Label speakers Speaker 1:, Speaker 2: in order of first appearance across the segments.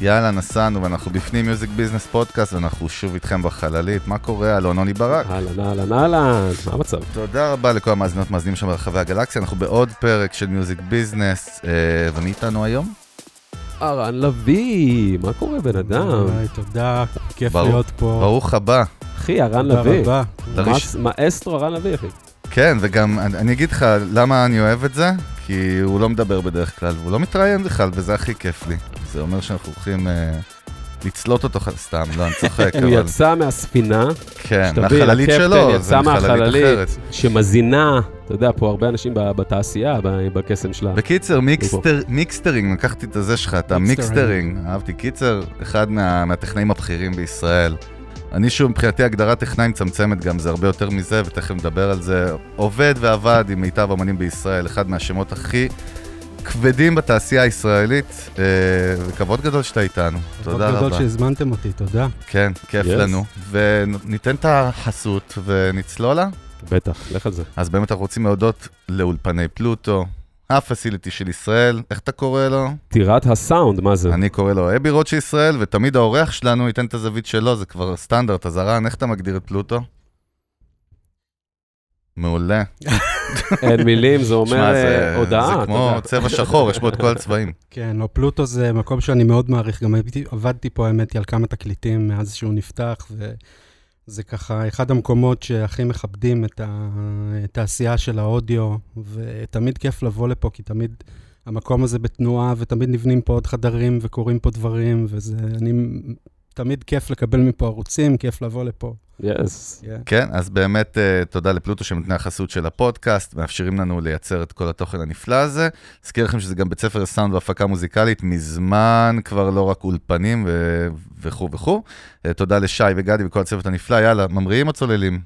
Speaker 1: יאללה, נסענו, ואנחנו בפנים מיוזיק ביזנס פודקאסט, ואנחנו שוב איתכם בחללית. מה קורה, אלון עוני ברק?
Speaker 2: אהלן, אהלן, אהלן, מה המצב?
Speaker 1: תודה רבה לכל המאזינות מאזינים שם ברחבי הגלקסיה, אנחנו בעוד פרק של מיוזיק ביזנס, אה, ומי איתנו היום?
Speaker 2: אהרן לביא, מה קורה, בן אדם?
Speaker 3: וואי, תודה, כיף
Speaker 1: ברור.
Speaker 3: להיות פה.
Speaker 1: ברוך הבא.
Speaker 2: אחי, אהרן
Speaker 3: תודה
Speaker 2: לביא.
Speaker 3: רבה.
Speaker 1: לראש-
Speaker 2: מה- מאסטרו אהרן לביא, אחי.
Speaker 1: כן, וגם אני אני אגיד לך למה אני אוהב את זה, כי הוא לא מדבר בדרך כלל, והוא לא מתראיין בכלל, וזה הכי כיף לי. זה אומר שאנחנו הולכים אה, לצלות אותו, ח- סתם, לא, אני צוחק,
Speaker 2: הוא
Speaker 1: אבל...
Speaker 2: יצא מהספינה,
Speaker 1: כן,
Speaker 2: שתבין,
Speaker 1: מהחללית שלו,
Speaker 2: הקפטן
Speaker 1: זה
Speaker 2: יצא
Speaker 1: מחללית אחרת.
Speaker 2: מהחללית, שמזינה, אתה יודע, פה הרבה אנשים ב- בתעשייה, ב- בקסם שלה.
Speaker 1: בקיצר, מיקסטר, מיקסטרינג, לקחתי את הזה שלך, את
Speaker 3: מיקסטרינג.
Speaker 1: המיקסטרינג, אהבתי. קיצר, אחד מה, מהטכנאים הבכירים בישראל. אני שוב, מבחינתי הגדרת טכנאי מצמצמת גם, זה הרבה יותר מזה, ותכף נדבר על זה. עובד ועבד עם מיטב אמנים בישראל, אחד מהשמות הכי כבדים בתעשייה הישראלית, אה, וכבוד גדול שאתה איתנו. תודה
Speaker 3: כבוד
Speaker 1: רבה.
Speaker 3: גדול שהזמנתם אותי, תודה.
Speaker 1: כן, כיף
Speaker 2: Yes.
Speaker 1: לנו. וניתן את החסות ונצלול לה.
Speaker 2: בטח, לך על זה.
Speaker 1: אז באמת אנחנו רוצים להודות לאולפני פלוטו, הפסיליטי של ישראל, איך אתה קורא לו?
Speaker 2: טירת הסאונד, מה זה?
Speaker 1: אני קורא לו אבי רוט של ישראל, ותמיד האורח שלנו ייתן את הזווית שלו, זה כבר סטנדרט. אז הרן, איך אתה מגדיר את פלוטו? מעולה.
Speaker 2: אין מילים, זה אומר
Speaker 1: שמע,
Speaker 2: אה, הודעה.
Speaker 1: זה
Speaker 2: אתה
Speaker 1: כמו
Speaker 2: יודע.
Speaker 1: צבע שחור, יש בו את כל הצבעים.
Speaker 3: כן, או פלוטו זה מקום שאני מאוד מעריך, גם הייתי- עבדתי פה, האמת, היא, על כמה תקליטים מאז שהוא נפתח, וזה ככה אחד המקומות שהכי מכבדים את ה- את העשייה של האודיו, ותמיד כיף לבוא לפה, כי תמיד המקום הזה בתנועה, ותמיד נבנים פה עוד חדרים, וקורים פה דברים, וזה, אני, תמיד כיף לקבל מפה ערוצים, כיף לבוא לפה.
Speaker 2: יס.
Speaker 3: כן.
Speaker 1: כן, אז באמת אה, תודה לפלוטו שנותני החסות של הפודקאסט, מאפשרים לנו לייצר את כל התוכן הנפלא הזה. אזכיר לכם שזה גם בית ספר לסאונד והפקה מוזיקלית, מזמן כבר לא רק אולפנים ו- וכו' וכו'. אה, תודה לשי וגדי וכל הצוות הנפלא, יאללה, ממריאים או צוללים?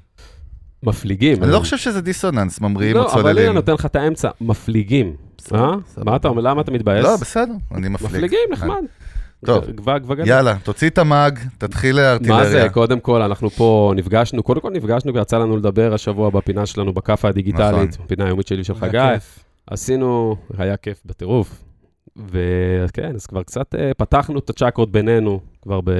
Speaker 2: מפליגים.
Speaker 1: אני לא חושב שזה דיסוננס, ממריאים או
Speaker 2: לא, אבל
Speaker 1: צוללים.
Speaker 2: הנה נותן לך את האמצע, מפליגים.
Speaker 1: בסדר,
Speaker 2: אה?
Speaker 1: בסדר.
Speaker 2: מה אתה אומר, למה אתה מתבאס?
Speaker 1: לא, בסדר, אני מפליג.
Speaker 2: מפליגים, נחמד.
Speaker 1: כן. טוב.
Speaker 2: גבה, גבה גדול.
Speaker 1: יאללה, תוציא את המאג, תתחיל
Speaker 3: אוקיי,
Speaker 2: מה זה,
Speaker 1: לארטילריה.
Speaker 2: קודם כל, אנחנו פה נפגשנו, קודם כל נפגשנו ויצא לנו לדבר השבוע בפינה שלנו, בכאפה הדיגיטלית, פינה היומית שלי ושל חגי.
Speaker 3: נכון. היה כיף.
Speaker 2: עשינו, היה כיף בטירוף. וכן, אז כבר קצת אה, פתחנו את הצ'קרות בינינו כבר ב,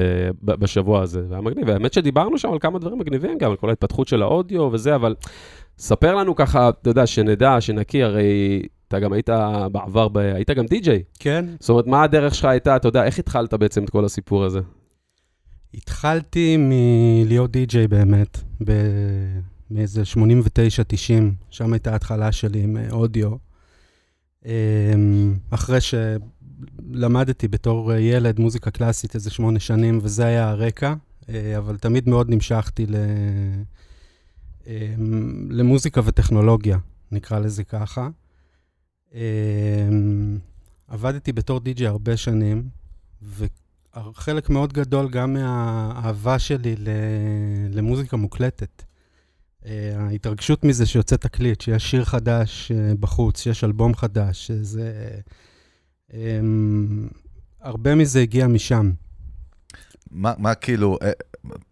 Speaker 2: ב, בשבוע הזה, והיה מגניב. האמת שדיברנו שם על כמה דברים מגניבים, גם על כל ההתפתחות של האודיו וזה, אבל ספר לנו ככה, אתה יודע, שנדע, שנכיר, הרי אתה גם היית בעבר, ב, היית גם די-ג'יי.
Speaker 3: כן,
Speaker 2: זאת אומרת, מה הדרך שלך הייתה, אתה יודע, איך התחלת בעצם את כל הסיפור הזה?
Speaker 3: התחלתי מלהיות די-ג'יי באמת, ב... מאיזה 89-90, שם הייתה ההתחלה שלי עם אה, אודיו. אמ, אחרי שלמדתי בתור אה, ילד מוזיקה קלאסית איזה שמונה שנים, וזה היה הרקע, אה, אבל תמיד מאוד נמשכתי ל... אמ, למוזיקה וטכנולוגיה, נקרא לזה ככה. אמ, עבדתי בתור די-ג'יי הרבה שנים, ו... חלק מאוד גדול גם מהאהבה שלי ל... למוזיקה מוקלטת. אה, ההתרגשות מזה שיוצא תקליט, שיש שיר חדש אה, בחוץ, שיש אלבום חדש, שזה... אה, אמ, הרבה מזה הגיע משם.
Speaker 1: מה מה כאילו, אה,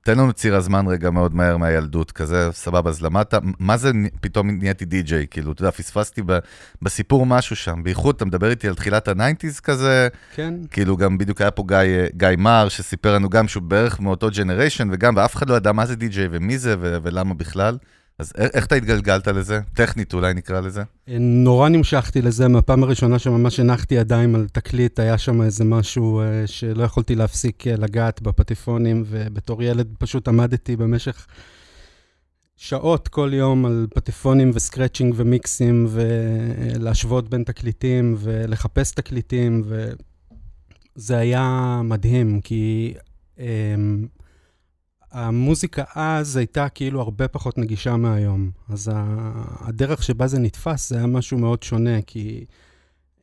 Speaker 1: תן לנו ציר הזמן רגע מאוד מהר מהילדות, כזה, סבבה, אז למדת, מה זה נ- פתאום נהייתי די-ג'יי, כאילו, אתה יודע, פספסתי ב- בסיפור משהו שם, בייחוד, אתה מדבר איתי על תחילת הניינטיז כזה,
Speaker 3: כן?
Speaker 1: כאילו, גם בדיוק היה פה גיא, אה, גיא מר, שסיפר לנו גם שהוא בערך מאותו ג'נריישן, וגם, ואף אחד לא ידע מה זה די-ג'יי ומי זה ו- ולמה בכלל. אז א- איך אתה התגלגלת לזה? טכנית אולי נקרא לזה.
Speaker 3: נורא נמשכתי לזה, מהפעם הראשונה שממש הנחתי ידיים על תקליט, היה שם איזה משהו אה, שלא יכולתי להפסיק אה, לגעת בפטיפונים, ובתור ילד פשוט עמדתי במשך שעות כל יום על פטיפונים וסקרצ'ינג ומיקסים, ולהשוות בין תקליטים, ולחפש תקליטים, וזה היה מדהים, כי... אמ, המוזיקה אז הייתה כאילו הרבה פחות נגישה מהיום. אז ה- הדרך שבה זה נתפס זה היה משהו מאוד שונה, כי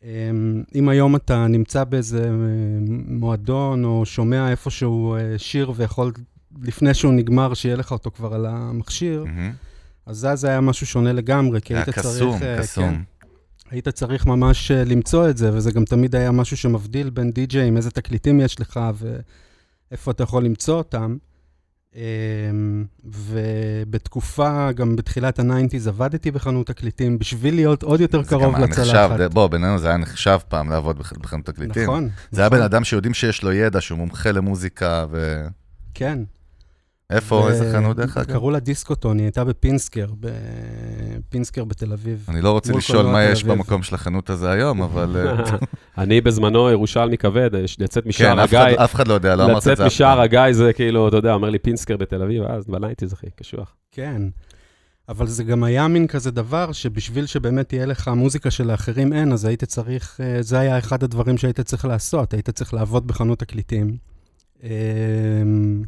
Speaker 3: אמ, אם היום אתה נמצא באיזה אמ, מועדון או שומע איפשהו אה, שיר ויכול, לפני שהוא נגמר, שיהיה לך אותו כבר על המכשיר,
Speaker 1: מהמם.
Speaker 3: אז אז זה היה משהו שונה לגמרי, כי
Speaker 1: כן. היה
Speaker 3: היית צריך...
Speaker 1: קסום,
Speaker 3: אה, כן,
Speaker 1: קסום.
Speaker 3: היית צריך ממש אה, למצוא את זה, וזה גם תמיד היה משהו שמבדיל בין די-ג'יים, איזה תקליטים יש לך ואיפה אתה יכול למצוא אותם. אמ, ובתקופה, גם בתחילת הניינטיז, עבדתי בחנות תקליטים בשביל להיות עוד יותר
Speaker 1: זה גם
Speaker 3: קרוב
Speaker 1: היה נחשב,
Speaker 3: לצלחת.
Speaker 1: זה- בוא, בינינו זה היה נחשב פעם לעבוד בח- בחנות תקליטים.
Speaker 3: נכון.
Speaker 1: זה היה
Speaker 3: נכון.
Speaker 1: בן אדם שיודעים שיש לו ידע, שהוא מומחה למוזיקה, ו...
Speaker 3: כן.
Speaker 1: איפה,
Speaker 3: ו-
Speaker 1: איזה חנות דרך אגב?
Speaker 3: קראו לה דיסקוטון, היא הייתה בפינסקר, בפינסקר בתל אביב.
Speaker 1: אני לא רוצה
Speaker 3: מול
Speaker 1: לשאול
Speaker 3: קולנוע
Speaker 1: מה
Speaker 3: תל
Speaker 1: יש
Speaker 3: אביב.
Speaker 1: במקום של החנות הזה היום, אבל... אה,
Speaker 2: אני בזמנו ירושלמי כבד, אה, ש- לצאת משער
Speaker 1: כן, אף
Speaker 2: הגיא,
Speaker 1: אחד- אף אחד לא יודע, לא אמרת את זה.
Speaker 2: לצאת
Speaker 1: אף
Speaker 2: משער
Speaker 1: פעם.
Speaker 2: הגיא זה כאילו, אתה יודע, אומר לי פינסקר בתל אביב, אז בניינטיז אחי, קשוח.
Speaker 3: כן. אבל זה גם היה מין כזה דבר שבשביל שבאמת תהיה לך מוזיקה שלאחרים אין, אז היית צריך, אה, זה היה אחד הדברים שהיית צריך לעשות, היית צריך לעבוד בחנות תקליטים. אה, אמ,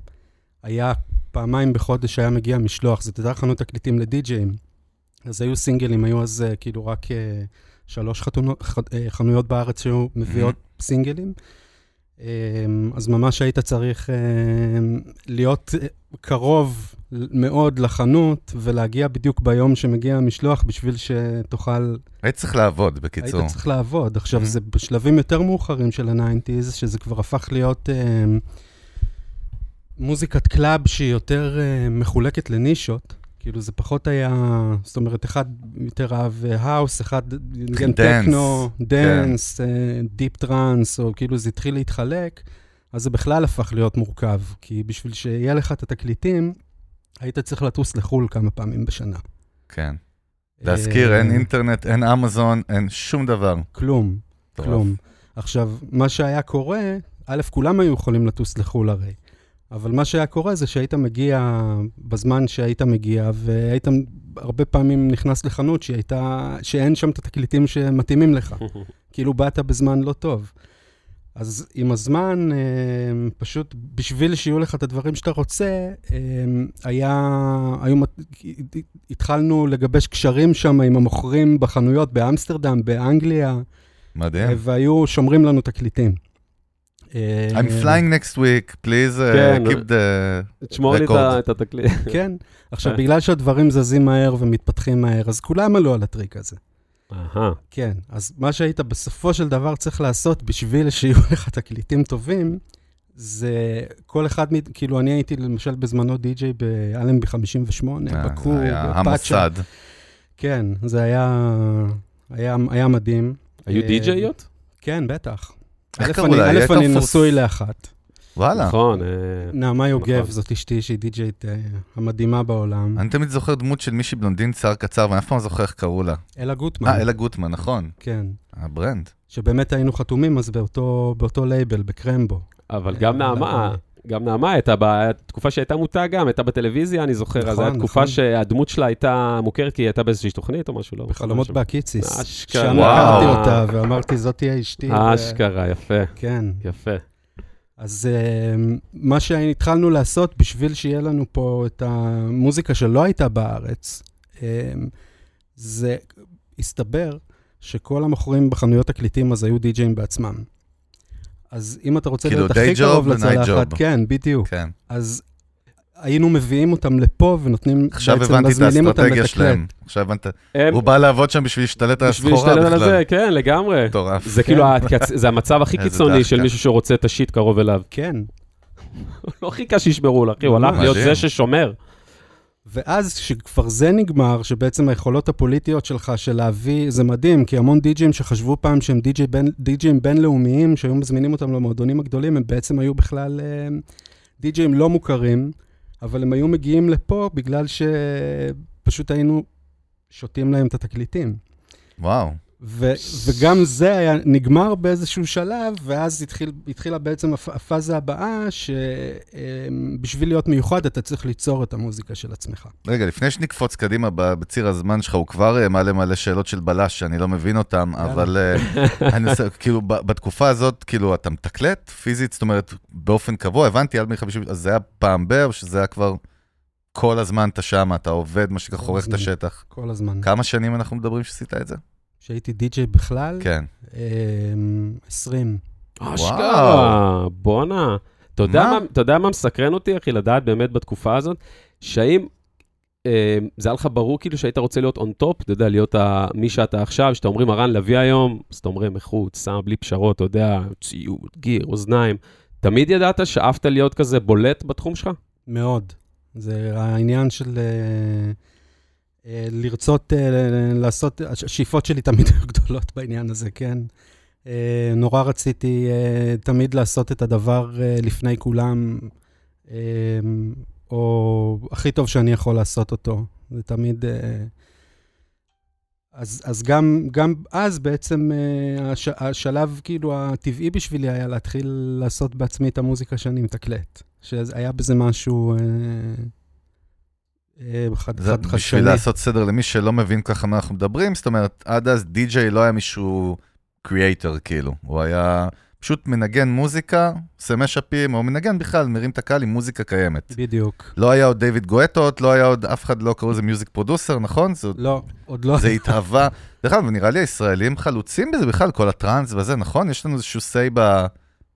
Speaker 3: היה פעמיים בחודש היה מגיע משלוח, זאת הייתה חנות תקליטים לדי-ג'אים. אז היו סינגלים, היו אז אה, כאילו רק אה, שלוש חתונות, ח, אה, חנויות בארץ שהיו מביאות סינגלים. אה, אז ממש היית צריך אה, להיות אה, קרוב מאוד לחנות ולהגיע בדיוק ביום שמגיע המשלוח בשביל שתוכל,
Speaker 1: היית צריך לעבוד,
Speaker 3: היית
Speaker 1: בקיצור.
Speaker 3: צריך לעבוד. עכשיו,
Speaker 1: Mhm.
Speaker 3: זה בשלבים יותר מאוחרים של הניינטיז, שזה כבר הפך להיות אה, מוזיקת קלאב שהיא יותר אה, מחולקת לנישות. כאילו זה פחות היה, זאת אומרת, אחד יותר אהב אה, האוס, אחד ניגן
Speaker 1: דאנס, כן.
Speaker 3: טכנו, דאנס, אה, דיפ טראנס, או כאילו זה התחיל להתחלק, אז זה בכלל הפך להיות מורכב, כי בשביל שיהיה לך את התקליטים, היית צריך לטוס לחו"ל כמה פעמים בשנה.
Speaker 1: כן. להזכיר,
Speaker 3: אה,
Speaker 1: אין אינטרנט, אין אמזון, אין שום דבר.
Speaker 3: כלום.
Speaker 1: מטורף.
Speaker 3: כלום. עכשיו, מה שהיה קורה, א', כולם היו יכולים לטוס לחו"ל הרי, אבל מה שהיה קורה זה שהיית מגיע בזמן שהיית מגיע, והיית הרבה פעמים נכנס לחנות שהייתה, שאין שם את התקליטים שמתאימים לך. כאילו באת בזמן לא טוב. אז עם הזמן, אה, פשוט בשביל שיהיו לך את הדברים שאתה רוצה, אה, היה, היו, מת- התחלנו לגבש קשרים שם עם המוכרים בחנויות באמסטרדם, באנגליה.
Speaker 1: מדהים.
Speaker 3: אה, והיו שומרים לנו תקליטים. אה,
Speaker 1: I'm flying next week, please uh,
Speaker 2: כן.
Speaker 1: keep the...
Speaker 2: תשמור לי את
Speaker 1: רקורד.
Speaker 2: ה- את התקליט.
Speaker 3: כן.
Speaker 2: אה.
Speaker 3: עכשיו, בגלל שהדברים זזים מהר ומתפתחים מהר, אז כולם עלו על הטריק הזה.
Speaker 2: אהה,
Speaker 3: כן, אז מה שהיית בסופו של דבר צריך לעשות בשביל שיהיו לך תקליטים טובים, זה כל אחד, מ- כאילו, אני הייתי למשל בזמנו די-ג'יי באלנבי 58,
Speaker 1: אה,
Speaker 3: בקור,
Speaker 1: זה היה
Speaker 3: בפאצ'ה.
Speaker 1: המוסד.
Speaker 3: כן, זה היה, היה, היה מדהים.
Speaker 2: היו
Speaker 3: אה,
Speaker 2: די-ג'איות?
Speaker 3: כן, בטח.
Speaker 1: איך
Speaker 3: א',
Speaker 1: קראו
Speaker 3: אני-
Speaker 1: לה? היא
Speaker 3: א',
Speaker 1: הייתה
Speaker 3: אני
Speaker 1: פורס-
Speaker 3: נשוי לאחת.
Speaker 1: וואלה.
Speaker 2: נכון, אה,
Speaker 3: נעמה יוגב,
Speaker 2: נכון.
Speaker 3: זאת אשתי שהיא די-ג'ייט אה, המדהימה בעולם.
Speaker 1: אני תמיד זוכר דמות של מישהי בלונדין, שיער קצר, ואני אף פעם לא זוכר איך קראו לה.
Speaker 3: אלה גוטמן.
Speaker 1: אה, אלה גוטמן, נכון.
Speaker 3: כן.
Speaker 1: הברנד.
Speaker 3: שבאמת היינו חתומים אז באותו, באותו לייבל, בקרמבו.
Speaker 2: אבל
Speaker 3: אה,
Speaker 2: גם
Speaker 3: אה,
Speaker 2: נעמה, גם נעמה הייתה, ב- הייתה תקופה שהייתה מוטה גם, הייתה בטלוויזיה, אני זוכר, אז
Speaker 3: נכון,
Speaker 2: הייתה תקופה
Speaker 3: נכון.
Speaker 2: שהדמות שלה הייתה מוכרת כי היא הייתה באיזושהי תוכנית או משהו, לא?
Speaker 3: בחלומות
Speaker 2: משהו.
Speaker 3: בהקיציס.
Speaker 2: אשכרה.
Speaker 3: שם
Speaker 1: וואו.
Speaker 3: הכרתי אותה ואמרתי, זאת תהיה אשתי. ו-
Speaker 2: אשכרה, יפה,
Speaker 3: כן.
Speaker 2: יפה.
Speaker 3: אז אה, מה שהתחלנו לעשות בשביל שיהיה לנו פה את המוזיקה שלא הייתה בארץ, אה, זה הסתבר שכל המוכרים בחנויות תקליטים אז היו די-ג'אים בעצמם. אז אם אתה רוצה
Speaker 1: כאילו
Speaker 3: להיות
Speaker 1: day
Speaker 3: הכי
Speaker 1: job
Speaker 3: קרוב
Speaker 1: ו-night
Speaker 3: לצלחת,
Speaker 1: job.
Speaker 3: כן, בדיוק.
Speaker 1: כן.
Speaker 3: אז היינו מביאים אותם לפה ונותנים,
Speaker 1: עכשיו
Speaker 3: בעצם
Speaker 1: הבנתי את
Speaker 3: מזמינים אותם
Speaker 1: האסטרטגיה
Speaker 3: לתקלט.
Speaker 1: שלהם. עכשיו הבנת.
Speaker 2: הם-
Speaker 1: הוא בא לעבוד שם בשביל להשתלט על
Speaker 2: בשביל
Speaker 1: הסחורה
Speaker 2: להשתלט על
Speaker 1: בכלל.
Speaker 2: זה, כן, לגמרי.
Speaker 1: מטורף.
Speaker 2: זה כאילו, ה- זה המצב הכי
Speaker 1: כן? איזה
Speaker 2: קיצוני של
Speaker 1: דחקה.
Speaker 2: מישהו שרוצה את השיט קרוב אליו.
Speaker 3: כן.
Speaker 2: הוא לא חיכה שישמרו לו, אחי, הוא הלך
Speaker 1: ממש.
Speaker 2: להיות זה
Speaker 1: מדהים.
Speaker 2: ששומר.
Speaker 3: ואז כשכבר זה נגמר, שבעצם היכולות הפוליטיות שלך של להביא, זה מדהים, כי המון די-ג'ים שחשבו פעם שהם די-ג'י בין- די-ג'ים בינלאומיים, שהיו מזמינים אותם למועדונים הגדולים, הם בעצם היו בכלל אה, די-ג'ים לא מוכרים, אבל הם היו מגיעים לפה בגלל שפשוט היינו שותים להם את התקליטים.
Speaker 1: וואו.
Speaker 3: ו- וגם זה היה נגמר באיזשהו שלב, ואז התחיל, התחילה בעצם הפ- הפאזה הבאה, שבשביל להיות מיוחד אתה צריך ליצור את המוזיקה של עצמך.
Speaker 1: רגע, לפני שנקפוץ קדימה ב- בציר הזמן שלך, הוא כבר אה, מעלה מלא שאלות של בלש שאני לא מבין אותן,
Speaker 2: כן.
Speaker 3: יאללה.
Speaker 1: אבל אה, אני עושה, כאילו, ב- בתקופה הזאת, כאילו, אתה מתקלט פיזית, זאת אומרת, באופן קבוע, הבנתי, עד מ 50, אז זה היה פעם ב, או שזה היה כבר כל הזמן אתה שמה, אתה עובד, מה שנקרא,
Speaker 3: כל
Speaker 1: חורך את
Speaker 3: הזמן.
Speaker 1: השטח.
Speaker 3: כל הזמן.
Speaker 1: כמה שנים אנחנו מדברים שעשית את זה?
Speaker 3: כשהייתי די-ג'יי בכלל,
Speaker 1: כן.
Speaker 3: אמ, 20.
Speaker 2: אשכרה, בואנה. אתה יודע
Speaker 1: מה?
Speaker 2: מה- אתה יודע מה מסקרן אותי, אחי, לדעת באמת בתקופה הזאת? שהאם אה, זה היה לך ברור כאילו שהיית רוצה להיות און טופ, אתה יודע, להיות ה- מי שאתה עכשיו, שאתה אומרים הרן לביא היום, אז אתה אומרים איכות, סאונד, בלי פשרות, אתה יודע, ציוד, גיר, אוזניים. תמיד ידעת שאפת להיות כזה בולט בתחום שלך?
Speaker 3: מאוד. זה העניין של אה, אה, לרצות אה, לעשות, הש- השאיפות שלי תמיד היו גדולות בעניין הזה, כן? אה, נורא רציתי אה, תמיד לעשות את הדבר אה, לפני כולם, אה, או הכי טוב שאני יכול לעשות אותו. זה תמיד... אה, אז, אז גם, גם אז בעצם אה, הש, השלב כאילו הטבעי בשבילי היה להתחיל לעשות בעצמי את המוזיקה שאני מתקלט. שהיה בזה משהו אה, אה, חד,
Speaker 1: זה
Speaker 3: חד,
Speaker 1: בשביל
Speaker 3: חדשני.
Speaker 1: לעשות סדר למי שלא מבין ככה מה אנחנו מדברים, זאת אומרת, עד אז די-ג'יי לא היה מישהו קריאייטר כאילו, הוא היה פשוט מנגן מוזיקה, עושה משאפים, או מנגן בכלל, מרים את הקהל עם מוזיקה קיימת.
Speaker 3: בדיוק.
Speaker 1: לא היה עוד דיוויד גואטות, לא היה עוד, אף אחד לא קראו לזה מיוזיק פרודוסר, נכון? זה,
Speaker 3: לא, עוד לא.
Speaker 1: זה התהווה. דרך אגב, נראה לי הישראלים חלוצים בזה בכלל, כל הטראנס וזה, נכון? יש לנו איזשהו say ב-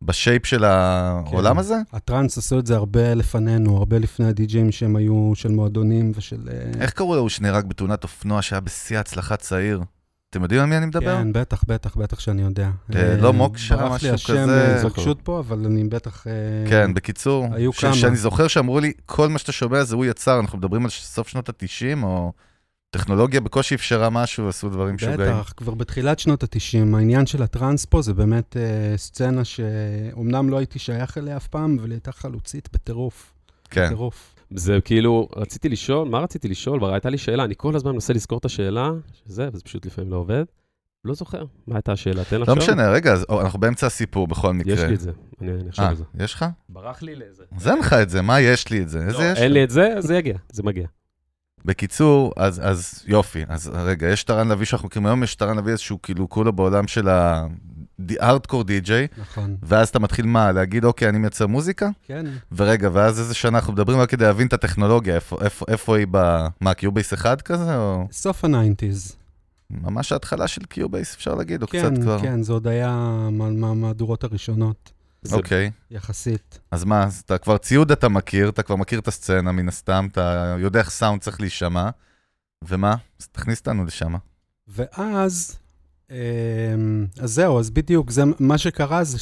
Speaker 1: בשייפ של העולם
Speaker 3: כן.
Speaker 1: הזה?
Speaker 3: הטראנס עשו את זה הרבה לפנינו, הרבה לפני הדי-ג'אים שהם היו של מועדונים ושל... אה,
Speaker 1: איך קראו לו שנהרג בתאונת אופנוע שהיה בשיא ההצלחה צעיר? אתם יודעים על מי אני מדבר?
Speaker 3: כן, בטח, בטח, בטח שאני יודע.
Speaker 1: אה, לא מוקשה,
Speaker 3: ברח לי
Speaker 1: משהו
Speaker 3: השם,
Speaker 1: כזה.
Speaker 3: אה, זוגשות פה, אבל אני בטח... אה,
Speaker 1: כן, בקיצור,
Speaker 3: היו
Speaker 1: ש-
Speaker 3: כמה.
Speaker 1: שאני זוכר שאמרו לי, כל מה שאתה שומע זה הוא יצר, אנחנו מדברים על ש- סוף שנות ה-90, או טכנולוגיה בקושי אפשרה משהו, עשו דברים משוגעים.
Speaker 3: בטח, כבר בתחילת שנות ה-90, העניין של הטראנס פה זה באמת אה, סצנה שאומנם לא הייתי שייך אליה אף פעם, אבל היא הייתה חלוצית בטירוף.
Speaker 1: כן,
Speaker 3: בטירוף.
Speaker 2: זה כאילו, רציתי לשאול, מה רציתי לשאול? כבר הייתה לי שאלה, אני כל הזמן מנסה לזכור את השאלה, שזה, וזה פשוט לפעמים לא עובד. לא זוכר, מה הייתה השאלה? תן
Speaker 1: לא
Speaker 2: לחשוב.
Speaker 1: משנה, רגע, אז- או, אנחנו באמצע הסיפור בכל מקרה.
Speaker 2: יש לי את זה, אני אני אחשוב
Speaker 1: אה,
Speaker 2: על זה.
Speaker 1: יש לך?
Speaker 2: ברח לי לאיזה.
Speaker 1: אז אין לך את זה, מה יש לי את זה? איזה
Speaker 2: לא,
Speaker 1: יש
Speaker 2: אין
Speaker 1: לי?
Speaker 2: לי את זה, אז זה יגיע, זה מגיע.
Speaker 1: בקיצור, אז, אז יופי, אז רגע, יש טרן לביא שאנחנו מכירים היום, יש טרן לביא איזשהו כאילו כולו בעולם של הארדקור די-ג'יי,
Speaker 3: נכון.
Speaker 1: ואז אתה מתחיל מה, להגיד, אוקיי, אני מייצר מוזיקה?
Speaker 3: כן,
Speaker 1: ורגע, ואז איזה שנה אנחנו מדברים רק כדי להבין את הטכנולוגיה, איפה, איפה, איפה היא ב... מה, קיובייס אחד כזה? או
Speaker 3: סוף הניינטיז.
Speaker 1: ממש ההתחלה של קיובייס, אפשר להגיד, או
Speaker 3: כן,
Speaker 1: לא קצת כבר.
Speaker 3: כן, זה עוד היה מה- מה- מהדורות הראשונות,
Speaker 2: זה-
Speaker 1: אוקיי,
Speaker 3: יחסית.
Speaker 1: אז מה, אז אתה כבר ציוד אתה מכיר, אתה כבר מכיר את הסצנה מן הסתם, אתה יודע איך סאונד צריך להישמע, ומה? אז תכניס אותנו לשם.
Speaker 3: ואז, אמ, אז זהו, אז בדיוק, זה, מה שקרה זה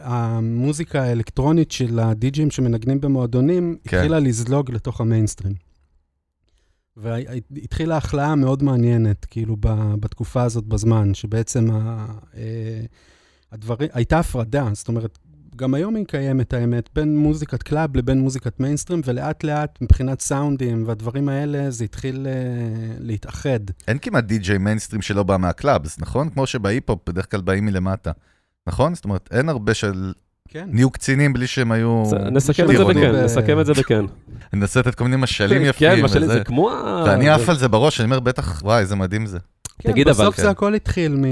Speaker 3: שהמוזיקה האלקטרונית של הדי-ג'ים שמנגנים במועדונים,
Speaker 1: כן.
Speaker 3: כן. התחילה לזלוג לתוך המיינסטרים. והתחילה החלאה מאוד מעניינת, כאילו, ב- בתקופה הזאת בזמן, שבעצם ה- אה, הדברים, הייתה הפרדה, זאת אומרת, גם היום היא קיימת, האמת, בין מוזיקת קלאב לבין מוזיקת מיינסטרים, ולאט לאט, מבחינת סאונדים והדברים האלה, זה התחיל אה, להתאחד.
Speaker 1: אין כמעט די-ג'יי מיינסטרים שלא בא מהקלאבס, נכון? כמו שבהיפ-הופ בדרך כלל באים מלמטה, נכון? זאת אומרת, אין הרבה של...
Speaker 3: כן.
Speaker 1: נהיו קצינים בלי שהם היו...
Speaker 2: אז נסכם את זה
Speaker 1: טירונים.
Speaker 2: בכן, נסכם את זה בכן.
Speaker 1: אני מנסה לתת כל מיני משלים יפים.
Speaker 2: כן, משל-
Speaker 1: וזה.
Speaker 2: זה כמו... ה-
Speaker 1: ואני
Speaker 2: זה-
Speaker 1: עף על זה בראש, אני אומר, בטח, וואי, איזה מדהים זה.
Speaker 3: כן,
Speaker 2: תגיד, אבל-
Speaker 3: בסוף זה הכל התחיל מ...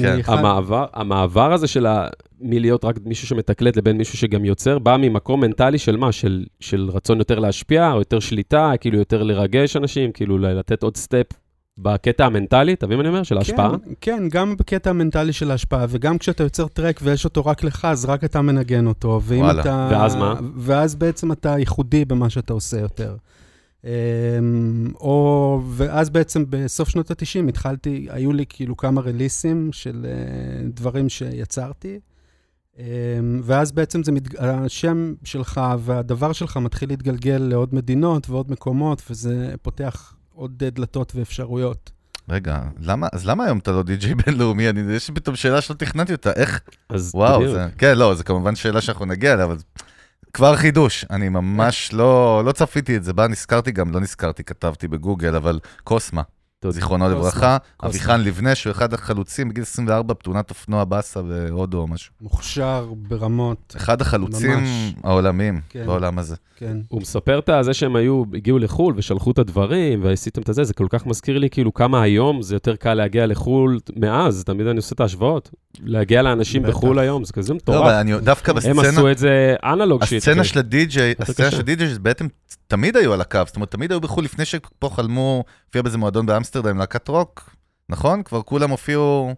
Speaker 1: כן.
Speaker 2: אה,
Speaker 3: מאחד-
Speaker 2: המעבר, המעבר הזה של ה... מלהיות רק מישהו שמתקלט לבין מישהו שגם יוצר, בא ממקום מנטלי של מה? של, של רצון יותר להשפיע, או יותר שליטה, כאילו יותר לרגש אנשים, כאילו ל- לתת עוד סטפ בקטע המנטלי, אתה מבין מה אני אומר? של ההשפעה?
Speaker 3: כן, כן, גם בקטע המנטלי של ההשפעה, וגם כשאתה יוצר טרק ויש אותו רק לך, אז רק אתה מנגן אותו. ואם
Speaker 1: וואלה.
Speaker 3: אתה...
Speaker 2: ואז מה?
Speaker 3: ואז בעצם אתה ייחודי במה שאתה עושה יותר. אמ, או, ואז בעצם בסוף שנות ה-90 התחלתי, היו לי כאילו כמה רליסים של אה, דברים שיצרתי, אמ, ואז בעצם זה מת, השם שלך והדבר שלך מתחיל להתגלגל לעוד מדינות ועוד מקומות, וזה פותח עוד דלתות ואפשרויות.
Speaker 1: רגע, למה, אז למה היום אתה לא די-ג'יי בינלאומי? אני, יש לי פתאום שאלה שלא תכננתי אותה, איך,
Speaker 2: אז
Speaker 1: וואו,
Speaker 2: בדיוק.
Speaker 1: זה, כן, לא, זה כמובן שאלה שאנחנו נגיע אליה, אבל כבר חידוש, אני ממש
Speaker 2: אה.
Speaker 1: לא, לא צפיתי את זה, בא, נזכרתי גם, לא נזכרתי, כתבתי בגוגל, אבל קוסמה,
Speaker 2: טוב,
Speaker 1: זיכרונו
Speaker 3: קוסמה,
Speaker 1: לברכה,
Speaker 2: קוסמה.
Speaker 1: אביחן לבנה, שהוא אחד החלוצים בגיל 24 בתאונת אופנוע באסה בהודו או משהו.
Speaker 3: מוכשר ברמות,
Speaker 1: אחד החלוצים
Speaker 3: ממש.
Speaker 1: העולמיים
Speaker 3: כן.
Speaker 1: בעולם הזה.
Speaker 3: כן.
Speaker 2: הוא מספר את זה שהם היו, הגיעו לחו"ל ושלחו את הדברים ועשיתם את זה, זה כל כך מזכיר לי כאילו כמה היום זה יותר קל להגיע לחו"ל מאז, תמיד אני עושה את ההשוואות. להגיע לאנשים
Speaker 3: בטח.
Speaker 2: בחו"ל היום, זה כזה
Speaker 1: לא, אבל
Speaker 2: מטורף.
Speaker 1: אני, דווקא
Speaker 2: הם
Speaker 1: בסצנה,
Speaker 2: עשו את זה אנלוג שיט.
Speaker 1: הסצנה של הדי-ג'יי,
Speaker 2: יותר
Speaker 1: הסצנה
Speaker 2: קשה.
Speaker 1: של הדי-ג'יי, בעצם תמיד היו על הקו, זאת אומרת, תמיד היו בחו"ל לפני שפה חלמו, הופיע באיזה מועדון באמסטרדם, להקת רוק, נכון? כבר כולם הופיעו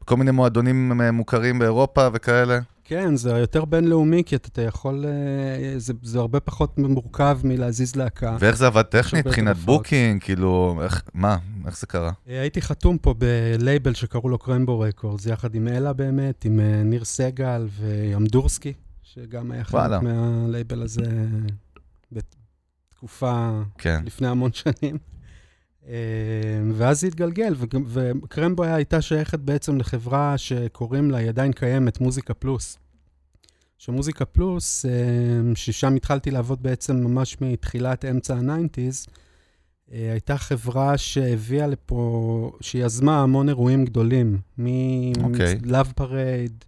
Speaker 1: בכל מיני מועדונים אה, מוכרים באירופה וכאלה.
Speaker 3: כן, זה יותר בינלאומי, כי אתה אתה יכול... אה, זה, זה הרבה פחות מורכב מלהזיז להקה. ו...
Speaker 1: ואיך זה עבד טכנית,
Speaker 3: הרבה
Speaker 1: מבחינת
Speaker 3: תרופות.
Speaker 1: בוקינג, כאילו, איך, מה, איך זה קרה?
Speaker 3: אה, הייתי חתום פה בלייבל שקראו לו קרמבו רקורדס, יחד עם אלה באמת, עם אה, ניר סגל וימדורסקי, שגם היה חלק
Speaker 1: וואלה.
Speaker 3: מהלייבל הזה. בתקופה
Speaker 1: כן.
Speaker 3: לפני המון שנים. אה, ואז זה התגלגל, וגם- וקרמבו היה- הייתה שייכת בעצם לחברה שקוראים לה, היא עדיין קיימת, מוזיקה פלוס. שמוזיקה פלוס, אה, ששם התחלתי לעבוד בעצם ממש מתחילת אמצע ה-90's, אה, הייתה חברה שהביאה לפה, שיזמה המון אירועים גדולים,
Speaker 1: אוקיי.
Speaker 3: מלאב פרייד,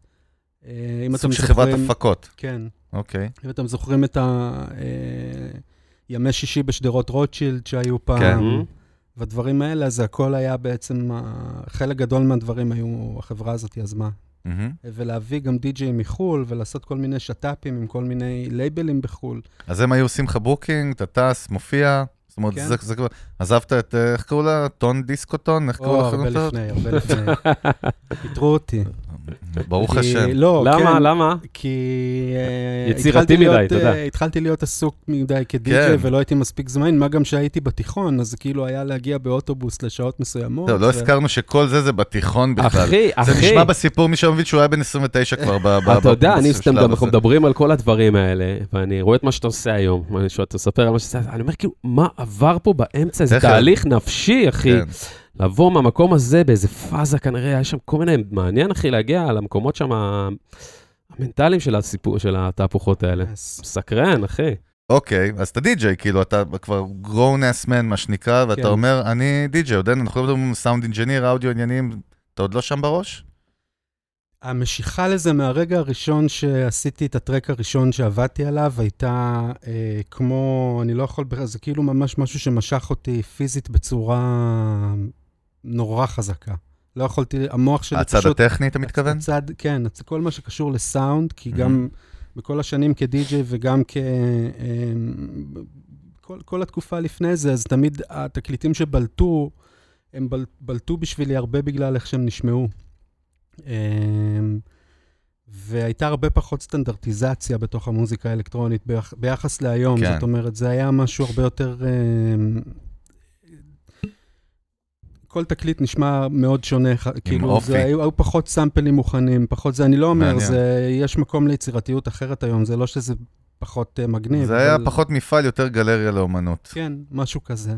Speaker 3: אה, אם אתם
Speaker 1: סוג של חברת
Speaker 3: זוכרים-
Speaker 1: הפקות,
Speaker 3: כן.
Speaker 1: אוקיי.
Speaker 3: אם אתם זוכרים את ה... אה, ימי שישי בשדרות רוטשילד שהיו פעם,
Speaker 1: כן.
Speaker 3: והדברים האלה, אז הכל היה בעצם, ה- חלק גדול מהדברים היו, החברה הזאת יזמה.
Speaker 1: מהמם.
Speaker 3: ולהביא גם די-ג'יי מחו"ל, ולעשות כל מיני שת"פים עם כל מיני לייבלים בחו"ל.
Speaker 1: אז הם היו עושים לך בוקינג, אתה טס, מופיע, זאת אומרת,
Speaker 3: כן.
Speaker 1: זה זה כבר... עזבת את, אה, איך קראו לה? טון דיסקוטון? איך
Speaker 3: או,
Speaker 1: קראו
Speaker 3: הרבה
Speaker 1: לחנות הזאת?
Speaker 3: לפני, הרבה לפני. פיטרו אותי.
Speaker 1: ברוך
Speaker 3: כי-
Speaker 1: השם.
Speaker 3: לא,
Speaker 2: למה?
Speaker 3: כן,
Speaker 2: למה?
Speaker 3: כי... אה,
Speaker 2: יצירתי
Speaker 3: התחלתי
Speaker 2: מדי,
Speaker 3: להיות,
Speaker 2: תודה.
Speaker 3: אה, התחלתי להיות עסוק מדי
Speaker 1: כן.
Speaker 3: כדי-ג'יי, ולא הייתי מספיק זמן, מה גם שהייתי בתיכון, אז כאילו היה להגיע באוטובוס לשעות מסוימות.
Speaker 1: טוב, לא
Speaker 3: ו-
Speaker 1: הזכרנו שכל זה זה בתיכון בכלל.
Speaker 2: אוקיי. אחי, אחי.
Speaker 1: זה נשמע בסיפור, מי שלא מבין שהוא היה בן 29 כבר ב... ב-
Speaker 2: אתה יודע, אני סתם,
Speaker 1: בשלב
Speaker 2: גם אנחנו
Speaker 1: הזה.
Speaker 2: מדברים על כל הדברים האלה, ואני רואה את מה שאתה עושה היום, ואני שואל, אתה מספר על מה שאתה עושה, אני אומר, כאילו, מה עבר פה באמצע? זה
Speaker 1: תכף.
Speaker 2: תהליך נפשי, אחי.
Speaker 1: כן.
Speaker 2: לבוא מהמקום הזה באיזה פאזה, כנראה, היה שם כל מיני, מעניין, אחי, להגיע למקומות שם ה- המנטליים של הסיפור, של התהפוכות האלה.
Speaker 3: אז-
Speaker 2: מסקרן, אחי.
Speaker 1: אוקיי, אז אתה די-ג'יי, כאילו, אתה כבר grown ass man, מה שנקרא,
Speaker 3: כן.
Speaker 1: ואתה אומר, אני די-ג'יי, עוד אין, אנחנו לא מדברים סאונד אינג'יניר, אודיו עניינים, אתה עוד לא שם בראש?
Speaker 3: המשיכה לזה מהרגע הראשון שעשיתי את הטרק הראשון שעבדתי עליו, הייתה אה, כמו, אני לא יכול, בכלל, זה כאילו ממש משהו שמשך אותי פיזית בצורה נורא חזקה. לא יכולתי, המוח שלי
Speaker 1: הצד
Speaker 3: פשוט...
Speaker 1: הטכני, אתה מתכוון? Mm-hmm.
Speaker 3: הצד, כן, הצ- כל מה שקשור לסאונד, כי גם בכל השנים כדי-ג'יי וגם כ... אמ, כל, כל התקופה לפני זה, אז תמיד התקליטים שבלטו, הם בל, בלטו בשבילי הרבה בגלל איך שהם נשמעו. אמ, והייתה הרבה פחות סטנדרטיזציה בתוך המוזיקה האלקטרונית ביח, ביחס להיום.
Speaker 1: כן.
Speaker 3: זאת אומרת, זה היה משהו הרבה יותר... אמ, כל תקליט נשמע מאוד שונה, ח- כאילו,
Speaker 1: אופי.
Speaker 3: זה, היו, היו פחות סאמפלים מוכנים, פחות זה, אני לא אומר,
Speaker 1: מעניין.
Speaker 3: זה, יש מקום ליצירתיות אחרת היום, זה לא שזה פחות אה, מגניב.
Speaker 1: זה היה
Speaker 3: אבל-
Speaker 1: פחות מפעל, יותר גלריה לאומנות.
Speaker 3: כן, משהו כזה.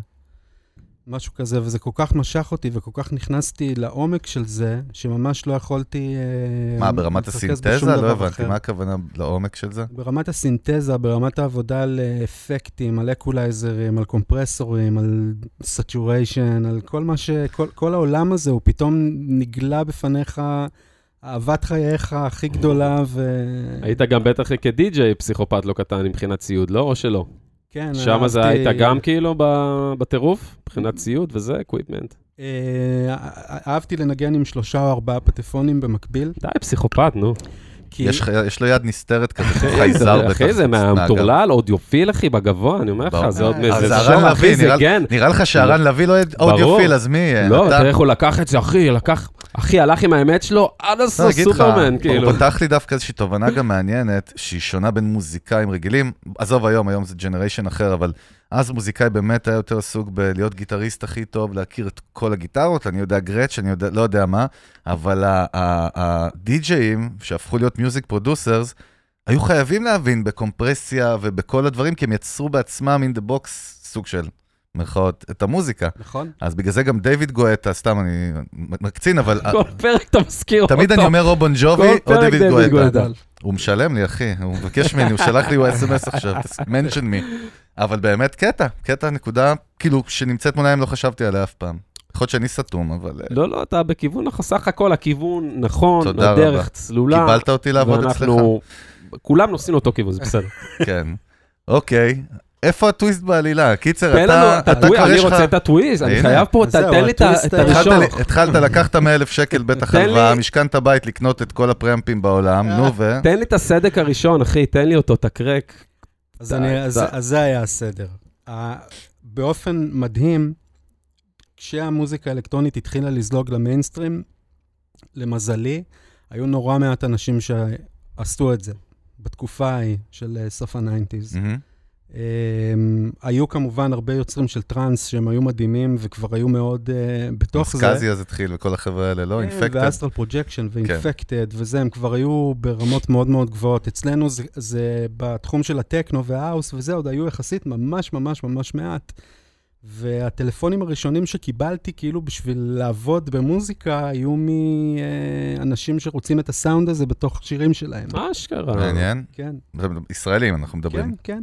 Speaker 3: משהו כזה, וזה כל כך משך אותי וכל כך נכנסתי לעומק של זה, שממש לא יכולתי... אה,
Speaker 1: מה, ברמת
Speaker 3: להתרכז
Speaker 1: הסינתזה?
Speaker 3: בשום
Speaker 1: לא
Speaker 3: דבר
Speaker 1: הבנתי,
Speaker 3: אחר.
Speaker 1: מה הכוונה לעומק של זה?
Speaker 3: ברמת הסינתזה, ברמת העבודה על אה, אפקטים, על אקולייזרים, על קומפרסורים, על סטוריישן, על כל מה ש... כל, כל העולם הזה, הוא פתאום נגלה בפניך אהבת חייך הכי גדולה, ו...
Speaker 2: היית גם בטח כדי-ג'יי פסיכופת לא קטן מבחינת ציוד, לא? או שלא?
Speaker 3: כן,
Speaker 2: שם זה
Speaker 3: אהבתי-
Speaker 2: היית גם כאילו ב- בטירוף, מבחינת ציוד וזה, אקוויפמנט.
Speaker 3: אה, אה, אהבתי לנגן עם שלושה או ארבעה פטפונים במקביל.
Speaker 2: די, פסיכופת, נו.
Speaker 3: כי...
Speaker 1: יש לך- יש לו יד נסתרת כזה,
Speaker 2: אחי,
Speaker 1: חייזר
Speaker 2: זה-
Speaker 1: בטח.
Speaker 2: אחי, זה מהמטורלל, אודיופיל, אחי, בגאווה, אני אומר לך,
Speaker 1: ברור.
Speaker 2: זה עוד
Speaker 3: אה,
Speaker 2: מאיזה
Speaker 1: אז הרן
Speaker 2: שם,
Speaker 1: לביא,
Speaker 2: אחי, זה
Speaker 1: נראה-
Speaker 2: גן.
Speaker 1: נראה לך שהרן לביא לא יהיה
Speaker 2: ברור.
Speaker 1: אודיופיל, אז מי יהיה?
Speaker 2: לא,
Speaker 1: כן, אתה-
Speaker 2: תראה איך הוא לקח את זה, אחי, לקח, אחי, הלך עם האמת שלו עד הסוף
Speaker 1: לא, אגיד לך, אה,
Speaker 2: סופרמן, כאילו.
Speaker 1: הוא פתח לי דווקא איזושהי תובנה גם מעניינת, שהיא שונה בין מוזיקאים רגילים. עזוב היום, היום זה ג'נריישן אחר, אבל אז מוזיקאי באמת היה יותר עסוק בלהיות גיטריסט הכי טוב, להכיר את כל הגיטרות, אני יודע גרץ', אני יודע, לא יודע מה, אבל ה- ה- הדי-ג'אים שהפכו להיות מיוזיק פרודוסרס, היו חייבים להבין בקומפרסיה ובכל הדברים, כי הם יצרו בעצמם in the box סוג של, מירכאות, את המוזיקה.
Speaker 3: נכון?
Speaker 1: אז בגלל זה גם דיוויד גואטה, סתם אני מקצין, אבל
Speaker 2: כל פרק אתה מזכיר אותו.
Speaker 1: תמיד אני אומר או בון
Speaker 2: כל
Speaker 1: ג'ובי או
Speaker 2: פרק
Speaker 1: דיוויד
Speaker 2: דיוויד
Speaker 1: גואטה.
Speaker 2: גואטה.
Speaker 1: הוא משלם לי, אחי, הוא מבקש ממני, הוא שלח לי אס.אם.אס עכשיו, מנשן מי. אבל באמת קטע, קטע נקודה, כאילו, שנמצאת מול העין לא חשבתי עליה אף פעם. יכול להיות שאני סתום, אבל אה,
Speaker 2: לא, לא, אתה בכיוון, נכון, סך הכל הכיוון נכון,
Speaker 1: תודה רבה.
Speaker 2: הדרך צלולה.
Speaker 1: קיבלת אותי לעבוד אצלך.
Speaker 2: ואנחנו, כולם נוסעים לאותו כיוון, זה בסדר.
Speaker 1: כן. אוקיי, איפה הטוויסט בעלילה? קיצר,
Speaker 2: תן
Speaker 1: אתה
Speaker 2: לנו את
Speaker 1: אתה
Speaker 2: הטוויז,
Speaker 1: כבר
Speaker 2: אני
Speaker 1: יש לך...
Speaker 2: רוצה את הטוויז, אני
Speaker 1: הנה.
Speaker 2: חייב פה, ת-
Speaker 3: זהו,
Speaker 2: תן לי את ה-
Speaker 3: הטוויזט
Speaker 2: את
Speaker 3: היה-
Speaker 1: התחלת-
Speaker 2: הראשון.
Speaker 1: התחלת, לקחת 100 אלף שקל בטח
Speaker 2: תן
Speaker 1: הלוואה,
Speaker 2: לי- אה.
Speaker 1: משכנת בית לקנות את כל הפרמפים בעולם, נו ו...
Speaker 2: תן לי את הסדק הראשון, אחי, תן לי אותו, תקרק.
Speaker 3: אז,
Speaker 2: אתה-
Speaker 3: אני,
Speaker 2: אתה-
Speaker 3: אז, אז זה היה הסדר. ה- באופן מדהים, כשהמוזיקה האלקטרונית התחילה לזלוג למיינסטרים, למזלי, היו נורא
Speaker 1: Mm.
Speaker 3: מעט אנשים שעשו את זה בתקופה ההיא של אה, סוף הניינטיז.
Speaker 1: מהמם.
Speaker 3: Um, היו כמובן הרבה יוצרים של טראנס שהם היו מדהימים וכבר היו מאוד uh, בתוך זה. אה,
Speaker 1: סקאזי אז התחיל וכל החבר'ה האלה, לא? כן. אינפקטד.
Speaker 3: כן, ואסטרל פרוג'קשן ואינפקטד וזה, הם כבר היו ברמות מאוד מאוד גבוהות. אצלנו זה, זה בתחום של הטכנו וההאוס וזה, עוד היו יחסית ממש ממש ממש מעט. והטלפונים הראשונים שקיבלתי, כאילו בשביל לעבוד במוזיקה, היו מאנשים שרוצים את הסאונד הזה בתוך שירים שלהם.
Speaker 2: אה? אשכרה.
Speaker 1: מעניין.
Speaker 3: כן,
Speaker 1: ישראלים אנחנו
Speaker 3: כן,
Speaker 1: מדברים.
Speaker 3: כן.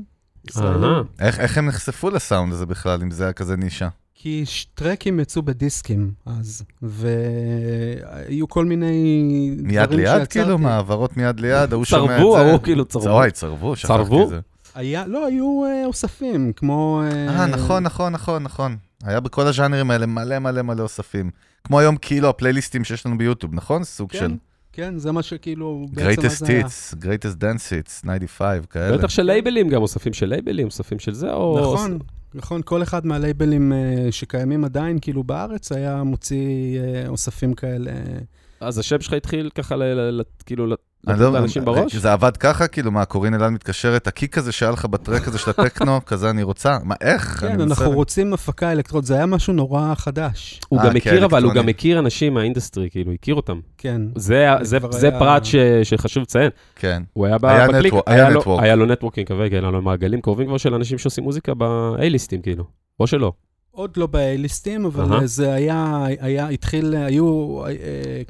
Speaker 2: אהה.
Speaker 1: איך איך הם נחשפו לסאונד הזה בכלל, אם זה היה כזה נישה?
Speaker 3: כי ש- טרקים יצאו בדיסקים אז, והיו כל מיני
Speaker 1: מיד
Speaker 3: דברים
Speaker 1: ליד,
Speaker 3: שיצרתי.
Speaker 1: כאילו, מעברות מיד ליד, ההוא שומע את זה.
Speaker 2: צרבו, ההוא כאילו צרבו.
Speaker 1: אוי, צרבו, שכחתי
Speaker 2: צרבו?
Speaker 1: את זה.
Speaker 3: היה, לא, היו אה, אוספים, כמו...
Speaker 1: אה, נכון, נכון, נכון, נכון. היה בכל הז'אנרים האלה מלא מלא מלא אוספים. כמו היום כאילו הפלייליסטים שיש לנו ביוטיוב, נכון? סוג
Speaker 3: כן,
Speaker 1: של
Speaker 3: כן, זה מה שכאילו... בעצם אז
Speaker 1: greatest
Speaker 3: היה.
Speaker 1: hits, greatest dance hits, 95, כאלה.
Speaker 2: בטח של לייבלים גם, אוספים של לייבלים, אוספים של זה, או...
Speaker 3: נכון, נכון, כל אחד מהלייבלים אה, שקיימים עדיין, כאילו בארץ, היה מוציא אה, אוספים כאלה.
Speaker 1: כן,
Speaker 2: אז השם שלך התחיל ככה, ל- ל- ל- כאילו, ל-
Speaker 1: אני
Speaker 2: לתת
Speaker 1: לא-
Speaker 2: לאנשים בראש?
Speaker 1: זה עבד ככה? כאילו, מה, קורין אלעד מתקשרת, הקיק הזה שהיה לך בטרק הזה של הטכנו, כזה אני רוצה? מה, איך?
Speaker 3: כן,
Speaker 1: אני
Speaker 3: אנחנו
Speaker 1: מנסה-
Speaker 3: רוצים הפקה אלקטרונית, זה היה משהו נורא חדש.
Speaker 2: הוא
Speaker 1: אה,
Speaker 2: גם
Speaker 1: כן,
Speaker 2: הכיר, אבל הוא
Speaker 1: אלקטרוני.
Speaker 2: גם הכיר אנשים מהאינדסטרי, כאילו, הכיר אותם.
Speaker 3: כן,
Speaker 2: זה ה- זה-
Speaker 3: כבר
Speaker 2: זה
Speaker 3: היה-
Speaker 2: פרט ש- שחשוב לציין.
Speaker 1: כן.
Speaker 2: הוא היה ב-
Speaker 1: היה
Speaker 2: בקליק,
Speaker 1: נטוו- היה
Speaker 2: לו-
Speaker 1: נטוורק.
Speaker 2: היה לו נטוורקינג, כרגע, היה לו מעגלים קרובים כבר של אנשים שעושים מוזיקה ב-A-ליסטים, כאילו. או שלא.
Speaker 3: עוד לא באייליסטים, אבל
Speaker 2: אהה.
Speaker 3: אה, זה היה, היה, התחיל, היו... אה, היו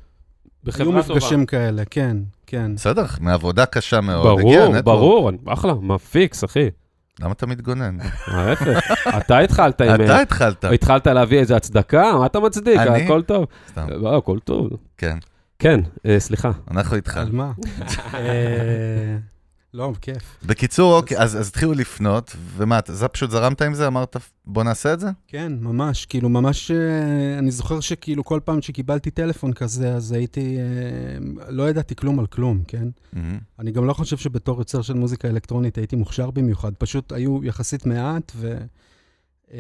Speaker 2: בחברה טובה.
Speaker 3: מפגשים כאלה, כן, כן.
Speaker 1: בסדר, מעבודה קשה מאוד. הגיע
Speaker 2: ברור,
Speaker 1: נטוורק.
Speaker 2: ברור, אני- אחלה, מה פיקס, אחי.
Speaker 1: למה אתה מתגונן?
Speaker 2: ההפך. אתה התחלת עם...
Speaker 1: אתה התחלת.
Speaker 2: התחלת להביא איזה הצדקה, מה אתה מצדיק?
Speaker 1: אני?
Speaker 2: הכל טוב.
Speaker 1: סתם,
Speaker 2: לא, הכל טוב.
Speaker 1: כן.
Speaker 2: כן, אה, סליחה.
Speaker 1: אנחנו איתך.
Speaker 3: על מה? אה, לא, כיף.
Speaker 2: אה.
Speaker 1: בקיצור, אוקיי, אז אז התחילו לפנות, ומה, אתה זה פשוט זרמת עם זה? אמרת, בוא נעשה את זה?
Speaker 3: כן, ממש, כאילו, ממש, אה, אני זוכר שכאילו כל פעם שקיבלתי טלפון כזה, אז הייתי, אה, לא ידעתי כלום על כלום, כן?
Speaker 1: מהמם.
Speaker 3: אני גם לא חושב שבתור יוצר של מוזיקה אלקטרונית הייתי מוכשר במיוחד, פשוט היו יחסית מעט, ו... אה,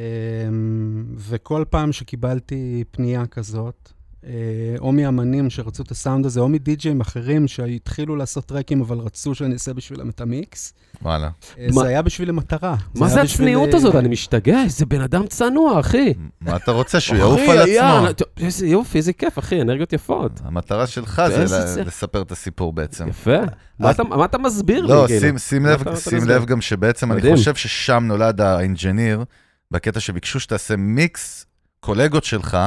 Speaker 3: וכל פעם שקיבלתי פנייה כזאת, אה, או מאמנים שרצו את הסאונד הזה, או מדי-ג'אים אחרים שהתחילו לעשות טרקים אבל רצו שאני אעשה בשבילם את המיקס,
Speaker 1: וואלה.
Speaker 3: אה,
Speaker 2: מה-
Speaker 3: זה היה בשביל למטרה.
Speaker 2: מה
Speaker 3: היה
Speaker 2: זה
Speaker 3: בשביל,
Speaker 2: הצניעות
Speaker 3: אה,
Speaker 2: הזאת? אני משתגע, איזה בן אדם צנוע, אחי.
Speaker 1: מה אתה רוצה, שהוא
Speaker 2: אחי,
Speaker 1: יעוף על
Speaker 2: יאללה,
Speaker 1: עצמו?
Speaker 2: טוב, איזה יופי, איזה כיף, אחי, אנרגיות יפות.
Speaker 1: המטרה שלך
Speaker 2: באיזה
Speaker 1: זה
Speaker 2: זה?
Speaker 1: ל- לספר את הסיפור בעצם.
Speaker 2: יפה. מה אתה- מה אתה מסביר לי,
Speaker 1: אה, לא,
Speaker 2: כאילו?
Speaker 1: שים- שים
Speaker 2: מה
Speaker 1: לב-
Speaker 2: אתה- אתה
Speaker 1: שים
Speaker 2: מסביר?
Speaker 1: לב גם שבעצם אני
Speaker 2: מדהים.
Speaker 1: חושב ששם נולד האינג'יניר, בקטע שביקשו שתעשה מיקס קולגות שלך,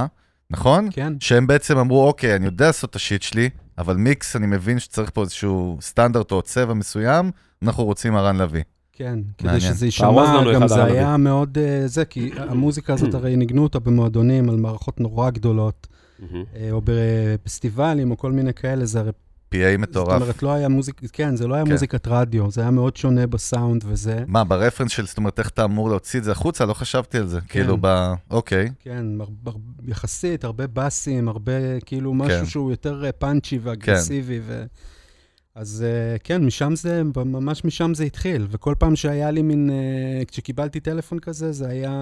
Speaker 1: נכון?
Speaker 3: כן.
Speaker 1: שהם בעצם אמרו, אוקיי, אני יודע לעשות את השיט שלי, אבל מיקס, אני מבין שצריך פה איזשהו סטנדרט או צבע מסוים, אנחנו רוצים ארן לביא.
Speaker 3: כן, כדי
Speaker 1: מעניין.
Speaker 3: שזה
Speaker 2: תארוז
Speaker 3: יישמע,
Speaker 2: לנו
Speaker 3: גם
Speaker 2: אחד
Speaker 3: זה
Speaker 2: ערבי.
Speaker 3: היה מאוד אה, זה, כי המוזיקה הזאת, הרי ניגנו אותה במועדונים על מערכות נורא גדולות,
Speaker 2: מהמם.
Speaker 3: אה, או בפסטיבלים, או כל מיני כאלה, זה הרי...
Speaker 1: PA
Speaker 3: זאת
Speaker 1: מטורף.
Speaker 3: אומרת, לא היה מוזיקה, כן, זה לא היה
Speaker 1: כן.
Speaker 3: מוזיקת רדיו, זה היה מאוד שונה בסאונד וזה.
Speaker 1: מה, ברפרנס של, זאת אומרת, איך אתה אמור להוציא את זה החוצה? לא חשבתי על זה. כאילו, ב... אוקיי.
Speaker 3: כן, הר- הר- יחסית, הרבה באסים, הרבה כאילו משהו
Speaker 1: כן.
Speaker 3: שהוא יותר אה, פאנצ'י ואגרסיבי. ו... אז אה, כן, משם זה, ממש משם זה התחיל. וכל פעם שהיה לי מין, אה, כשקיבלתי טלפון כזה, זה היה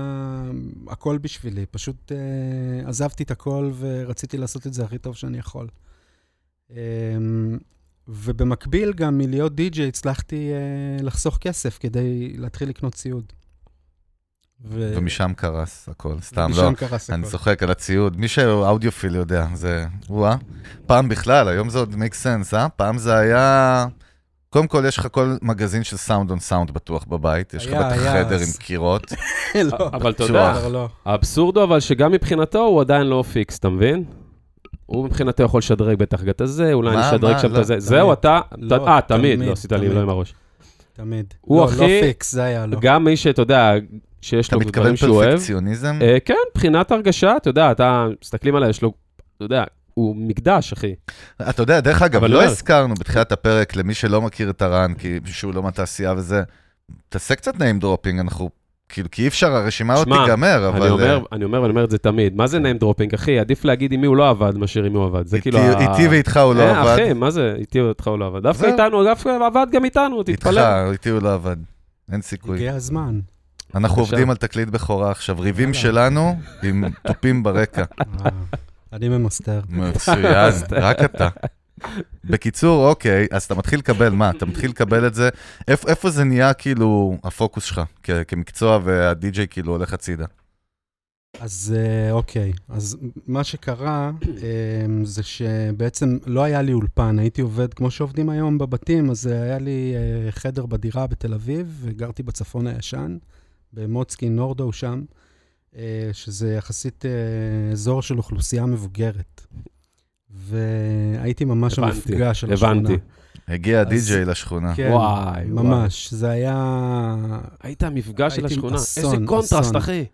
Speaker 3: הכל בשבילי. פשוט אה, עזבתי את הכל ורציתי לעשות את זה הכי טוב שאני יכול. אה, ובמקביל גם מלהיות די-ג'יי הצלחתי אה, לחסוך כסף כדי להתחיל לקנות ציוד. ו...
Speaker 1: ומשם קרס הכל, סתם, לא.
Speaker 3: אה, משם קרס
Speaker 1: אני
Speaker 3: הכל.
Speaker 1: צוחק על הציוד. מי שאודיופיל יודע, זה... וואה. פעם בכלל, היום זה עוד make sense, אה? פעם זה היה... קודם כל, יש לך כל מגזין של סאונד און סאונד בטוח בבית. יש לך
Speaker 3: היה,
Speaker 1: בטח
Speaker 3: היה,
Speaker 1: חדר עם
Speaker 3: אז-
Speaker 1: קירות.
Speaker 3: לא.
Speaker 2: אה, אבל אתה יודע,
Speaker 1: בטוח.
Speaker 3: לא.
Speaker 2: האבסורד הוא אבל שגם מבחינתו הוא עדיין לא פיקס, אתה מבין? הוא מבחינתו יכול לשדרג בטח גם את הזה, אולי
Speaker 1: מה,
Speaker 2: נשדרג
Speaker 1: מה,
Speaker 2: שם את
Speaker 1: לא,
Speaker 2: הזה.
Speaker 1: תמיד.
Speaker 2: זהו, אתה...
Speaker 3: לא,
Speaker 2: אתה- אה, תמיד,
Speaker 3: תמיד,
Speaker 2: לא עשית לי
Speaker 3: תמיד.
Speaker 2: לא עם הראש.
Speaker 3: תמיד.
Speaker 2: הוא
Speaker 3: לא,
Speaker 2: הכי-
Speaker 3: לא פיקס, זה היה לא.
Speaker 2: גם מי שאתה יודע, שיש
Speaker 1: אתה
Speaker 2: לו
Speaker 1: מתכוון
Speaker 2: דברים שהוא אוהב.
Speaker 1: פרפקציוניזם?
Speaker 2: אה, כן, מבחינת הרגשה, אתה יודע, אתה, מסתכלים עליי, יש לו, אתה יודע, הוא מקדש, אחי.
Speaker 1: אתה יודע, דרך אגב,
Speaker 2: אבל
Speaker 1: לא
Speaker 2: לא.
Speaker 1: הזכרנו בתחילת הפרק, למי שלא מכיר את הרן, כי שהוא לא מהתעשייה וזה, תעשה קצת name dropping, אנחנו, כאילו, כי אי אפשר, הרשימה עוד
Speaker 2: שמע,
Speaker 1: תיגמר, אבל...
Speaker 2: אני אומר,
Speaker 1: אה,
Speaker 2: אני אומר ואני אומר את זה תמיד, מה זה name dropping, אחי? עדיף להגיד עם מי הוא לא עבד מאשר עם מי הוא עבד. זה כאילו...
Speaker 1: איתי-
Speaker 2: ה-
Speaker 1: איתי ואיתך הוא לא
Speaker 2: אה,
Speaker 1: עבד.
Speaker 2: אחי, מה זה איתי ואיתך הוא לא עבד? דווקא
Speaker 1: זהו.
Speaker 2: איתנו, דווקא עבד גם איתנו,
Speaker 1: איתך,
Speaker 2: תתפלא.
Speaker 1: איתי הוא לא עבד. אין סיכוי.
Speaker 3: הגיע הזמן.
Speaker 1: אנחנו
Speaker 2: בבקשה.
Speaker 1: עובדים על תקליט בכורה עכשיו, ריבים
Speaker 3: יאללה.
Speaker 1: שלנו עם תופים ברקע.
Speaker 3: אה, אני ממסתר.
Speaker 1: מצוין, רק אתה. בקיצור, אוקיי, אז אתה מתחיל לקבל מה? אתה מתחיל לקבל את זה. איפ, איפה זה נהיה כאילו הפוקוס שלך כ, כמקצוע והדי-ג'יי כאילו הולך הצידה?
Speaker 3: אז אה, אוקיי, אז מה שקרה אה, זה שבעצם לא היה לי אולפן, הייתי עובד כמו שעובדים היום בבתים, אז אה, היה לי אה, חדר בדירה בתל אביב, וגרתי בצפון הישן, במוצקי נורדו שם, אה, שזה יחסית אה, אזור של אוכלוסייה מבוגרת. והייתי ממש
Speaker 2: הבנתי,
Speaker 3: המפגע של השכונה.
Speaker 2: הבנתי.
Speaker 1: הגיע
Speaker 3: אז-
Speaker 1: הדי-ג'יי לשכונה.
Speaker 3: כן,
Speaker 2: וואי,
Speaker 3: ממש, זה היה...
Speaker 2: היית המפגש של
Speaker 3: הייתי
Speaker 2: השכונה.
Speaker 3: אסון,
Speaker 2: איזה קונטרסט,
Speaker 3: אסון.
Speaker 2: אחי.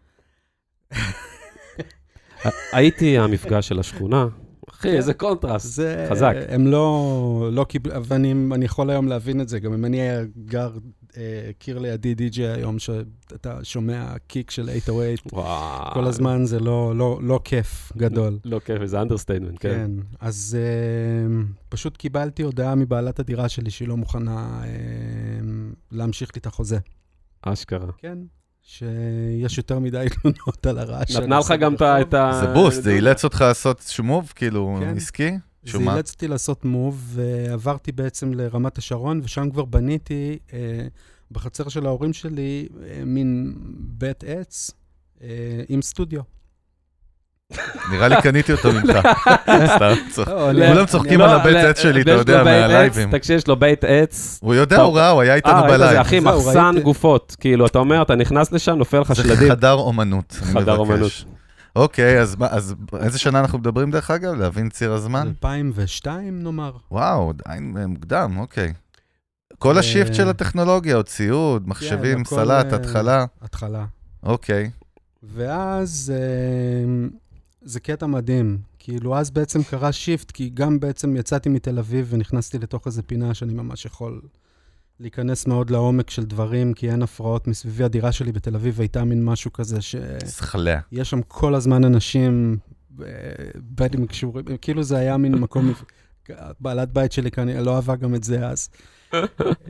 Speaker 2: הייתי המפגש של השכונה. אחי,
Speaker 3: כן.
Speaker 2: איזה קונטרסט.
Speaker 3: זה...
Speaker 2: חזק.
Speaker 3: הם לא, לא קיבלו, ואני אני יכול היום להבין את זה, גם אם אני היה גר אה, קיר לידי די.ג'י היום, שאתה שומע קיק של 808,
Speaker 2: וואי.
Speaker 3: כל הזמן זה לא, לא, לא כיף גדול.
Speaker 2: לא כיף, זה אנדרסטייטמנט, כן.
Speaker 3: כן, אז אה, פשוט קיבלתי הודעה מבעלת הדירה שלי שהיא לא מוכנה אה, להמשיך לי את החוזה.
Speaker 2: אשכרה.
Speaker 3: כן. שיש יותר מדי תלונות על הרעש.
Speaker 2: נתנה לך גם את ה- את ה...
Speaker 1: זה בוסט, זה אילץ אותך לעשות שמוב, כאילו,
Speaker 3: כן.
Speaker 1: עסקי?
Speaker 3: זה
Speaker 1: שמה?
Speaker 3: אילץ אותי לעשות מוב, ועברתי בעצם לרמת השרון, ושם כבר בניתי אה, בחצר של ההורים שלי אה, מין בית עץ אה, עם סטודיו.
Speaker 1: נראה לי קניתי אותו ממך. סתם, צוחק.
Speaker 2: לא,
Speaker 1: כולם צוחקים
Speaker 2: לא,
Speaker 1: על הבית
Speaker 2: לא,
Speaker 1: עץ שלי, אתה
Speaker 2: יש לו
Speaker 1: יודע,
Speaker 2: בית עץ,
Speaker 1: מהלייבים.
Speaker 2: תקשיב, יש לו בית עץ.
Speaker 1: הוא יודע,
Speaker 2: טוב.
Speaker 1: הוא ראה, הוא היה איתנו
Speaker 2: אה, ראית זה,
Speaker 1: בלייב.
Speaker 2: אחי,
Speaker 3: זהו,
Speaker 2: מחסן
Speaker 3: ראיתי.
Speaker 2: גופות. כאילו, אתה אומר, אתה נכנס לשם, נופל לך
Speaker 1: זה
Speaker 2: שלדים.
Speaker 1: חדר אומנות, אני מבקש.
Speaker 2: חדר אומנות.
Speaker 1: אוקיי, אז מה- אז איזה שנה אנחנו מדברים דרך אגב? להבין ציר הזמן?
Speaker 3: Mm. 2002 נאמר.
Speaker 1: וואו, עדיין אה, מוקדם, אוקיי. כל
Speaker 3: אה,
Speaker 1: השיפט של הטכנולוגיה, עוד ציוד, מחשבים,
Speaker 3: הכל,
Speaker 1: סלט,
Speaker 3: אה,
Speaker 1: התחלה,
Speaker 3: התחלה.
Speaker 1: אוקיי.
Speaker 3: ואז אה, זה קטע מדהים. כאילו, אז בעצם קרה שיפט, כי גם בעצם יצאתי מתל אביב ונכנסתי לתוך איזו פינה שאני ממש יכול להיכנס מאוד לעומק של דברים, כי אין הפרעות מסביבי. הדירה שלי בתל אביב הייתה מין משהו כזה ש...
Speaker 1: זכלה.
Speaker 3: יש שם כל הזמן אנשים, אה, בין אם קשורים, כאילו זה היה מין מקום, בעלת בית שלי כנראה לא אהבה גם את זה אז.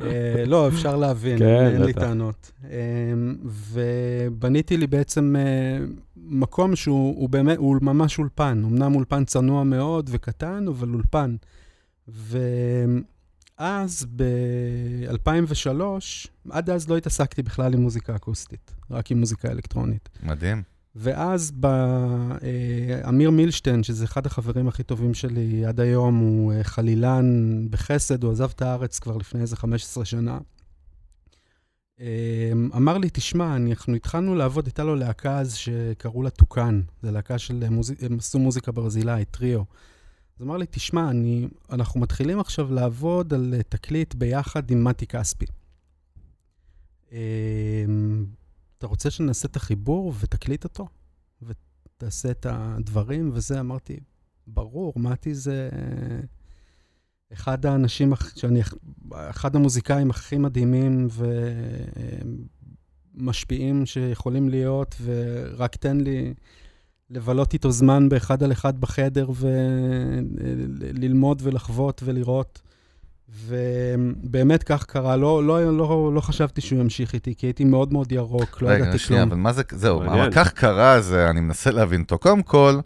Speaker 3: אה, לא, אפשר להבין,
Speaker 2: כן,
Speaker 3: אין לי
Speaker 2: בטח.
Speaker 3: טענות. אה, ובניתי לי בעצם אה, מקום שהוא הוא באמת, הוא ממש אולפן, אמנם אולפן צנוע מאוד וקטן, אבל אולפן. ואז ב-2003, עד אז לא התעסקתי בכלל עם מוזיקה אקוסטית, רק עם מוזיקה אלקטרונית.
Speaker 1: מדהים.
Speaker 3: ואז ב... אה, אמיר מילשטיין, שזה אחד החברים הכי טובים שלי עד היום, הוא אה, חלילן בחסד, הוא עזב את הארץ כבר לפני איזה 15 שנה. אה, אמר לי, תשמע, אנחנו התחלנו לעבוד, הייתה לו להקה אז שקראו לה טוקאן. זו להקה של אה, מוזיק... הם עשו מוזיקה ברזילאית, טריו. אז אמר לי, תשמע, אני... אנחנו מתחילים עכשיו לעבוד על אה, תקליט ביחד עם מתי כספי. אה, אתה רוצה שנעשה את החיבור ותקליט אותו? ותעשה את הדברים וזה? אמרתי, ברור, מתי זה אחד האנשים, הכ- שאני, הכ- אחד המוזיקאים הכי מדהימים ומשפיעים שיכולים להיות, ורק תן לי לבלות איתו זמן באחד על אחד בחדר וללמוד ולחוות ולראות. ובאמת כך קרה, לא, לא, לא, לא חשבתי שהוא ימשיך איתי, כי הייתי מאוד מאוד ירוק, לא
Speaker 1: רגע,
Speaker 3: ידעתי
Speaker 1: שנייה,
Speaker 3: כלום.
Speaker 1: אבל מה זה, זהו,
Speaker 2: מעניין.
Speaker 1: מה כך קרה, זה, אני מנסה להבין אותו. קודם כל,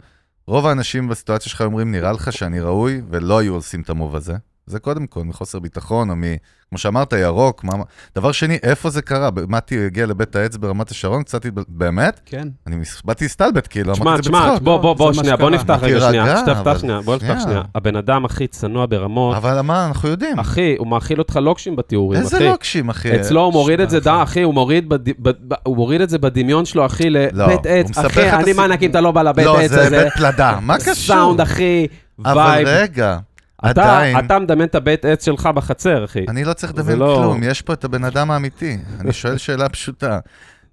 Speaker 1: רוב האנשים בסיטואציה שלך אומרים, נראה לך שאני ראוי, ולא היו עושים את המוב הזה. זה קודם כל, מחוסר ביטחון, או מ... כמו שאמרת, ירוק. מה... דבר שני, איפה זה קרה? ב- מתי הגיע לבית העץ ברמת השרון, קצת... התבל- באמת?
Speaker 3: כן.
Speaker 1: אני מס- באתי להסתלבט, כאילו,
Speaker 2: תשמע,
Speaker 1: אמרתי את זה
Speaker 2: תשמע,
Speaker 1: בצחוק.
Speaker 2: בוא, בוא, בוא,
Speaker 3: זה מה
Speaker 2: שנייה, בוא
Speaker 3: שקרה.
Speaker 2: נפתח רגע,
Speaker 1: תירגע,
Speaker 2: שנייה, שתפתח
Speaker 1: אבל
Speaker 2: שנייה, בוא נפתח
Speaker 1: שנייה.
Speaker 2: שנייה. הבן אדם הכי צנוע ברמות,
Speaker 1: אבל מה, אנחנו יודעים.
Speaker 2: אחי, הוא מאכיל אותך לוקשים בתיאורים,
Speaker 1: איזה
Speaker 2: אחי.
Speaker 1: לוקשים, אחי.
Speaker 2: אצלו הוא מוריד את זה,
Speaker 3: שמע,
Speaker 2: דה, אחי, הוא מוריד, בד... בד... ב... הוא מוריד את זה בדמיון שלו, אחי, לבית
Speaker 1: לא, הוא
Speaker 2: עץ.
Speaker 1: מסבך
Speaker 2: אחי,
Speaker 1: את
Speaker 2: אני
Speaker 1: הסיפ-
Speaker 2: מענק אם אתה לא בא לבית
Speaker 1: לא,
Speaker 2: עץ
Speaker 1: זה
Speaker 2: הזה.
Speaker 1: בית פלדה, מה קשור?
Speaker 2: סאונד, אחי,
Speaker 1: אבל
Speaker 2: וייב.
Speaker 1: רגע,
Speaker 2: אתה,
Speaker 1: עדיין,
Speaker 2: אתה מדמיין את הבית עץ שלך בחצר, אחי.
Speaker 1: אני לא צריך
Speaker 2: זה
Speaker 1: לדמיין
Speaker 2: לא-
Speaker 1: כלום, יש פה את הבן אדם האמיתי. אני שואל שאלה פשוטה.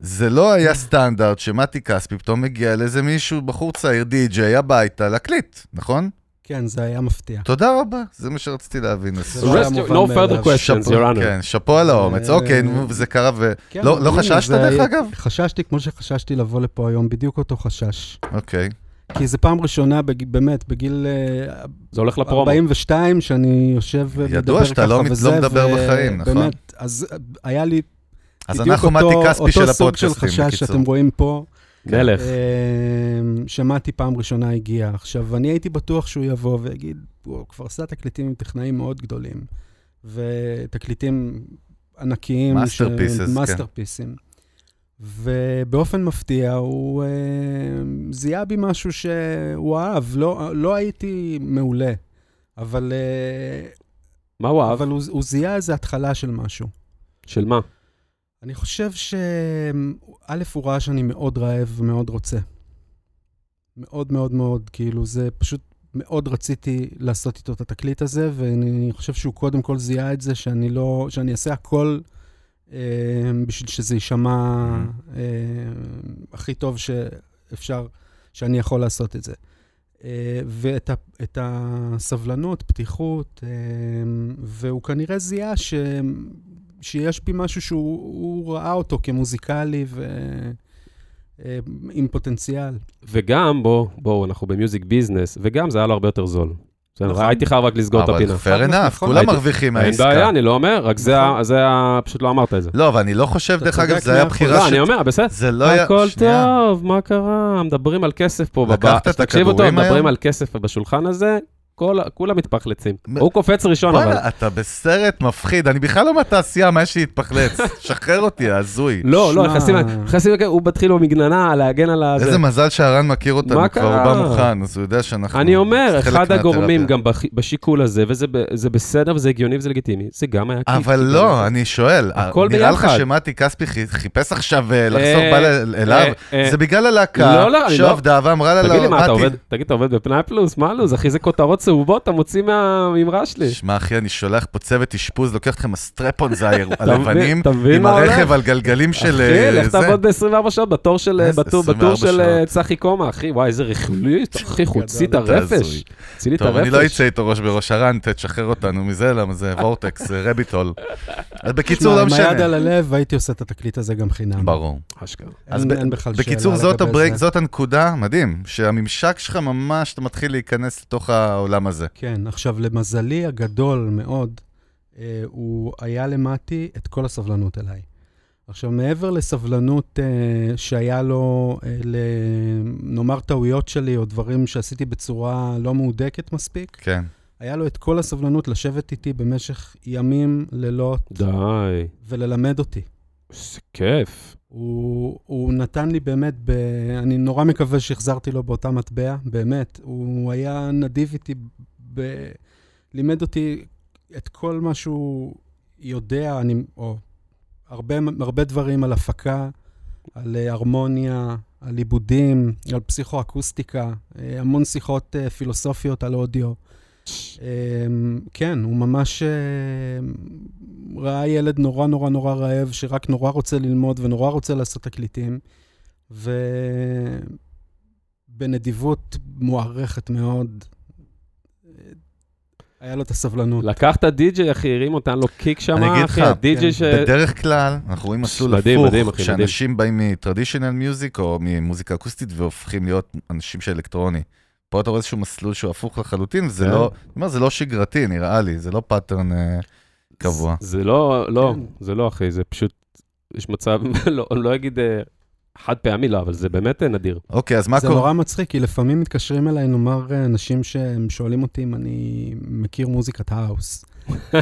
Speaker 1: זה לא היה סטנדרט שמתי כספי פתאום מגיע לאיזה מישהו, בחור צעיר, די-ג'יי, הביתה, להקליט, נכון?
Speaker 3: כן, זה היה מפתיע.
Speaker 1: תודה רבה, זה מה שרציתי להבין.
Speaker 3: לא היה
Speaker 2: Rest your-
Speaker 3: מובן
Speaker 2: no
Speaker 3: מאליו.
Speaker 2: further questions,
Speaker 1: שאפו-
Speaker 2: your honor.
Speaker 1: כן, שאפו על האומץ,
Speaker 3: אה,
Speaker 1: אוקיי, נו, זה קרה ו...
Speaker 3: כן,
Speaker 1: לא- לא
Speaker 3: הנה,
Speaker 1: חששת,
Speaker 3: זה
Speaker 1: דרך
Speaker 3: היה-
Speaker 1: אגב?
Speaker 3: חששתי כמו שחששתי לבוא לפה היום, בדיוק אותו חשש.
Speaker 1: אוקיי.
Speaker 3: כי זו פעם ראשונה, בג... באמת, בגיל אה,
Speaker 2: זה הולך לפרומו.
Speaker 3: 42, שאני יושב ומדבר
Speaker 1: ידוע שאתה
Speaker 3: ככה
Speaker 1: לא מת-
Speaker 3: וזה,
Speaker 1: לא מדבר
Speaker 3: ו-
Speaker 1: בחיים, נכון?
Speaker 3: באמת, אז אה, היה לי
Speaker 1: אז
Speaker 3: בדיוק
Speaker 1: אנחנו
Speaker 3: אותו,
Speaker 1: מתי כספי
Speaker 3: אותו
Speaker 1: של
Speaker 3: סוג של
Speaker 1: הפודקאסטים,
Speaker 3: חשש
Speaker 1: בקיצור.
Speaker 3: שאתם רואים פה.
Speaker 2: כן. מלך.
Speaker 3: כן. אמ, שמעתי פעם ראשונה הגיע. עכשיו, אני הייתי בטוח שהוא יבוא ויגיד, הוא כבר עשה תקליטים עם טכנאים מאוד גדולים, ותקליטים ענקיים.
Speaker 1: Masterpieces, כן.
Speaker 3: מאסטרפיסים. ובאופן מפתיע, הוא אה, זיהה בי משהו שהוא אהב. לא, לא הייתי מעולה, אבל, אה,
Speaker 2: מה הוא אהב?
Speaker 3: אבל הוא, הוא זיהה איזו התחלה של משהו.
Speaker 2: של מה?
Speaker 3: אני חושב ש... א', הוא ראה שאני מאוד רעב ומאוד רוצה. מאוד מאוד מאוד, כאילו, זה פשוט... מאוד רציתי לעשות איתו את התקליט הזה, ואני חושב שהוא קודם כל זיהה את זה שאני לא... שאני אעשה הכל אה, בשביל שזה יישמע אה, הכי טוב שאפשר, שאני יכול לעשות את זה. אה, ואת ה, את הסבלנות, פתיחות, אה, והוא כנראה זיהה ש, שיש בי משהו שהוא הוא ראה אותו כמוזיקלי ו, אה, עם פוטנציאל.
Speaker 2: וגם, בוא, בואו, אנחנו במיוזיק ביזנס, וגם זה היה לו הרבה יותר זול. בסדר,
Speaker 3: נכון.
Speaker 2: הייתי חייב רק לסגור את
Speaker 1: אבל
Speaker 2: הפינה.
Speaker 1: fair enough,
Speaker 3: נכון.
Speaker 1: כולם
Speaker 2: הייתי-
Speaker 1: מרוויחים
Speaker 2: אין
Speaker 1: מהעסקה.
Speaker 2: בעיה, אני לא אומר, רק זה, ה-
Speaker 3: נכון.
Speaker 2: זה ה... פשוט לא אמרת את זה.
Speaker 1: לא, אבל אני לא חושב,
Speaker 3: אתה
Speaker 1: דרך
Speaker 3: צודק
Speaker 1: אגב, זה היה
Speaker 3: מאה אחוז.
Speaker 1: בחירה
Speaker 2: לא,
Speaker 1: ש...
Speaker 2: אני אומר, בסדר.
Speaker 1: זה לא היה...
Speaker 2: הכל
Speaker 1: שנייה.
Speaker 2: טוב, מה קרה? מדברים על כסף פה
Speaker 1: לקחת
Speaker 2: בבא.
Speaker 1: את
Speaker 2: תקשיבו טוב,
Speaker 1: הכדורים
Speaker 2: מדברים
Speaker 1: היום?
Speaker 2: על כסף בשולחן הזה, כל ה- כולם מתפחלצים.
Speaker 1: מ-
Speaker 2: הוא קופץ ראשון, כן, אבל.
Speaker 1: וואלה, אתה בסרט מפחיד, אני בכלל לא מהתעשייה, מה יש לי להתפחלץ? שחרר אותי, הזוי.
Speaker 2: לא, לא,
Speaker 3: שמע.
Speaker 2: נכנסים, נכנסים, הוא מתחיל במגננה, להגן על ה...
Speaker 1: איזה
Speaker 2: זה.
Speaker 1: מזל שהרן מכיר אותנו,
Speaker 2: מה
Speaker 1: כבר
Speaker 2: קרה?
Speaker 1: הוא בא מוכן, אז הוא יודע שאנחנו...
Speaker 2: אני אומר,
Speaker 1: זה חלק
Speaker 2: אחד הגורמים
Speaker 1: מהתרפיה.
Speaker 2: גם בח- בשיקול הזה, וזה ב- זה בסדר, וזה הגיוני וזה לגיטימי, זה גם היה כי-
Speaker 1: אבל לא, אני שואל,
Speaker 2: הכל
Speaker 1: נראה לך
Speaker 2: ביחד.
Speaker 1: שמתי כספי חי- חיפש עכשיו אה, לחסוך
Speaker 2: אה,
Speaker 1: בעל אל- אליו?
Speaker 2: אה, אה,
Speaker 1: זה בגלל הלהקה
Speaker 2: לא, לא, אני לא-
Speaker 1: שעבדה ואמרה לה,
Speaker 2: תגיד לי, מה, אתה
Speaker 1: "מתי,
Speaker 2: עובד, תגיד, אתה עובד בפנאי פלוס? מה לו"ז? אחי, זה כותרות צהובות, אתה מוציא מהאמרה שלי.
Speaker 1: שמע, אחי, אני שולח פה צוות אשפוז, לוקח אתכם הסטרפון זה היר-
Speaker 2: מבין-
Speaker 1: הלבנים,
Speaker 2: אתה מבין
Speaker 1: עם
Speaker 2: מה הולך?
Speaker 1: הרכב על גלגלים של... אה,
Speaker 2: אחי, לך
Speaker 1: זה.
Speaker 2: תעבוד ב-24 שעות בתור של,
Speaker 1: איזה
Speaker 2: בטור,
Speaker 1: 24
Speaker 2: בטור של אה,
Speaker 1: שעות.
Speaker 2: צחי קומה, אחי, וואי, איזה רכלית, אחי, חוצי את
Speaker 3: גדל,
Speaker 1: אתה
Speaker 2: הרפש.
Speaker 1: הזוי.
Speaker 2: הוציא לי את
Speaker 1: טוב, אני לא
Speaker 2: הרפש.
Speaker 1: אצא איתו ראש בראש, הרן, תשחרר אותנו מזה, למה זה וורטקס, זה רביטול. אז בקיצור, לא
Speaker 3: עם היד על
Speaker 1: משנה.
Speaker 3: הלב, הייתי עושה את התקליט הזה גם חינם.
Speaker 1: ברור.
Speaker 2: אשכרה.
Speaker 1: אז
Speaker 3: אין,
Speaker 1: ב-
Speaker 3: אין בכלל שאלה
Speaker 1: בקיצור, זאת
Speaker 3: לגבי
Speaker 1: הברייק,
Speaker 3: זה.
Speaker 1: זאת הנקודה, מדהים, שהממשק שלך ממש, אתה מתחיל להיכנס לתוך העולם הזה.
Speaker 3: כן, עכשיו, למזלי הגדול מאוד, אה, הוא היה למטי את כל הסבלנות אליי. עכשיו, מעבר לסבלנות אה, שהיה לו, אה, ל- נאמר טעויות שלי, או דברים שעשיתי בצורה לא מהודקת מספיק,
Speaker 1: כן.
Speaker 3: היה לו את כל הסבלנות לשבת איתי במשך ימים, לילות,
Speaker 2: די,
Speaker 3: וללמד אותי.
Speaker 2: איזה כיף.
Speaker 3: הוא, הוא נתן לי באמת, ב... אני נורא מקווה שהחזרתי לו באותה מטבע, באמת. הוא היה נדיב איתי, ב... לימד אותי את כל מה שהוא יודע, אני, או הרבה, הרבה דברים על הפקה, על אה, הרמוניה, על עיבודים, על פסיכואקוסטיקה, אה, המון שיחות אה, פילוסופיות על אודיו. אמ, כן, הוא ממש אמ, ראה ילד נורא נורא נורא רעב, שרק נורא רוצה ללמוד ונורא רוצה לעשות תקליטים, ובנדיבות מוערכת מאוד, אה, היה לו את הסבלנות.
Speaker 2: לקח את הדי-ג'יי, אחי, הרים אותנו לו קיק שם,
Speaker 1: אני אגיד
Speaker 2: אחי,
Speaker 1: לך,
Speaker 2: הדי-ג'יי
Speaker 3: כן.
Speaker 2: ש...
Speaker 1: בדרך כלל, אנחנו רואים מסלול
Speaker 2: מדהים,
Speaker 1: הפוך,
Speaker 2: מדהים, אחי, מדהים.
Speaker 1: שאנשים באים מטרדישיונל מיוזיק או ממוזיקה אקוסטית והופכים להיות אנשים של אלקטרוני. פה אתה רואה איזשהו מסלול שהוא הפוך לחלוטין, וזה
Speaker 2: כן.
Speaker 1: לא, אני אומר, זה לא שגרתי, נראה לי, זה לא פאטרן אה, קבוע.
Speaker 2: זה לא, לא,
Speaker 3: כן.
Speaker 2: זה לא, אחי, זה פשוט, יש מצב, לא- אני לא אגיד אה, חד פעמי, לא, אבל זה באמת אה, נדיר.
Speaker 1: אוקיי, אז מה
Speaker 3: זה
Speaker 1: קורה?
Speaker 3: נורא מצחיק, כי לפעמים מתקשרים אליי, נאמר, אה, אנשים שהם שואלים אותי אם אני מכיר מוזיקת האוס.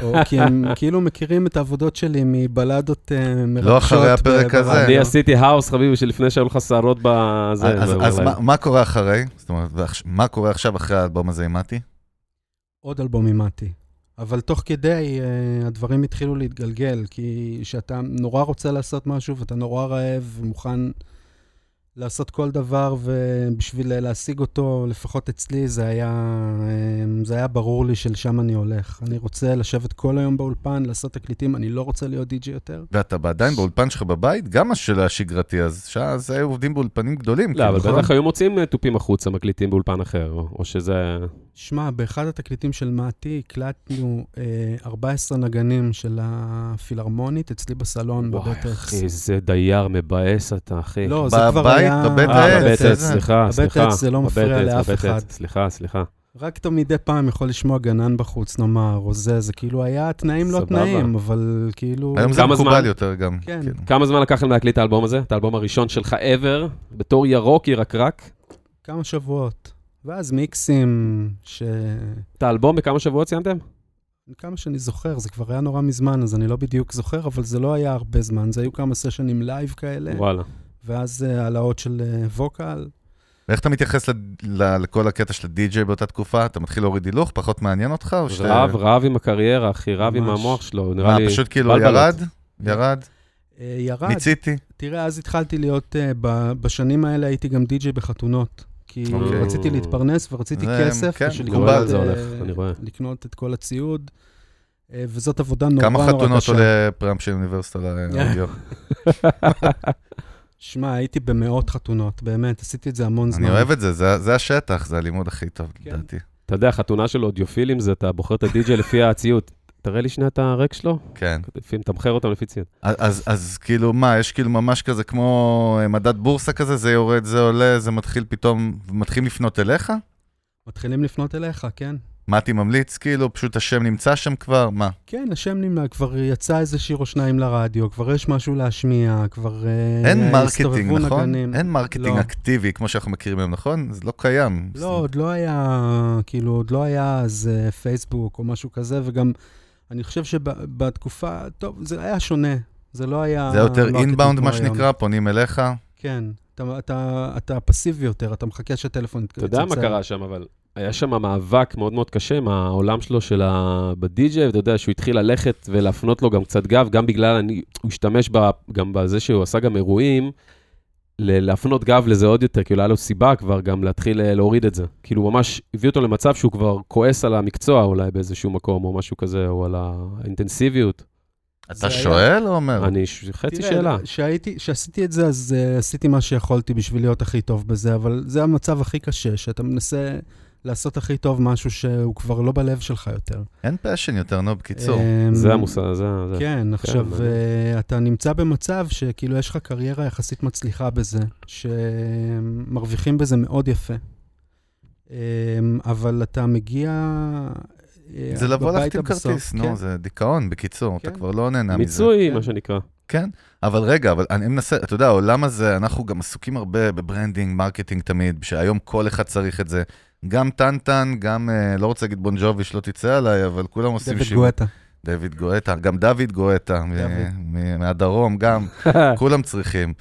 Speaker 3: או כי הם כאילו מכירים את העבודות שלי מבלדות אה, מרגשות.
Speaker 1: לא אחרי
Speaker 3: ב-
Speaker 1: הפרק הזה.
Speaker 3: ברדיו.
Speaker 2: אני עשיתי האוס, חביבי, שלפני שהיו לך שערות בזה.
Speaker 1: אז-
Speaker 2: זה-
Speaker 1: אז
Speaker 2: זה-
Speaker 1: מה- מה קורה אחרי? זאת אומרת, ועכש- מה קורה עכשיו אחרי האלבום הזה עם מתי?
Speaker 3: עוד אלבום עם מתי. אבל תוך כדי אה, הדברים התחילו להתגלגל, כי שאתה נורא רוצה לעשות משהו ואתה נורא רעב ומוכן לעשות כל דבר, ובשביל להשיג אותו, לפחות אצלי, זה היה, אה, זה היה ברור לי שלשם אני הולך. אני רוצה לשבת כל היום באולפן, לעשות תקליטים, אני לא רוצה להיות די.ג'י יותר.
Speaker 1: ואתה עדיין באולפן שלך בבית? גם מה שלא היה שגרתי, אז שעה, אז היו עובדים באולפנים גדולים.
Speaker 2: לא, אבל
Speaker 1: כאילו,
Speaker 3: נכון.
Speaker 2: בטח היו מוצאים אה, תופים החוצה, מקליטים באולפן אחר, או או שזה...
Speaker 3: שמע, באחד התקליטים של מתי הקלטנו אה, 14 נגנים של הפילהרמונית אצלי בסלון,
Speaker 2: וואי,
Speaker 3: בבית אקס.
Speaker 2: אחי, איזה דייר מבאס אתה, אחי.
Speaker 3: לא, זה כבר
Speaker 1: בבית,
Speaker 3: היה...
Speaker 1: בבית
Speaker 2: אה,
Speaker 1: עץ,
Speaker 2: בבית עץ,
Speaker 1: איזה-
Speaker 2: סליחה,
Speaker 3: בבית
Speaker 2: סליחה.
Speaker 3: עץ זה לא
Speaker 2: בבית
Speaker 3: מפריע
Speaker 2: עץ,
Speaker 3: לאף
Speaker 2: בבית
Speaker 3: אחד.
Speaker 2: עץ, סליחה, סליחה.
Speaker 3: רק אתה מדי פעם יכול לשמוע גנן בחוץ, נאמר, או זה, זה כאילו היה תנאים לא
Speaker 2: סבבה.
Speaker 3: תנאים, אבל כאילו...
Speaker 1: היום זה
Speaker 2: כמה
Speaker 1: מקובל
Speaker 2: זמן?
Speaker 1: יותר גם.
Speaker 3: כן.
Speaker 1: כאילו.
Speaker 2: כמה זמן לקח לכם להקליט את האלבום הזה? את האלבום הראשון שלך ever, בתור ירוק ירקרק?
Speaker 3: כמה שבועות. ואז מיקסים, ש...
Speaker 2: את האלבום בכמה שבועות סיימתם?
Speaker 3: כמה שאני זוכר, זה כבר היה נורא מזמן, אז אני לא בדיוק זוכר, אבל זה לא היה הרבה זמן, זה היו כמה סשנים לייב כאלה,
Speaker 2: וואלה.
Speaker 3: ואז אה, העלאות של אה, ווקל.
Speaker 1: ואיך אתה מתייחס ל- ל- לכל הקטע של הדי-ג'יי באותה תקופה? אתה מתחיל להוריד הילוך? פחות מעניין אותך? או שאתה-
Speaker 2: רב, רב עם הקריירה, אחי, רב עם
Speaker 3: ממש.
Speaker 2: המוח שלו, הוא נראה
Speaker 1: מה,
Speaker 2: לי... כן.
Speaker 1: פשוט כאילו
Speaker 2: בלבלות.
Speaker 1: ירד? ירד?
Speaker 3: אה, ירד.
Speaker 1: מיציתי?
Speaker 3: תראה, אז התחלתי להיות, אה, ב- בשנים האלה הייתי גם די-ג'יי בחתונות. כי
Speaker 1: אוקיי.
Speaker 3: רציתי להתפרנס ורציתי
Speaker 1: זה,
Speaker 3: כסף
Speaker 1: כן,
Speaker 3: בשביל
Speaker 1: מקובל.
Speaker 3: לקנות,
Speaker 1: זה
Speaker 3: אה,
Speaker 2: הולך, אני רואה.
Speaker 3: לקנות את כל הציוד, אה, וזאת עבודה נורא נורא
Speaker 1: כמה
Speaker 3: קשה.
Speaker 1: חתונות עולה פרם של אוניברסיטה לאודיו?
Speaker 3: שמע, הייתי במאות חתונות, באמת, עשיתי את זה המון זמן.
Speaker 1: אני אוהב את זה, זה, זה השטח, זה הלימוד הכי טוב,
Speaker 3: כן.
Speaker 1: לדעתי.
Speaker 2: אתה יודע, חתונה של אודיופילים זה, אתה בוחר את הדי-ג'יי לפי הציוד. תראה לי שנייה את הרק שלו,
Speaker 1: כן.
Speaker 2: לפי- תמחר אותם לפי ציוד.
Speaker 1: אז, אז, אז כאילו, מה, יש כאילו ממש כזה כמו אה, מדד בורסה כזה, זה יורד, זה עולה, זה מתחיל פתאום, מתחילים לפנות אליך?
Speaker 3: מתחילים לפנות אליך, כן?
Speaker 1: מה הייתי ממליץ? כאילו, פשוט השם נמצא שם כבר? מה?
Speaker 3: כן, השם נמנע, כבר יצא איזה שיר או שניים לרדיו, כבר יש משהו להשמיע, כבר... אה,
Speaker 1: אין מרקטינג,
Speaker 3: הסתובבו
Speaker 1: נכון?
Speaker 3: נגנים.
Speaker 1: אין מרקטינג
Speaker 3: לא.
Speaker 1: אקטיבי, כמו שאנחנו מכירים היום, נכון? זה לא קיים.
Speaker 3: לא, עוד לא היה, כאילו, עוד לא היה אז אה, פייסבוק או משהו כזה, וגם אני חושב שבתקופה, טוב, זה היה שונה. זה לא היה...
Speaker 1: זה יותר
Speaker 3: מרקטינג
Speaker 1: אינבאונד,
Speaker 3: כמו
Speaker 1: מה
Speaker 3: היום.
Speaker 1: שנקרא, פונים אליך.
Speaker 3: כן. אתה, אתה, אתה פסיבי יותר, אתה מחכה שהטלפון יתקצר.
Speaker 2: אתה יודע מה קרה שם, אבל היה שם מאבק מאוד מאוד קשה עם העולם שלו של ה... בדי-ג'יי, ואתה יודע שהוא התחיל ללכת ולהפנות לו גם קצת גב, גם בגלל, אני... הוא השתמש ב... גם בזה שהוא עשה גם אירועים, ל... להפנות גב לזה עוד יותר, כאילו היה לו סיבה כבר גם להתחיל אה, להוריד את זה. כאילו הוא ממש הביא אותו למצב שהוא כבר כועס על המקצוע אולי באיזשהו מקום, או משהו כזה, או על האינטנסיביות.
Speaker 1: אתה שואל או אומר?
Speaker 2: אני, ש... חצי
Speaker 3: תראה,
Speaker 2: שאלה.
Speaker 3: כשהייתי- כשעשיתי את זה, אז uh, עשיתי מה שיכולתי בשביל להיות הכי טוב בזה, אבל זה המצב הכי קשה, שאתה מנסה לעשות הכי טוב משהו שהוא כבר לא בלב שלך יותר.
Speaker 1: אין פשן יותר, נו, בקיצור.
Speaker 3: אמ,
Speaker 2: זה המושג, זה... זה.
Speaker 3: כן, עכשיו,
Speaker 2: אבל-
Speaker 3: אה, אתה נמצא במצב שכאילו יש לך קריירה יחסית מצליחה בזה, שמרוויחים בזה מאוד יפה, אמ, אבל אתה מגיע... אה,
Speaker 1: זה לבוא
Speaker 3: הביתה
Speaker 1: להחתים
Speaker 3: בסוף,
Speaker 1: כרטיס,
Speaker 3: כן.
Speaker 1: נו, זה דיכאון, בקיצור, אתה
Speaker 3: כן.
Speaker 1: כבר לא נהנה מזה.
Speaker 2: מיצוי,
Speaker 3: כן.
Speaker 2: מה שנקרא.
Speaker 1: כן, אבל רגע, אבל אני מנסה, אתה יודע, העולם הזה, אנחנו גם עסוקים הרבה בברנדינג, מרקטינג תמיד, שהיום כל אחד צריך את זה. גם טנטן, גם, אה, לא רוצה להגיד בון ג'ובי שלא תצא עליי, אבל כולם עושים
Speaker 3: דוד גואטה.
Speaker 1: דוד גואטה, גם דוד גואטה, מ- מ- מהדרום, גם, כולם צריכים.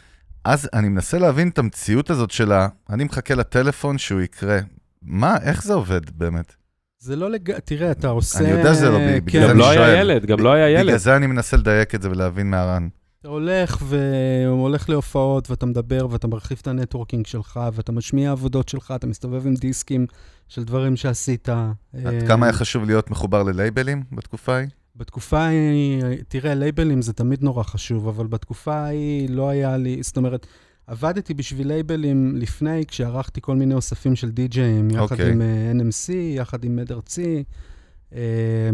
Speaker 1: אז אני מנסה להבין את המציאות הזאת של ה... אני מחכה לטלפון שהוא יקרה. מה, איך זה עובד באמת?
Speaker 3: זה לא לג... תראה, אתה עושה... כן.
Speaker 1: יודע שזה לא ב- בגלל זה
Speaker 2: גם
Speaker 1: אני
Speaker 2: לא היה
Speaker 1: שואל.
Speaker 2: ילד, גם לא היה ילד.
Speaker 1: בגלל זה אני מנסה לדייק את זה ולהבין מהרן.
Speaker 3: אתה הולך והולך להופעות, ואתה מדבר, ואתה מרחיב את הנטוורקינג שלך, ואתה משמיע עבודות שלך, אתה מסתובב עם דיסקים של דברים שעשית.
Speaker 2: אה.
Speaker 1: עד כמה היה חשוב להיות מחובר ללייבלים בתקופה ההיא?
Speaker 3: בתקופה ההיא, תראה, לייבלים זה תמיד נורא חשוב, אבל בתקופה ההיא לא היה לי, זאת אומרת, עבדתי בשביל לייבלים לפני, כשערכתי כל מיני אוספים של די-ג'אים, יחד
Speaker 1: אוקיי.
Speaker 3: עם אה, NMC, יחד עם מד ארצי. אה,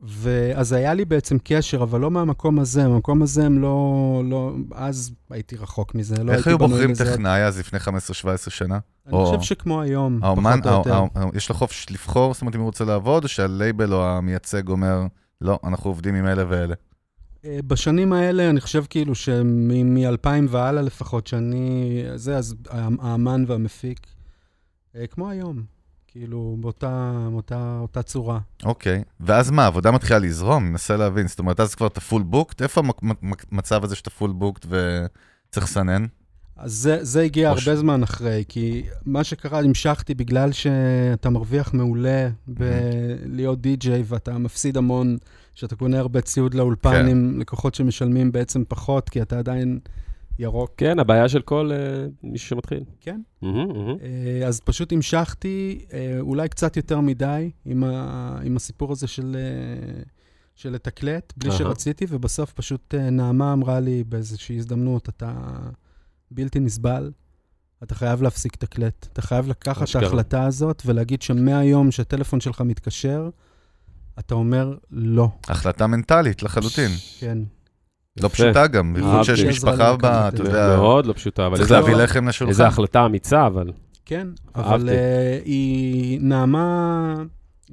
Speaker 3: ואז היה לי בעצם קשר, אבל לא מהמקום הזה, מהמקום הזה הם לא, לא, אז הייתי רחוק מזה, לא
Speaker 1: איך
Speaker 3: הייתי
Speaker 1: היו
Speaker 3: בנוי
Speaker 1: בוחרים
Speaker 3: לזה.
Speaker 1: טכנאי אז לפני 15-17 שנה?
Speaker 3: אני
Speaker 1: או-
Speaker 3: חושב שכמו היום,
Speaker 1: האומן,
Speaker 3: פחות או יותר.
Speaker 1: הא- הא- יש לו חופש לבחור, זאת אומרת, אם הוא רוצה לעבוד, או שהלייבל או המייצג אומר, לא, אנחנו עובדים עם אלה ואלה.
Speaker 3: אה, בשנים האלה, אני חושב כאילו שמ-2000 והלאה לפחות, שאני... זה, אז האמ- האמן והמפיק, אה, כמו היום, כאילו, באותה אותה, אותה צורה.
Speaker 1: אוקיי, ואז מה, העבודה מתחילה לזרום, אני מנסה להבין, זאת אומרת, אז כבר אתה פול בוקט? איפה המצב הזה שאתה פול בוקט וצריך לסנן?
Speaker 3: אז זה, זה הגיע
Speaker 1: או ש-
Speaker 3: הרבה זמן אחרי, כי מה שקרה, המשכתי בגלל שאתה מרוויח מעולה בלהיות די-ג'יי, ואתה מפסיד המון, שאתה קונה הרבה ציוד לאולפן
Speaker 1: כן.
Speaker 3: עם לקוחות שמשלמים בעצם פחות, כי אתה עדיין ירוק.
Speaker 2: כן, הבעיה של כל אה, מישהו שמתחיל.
Speaker 3: כן.
Speaker 2: מהמם, מהמם.
Speaker 3: אה, אז פשוט המשכתי, אה, אולי קצת יותר מדי, עם, ה, עם הסיפור הזה של, אה, של לתקלט, בלי
Speaker 2: אהה.
Speaker 3: שרציתי, ובסוף פשוט אה, נעמה אמרה לי באיזושהי הזדמנות, אתה בלתי נסבל, אתה חייב להפסיק לתקלט. אתה חייב לקחת את
Speaker 2: אשכרה.
Speaker 3: ההחלטה הזאת ולהגיד שמהיום שהטלפון שלך מתקשר, אתה אומר לא.
Speaker 1: החלטה מנטלית לחלוטין.
Speaker 3: כן.
Speaker 1: לא
Speaker 2: יפה.
Speaker 1: פשוטה גם, בייחוד
Speaker 3: אוקיי.
Speaker 2: אהבתי.
Speaker 1: שיש משפחה בה, אתה יודע,
Speaker 2: מאוד לא פשוטה, אבל
Speaker 1: צריך
Speaker 2: איזה-
Speaker 1: להביא לחם לשולחן.
Speaker 2: איזה החלטה אמיצה, אבל
Speaker 3: כן,
Speaker 2: אהבתי.
Speaker 3: אבל אה, היא, נעמה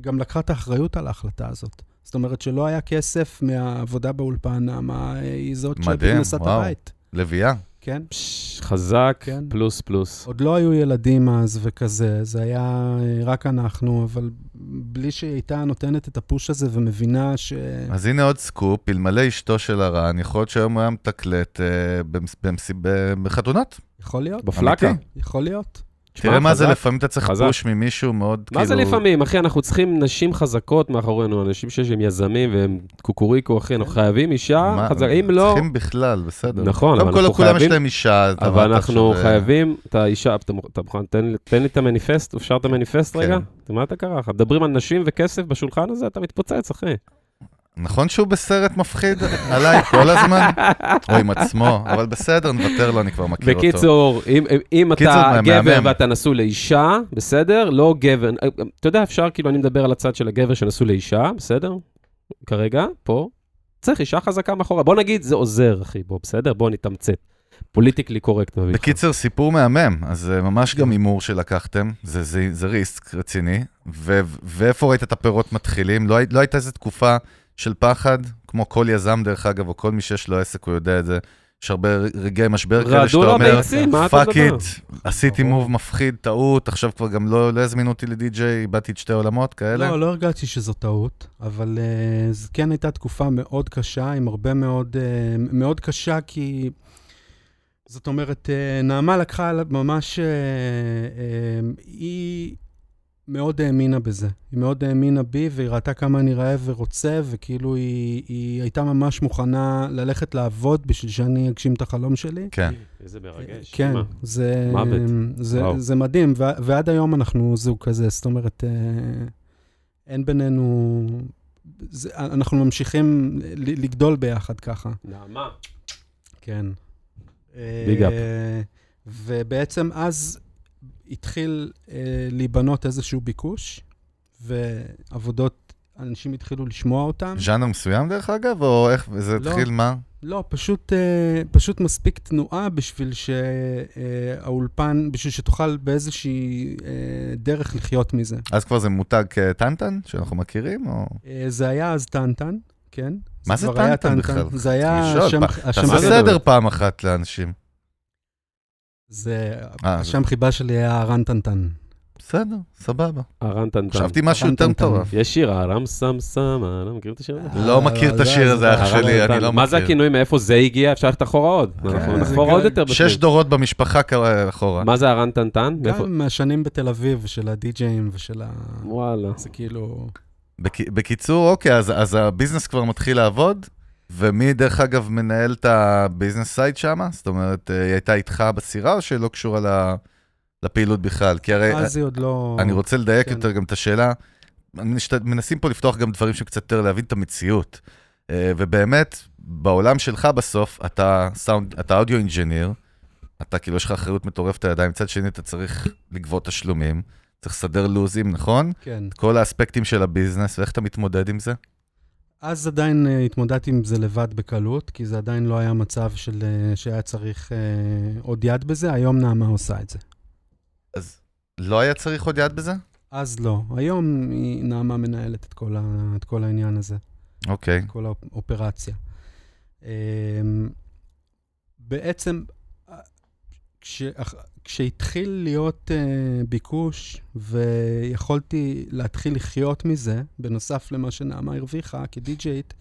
Speaker 3: גם לקחה את האחריות על ההחלטה הזאת. זאת אומרת שלא היה כסף מהעבודה באולפן, נעמה אה, היא זאת
Speaker 1: מדהים,
Speaker 3: שפרנסה את
Speaker 1: וואו.
Speaker 3: הבית.
Speaker 1: לביאה.
Speaker 3: כן.
Speaker 2: פש, חזק,
Speaker 3: כן.
Speaker 2: פלוס פלוס.
Speaker 3: עוד לא היו ילדים אז וכזה, זה היה אה, רק אנחנו, אבל בלי שהיא הייתה נותנת את הפוש הזה ומבינה ש...
Speaker 1: אז הנה עוד סקופ, אלמלא אשתו של הרן, יכול להיות שהיום הוא היה מתקלט אה, במס- במס- ב- בחתונות.
Speaker 3: יכול להיות,
Speaker 2: בפלקה.
Speaker 1: אמיתי.
Speaker 3: יכול להיות.
Speaker 2: תשמע,
Speaker 1: תראה מה זה,
Speaker 2: חזק.
Speaker 1: לפעמים אתה צריך
Speaker 2: חזק.
Speaker 1: פוש ממישהו מאוד,
Speaker 2: מה זה
Speaker 1: כאילו,
Speaker 2: לפעמים, אחי? אנחנו צריכים נשים חזקות מאחורינו, אנשים שיש להם יזמים והם קוקוריקו, אחי,
Speaker 3: כן.
Speaker 2: אנחנו חייבים אישה
Speaker 1: מה-
Speaker 2: חזקה. אם לא,
Speaker 1: צריכים בכלל, בסדר.
Speaker 2: נכון, אבל
Speaker 1: קודם כל,
Speaker 2: אנחנו
Speaker 1: לכולם יש
Speaker 2: חייבים-
Speaker 1: להם אישה. אתה
Speaker 2: אבל
Speaker 1: אמרת
Speaker 2: אנחנו
Speaker 1: עכשיו, אה,
Speaker 2: חייבים את האישה, אתה מוכן- אתה מוכן, תן לי- תן לי את המניפסט, אפשר את המניפסט
Speaker 1: כן.
Speaker 2: רגע? מה אתה קרה לך? מדברים על נשים וכסף בשולחן הזה, אתה מתפוצץ, אחי.
Speaker 1: נכון שהוא בסרט מפחיד עליי כל הזמן? או עם עצמו, אבל בסדר, נוותר לו, אני כבר מכיר אותו.
Speaker 2: בקיצור, אם, אם- אם
Speaker 1: קיצור,
Speaker 2: אתה
Speaker 1: מהמם.
Speaker 2: גבר ואתה נשוי לאישה, בסדר? לא גבר, אתה יודע, אפשר, כאילו, אני מדבר על הצד של הגבר שנשוי לאישה, בסדר? כרגע, פה. צריך אישה חזקה מאחורה. בוא נגיד, זה עוזר, אחי, בוא, בסדר? בוא נתמצת. פוליטיקלי קורקט מביא. לך.
Speaker 1: בקיצר, סיפור מהמם, אז אה, ממש גם הימור שלקחתם, זה, זה, זה ריסק רציני, ו, ואיפה ראית את הפירות מתחילים? לא, הי- לא הייתה איזו תקופה של פחד, כמו כל יזם דרך אגב, או כל מי שיש לו עסק, הוא יודע את זה, יש הרבה ר- רגעי משבר כאלה שאתה
Speaker 2: רעדו לו
Speaker 1: כן, אומר,
Speaker 2: הביצים, מה אתה
Speaker 1: פאק
Speaker 2: מדבר?
Speaker 1: איט, עשיתי
Speaker 3: ברור.
Speaker 1: מוב מפחיד, טעות, עכשיו כבר גם לא, לא הזמינו אותי לדי-ג'יי, איבדתי את שתי עולמות כאלה.
Speaker 3: לא, לא הרגשתי שזו טעות, אבל uh, זו כן הייתה תקופה מאוד קשה, עם הרבה מאוד, uh, מאוד קשה כי... זאת אומרת, אה, נעמה לקחה על- ממש, אה, אה, היא מאוד האמינה בזה. היא מאוד האמינה בי, והיא ראתה כמה אני רעב ורוצה, וכאילו היא, היא הייתה ממש מוכנה ללכת לעבוד בשביל שאני אגשים את החלום שלי.
Speaker 1: כן.
Speaker 2: איזה מרגש.
Speaker 3: כן,
Speaker 2: מה?
Speaker 3: זה,
Speaker 2: מוות.
Speaker 3: זה,
Speaker 2: וואו.
Speaker 3: זה מדהים, ו- ועד היום אנחנו זוג כזה, זאת אומרת, אה, אין בינינו... זה, אנחנו ממשיכים ל- לגדול ביחד ככה.
Speaker 2: נעמה.
Speaker 3: כן.
Speaker 2: Big up.
Speaker 3: ובעצם אז התחיל אה, להיבנות איזשהו ביקוש, ועבודות, אנשים התחילו לשמוע אותם.
Speaker 1: ז'אנר מסוים דרך אגב, או איך, זה
Speaker 3: לא.
Speaker 1: התחיל מה?
Speaker 3: לא, פשוט, אה, פשוט מספיק תנועה בשביל שהאולפן, בשביל שתוכל באיזושהי אה, דרך לחיות מזה.
Speaker 1: אז כבר זה מותג כטנטן, שאנחנו מכירים, או...
Speaker 3: אה, זה היה אז טנטן, כן?
Speaker 1: מה זה
Speaker 3: כבר היה
Speaker 1: טנטן בכלל?
Speaker 3: זה היה
Speaker 1: לשאול,
Speaker 3: השם,
Speaker 1: פ- תעשה
Speaker 3: השם,
Speaker 2: מדבר.
Speaker 1: סדר פעם אחת לאנשים.
Speaker 3: זה,
Speaker 1: אה,
Speaker 3: השם חיבה שלי היה רן טנטן.
Speaker 1: בסדר, סבבה.
Speaker 2: ארן טנטן.
Speaker 1: חשבתי משהו יותר
Speaker 3: טנטן.
Speaker 1: מטורף.
Speaker 2: יש שיר, ארם סם סם, ארם, מכיר אה, את השיר הזה?
Speaker 1: לא מכיר את השיר הזה, אח
Speaker 2: ארם
Speaker 1: שלי, אני
Speaker 2: טנטן.
Speaker 1: לא
Speaker 2: מה זה
Speaker 1: מכיר. אה,
Speaker 2: הכינוי, מאיפה זה הגיע? אפשר ללכת אחורה עוד. אנחנו
Speaker 1: זה
Speaker 2: נחפור
Speaker 3: גם-
Speaker 2: עוד יותר בפנים.
Speaker 1: שש דורות במשפחה קרה אחורה.
Speaker 2: מה זה הרן טנטן? מאיפה-
Speaker 3: גם מהשנים בתל אביב, של הדי-ג'אים ושל ה...
Speaker 2: וואלה.
Speaker 3: זה כאילו...
Speaker 1: בק- בקיצור, אוקיי, אז- אז הביזנס כבר מתחיל לעבוד, ומי דרך אגב מנהל את הביזנס סייד שם? זאת אומרת, אה, היא הייתה איתך בסירה או שהיא לא קשורה ל- לפעילות בכלל? כי הרי
Speaker 3: אז היא עוד לא...
Speaker 1: אה, אני רוצה לדייק
Speaker 3: כן.
Speaker 1: יותר גם את השאלה. משת- מנסים פה לפתוח גם דברים שקצת יותר להבין את המציאות. אה, ובאמת, בעולם שלך בסוף, אתה סאונד, אתה אודיו אינג'יניר, אתה כאילו יש לך אחריות מטורפת על הידיים, מצד שני אתה צריך לגבות תשלומים, צריך לסדר לוזים, נכון?
Speaker 3: כן.
Speaker 1: את כל האספקטים של הביזנס, ואיך אתה מתמודד עם זה?
Speaker 3: אז עדיין אה, התמודדתי עם זה לבד בקלות, כי זה עדיין לא היה מצב של, אה, שהיה צריך אה, עוד יד בזה, היום נעמה עושה את זה.
Speaker 1: אז לא היה צריך עוד יד בזה?
Speaker 3: אז לא, היום היא- נעמה מנהלת את כל, ה, את כל העניין הזה,
Speaker 1: אוקיי.
Speaker 3: את כל האופרציה. אה, בעצם, אה, כש, אח- כשהתחיל להיות אה, ביקוש ויכולתי להתחיל לחיות מזה, בנוסף למה שנעמה הרוויחה כדי-ג'יית,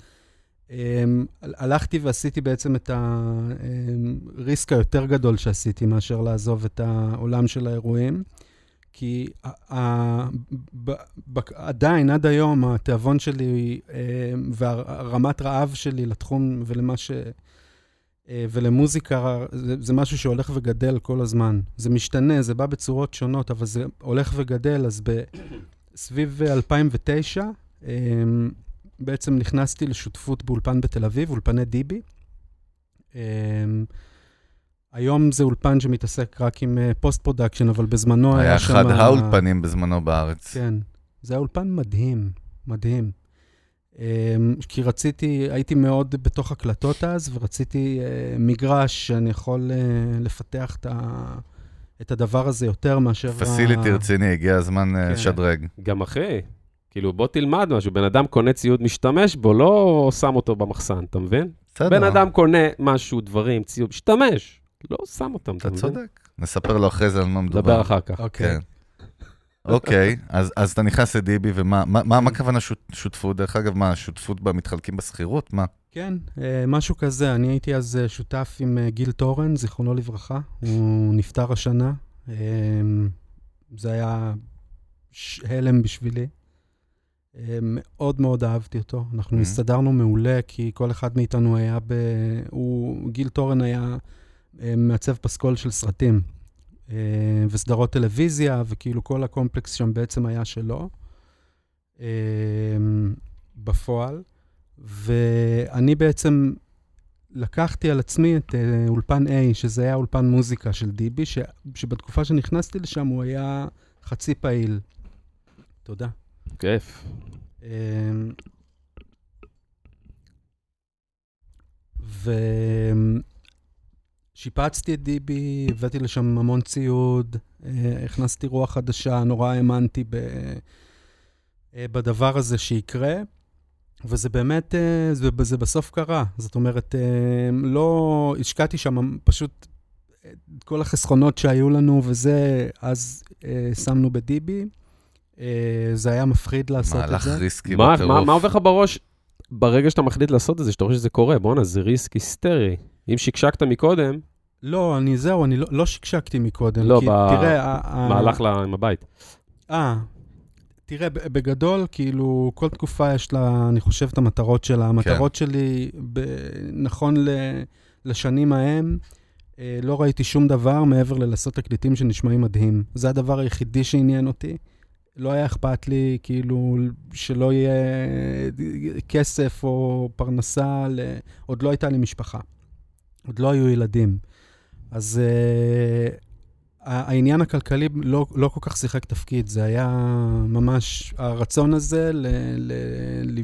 Speaker 3: אמ, הל- הלכתי ועשיתי בעצם את הריסק היותר גדול שעשיתי מאשר לעזוב את העולם של האירועים, כי ה- ה- ב- ב- עדיין, עד היום, התיאבון שלי אמ, והרמת רעב שלי לתחום ולמה ש... אה, ולמוזיקה, זה, זה משהו שהולך וגדל כל הזמן. זה משתנה, זה בא בצורות שונות, אבל זה הולך וגדל, אז ב... סביב אה, 2009, אמ, בעצם נכנסתי לשותפות באולפן בתל אביב, אולפני דיבי. אמ, היום זה אולפן שמתעסק רק עם פוסט פרודקשן, אבל בזמנו
Speaker 1: היה
Speaker 3: לא היה שם...
Speaker 1: אחד האולפנים בזמנו בארץ.
Speaker 3: כן. זה היה אולפן מדהים, מדהים. אמ, כי רציתי, הייתי מאוד בתוך הקלטות אז, ורציתי אה, מגרש שאני יכול אה, לפתח את ה... את הדבר הזה יותר מאשר... ה-
Speaker 1: פסיליטי רציני, הגיע הזמן אה,
Speaker 3: כן.
Speaker 1: לשדרג.
Speaker 2: גם אחי, כאילו, בוא תלמד משהו. בן אדם קונה ציוד, משתמש בו, לא שם אותו במחסן, אתה מבין?
Speaker 1: בסדר.
Speaker 2: בן אדם קונה משהו, דברים, ציוד, משתמש, לא שם אותם, אתה
Speaker 1: אתה
Speaker 2: מבין?
Speaker 1: צודק. נספר לו אחרי זה על מה מדובר.
Speaker 2: נדבר אחר כך.
Speaker 3: אוקיי.
Speaker 1: כן. אוקיי, אז אז אתה נכנס לדיבי, ומה מה- מה- מה הכוונה שות- שותפות? דרך אגב, מה, שותפות בה מתחלקים בשכירות? מה?
Speaker 3: כן, אה, משהו כזה. אני הייתי אז אה, שותף עם אה, גיל תורן, זיכרונו לברכה. הוא נפטר השנה. אה, זה היה ש- הלם בשבילי. אה, מאוד מאוד אהבתי אותו. אנחנו
Speaker 1: Mhm.
Speaker 3: הסתדרנו מעולה, כי כל אחד מאיתנו היה ב... הוא... גיל תורן היה אה, מעצב פסקול של סרטים אה, וסדרות טלוויזיה, וכאילו כל הקומפלקס שם בעצם היה שלו. אה, בפועל. ואני בעצם לקחתי על עצמי את אה, אולפן A, שזה היה אולפן מוזיקה של דיבי, ש... שבתקופה שנכנסתי לשם הוא היה חצי פעיל. תודה.
Speaker 2: כיף.
Speaker 3: אמ, ושיפצתי את דיבי, הבאתי לשם המון ציוד, אה, הכנסתי רוח חדשה, נורא האמנתי ב... אה, בדבר הזה שיקרה, וזה באמת, אה, זה, זה בסוף קרה. זאת אומרת, אה, לא השקעתי שם פשוט אה, את כל החסכונות שהיו לנו וזה, אז אה, שמנו בדיבי. אה, זה היה מפחיד לעשות את
Speaker 1: מהלך
Speaker 3: זה.
Speaker 1: ריסקי
Speaker 2: מה, מה,
Speaker 1: בטירוף.
Speaker 2: מה עובר לך בראש ברגע שאתה מחליט לעשות את זה, שאתה רואה שזה קורה? בואנה, זה ריסק היסטרי. אם שקשקת מקודם,
Speaker 3: לא, אני זהו, אני לא, לא שקשקתי מקודם.
Speaker 2: לא,
Speaker 3: כי,
Speaker 2: ב-
Speaker 3: תראה, ה- ה-
Speaker 2: מה הלך לה עם הבית?
Speaker 3: אה, תראה, ב- בגדול, כאילו, כל תקופה יש לה, אני חושב, את המטרות שלה. המטרות שלי, ב, נכון ל, לשנים ההם, אה, לא ראיתי שום דבר מעבר ללעשות תקליטים שנשמעים מדהים. זה הדבר היחידי שעניין אותי. לא היה אכפת לי, כאילו, שלא יהיה אה, כסף או פרנסה, ל... עוד לא הייתה לי משפחה. עוד לא היו ילדים. אז אה, ה- העניין הכלכלי לא, לא כל כך שיחק תפקיד, זה היה ממש הרצון הזה ל, ל, ל,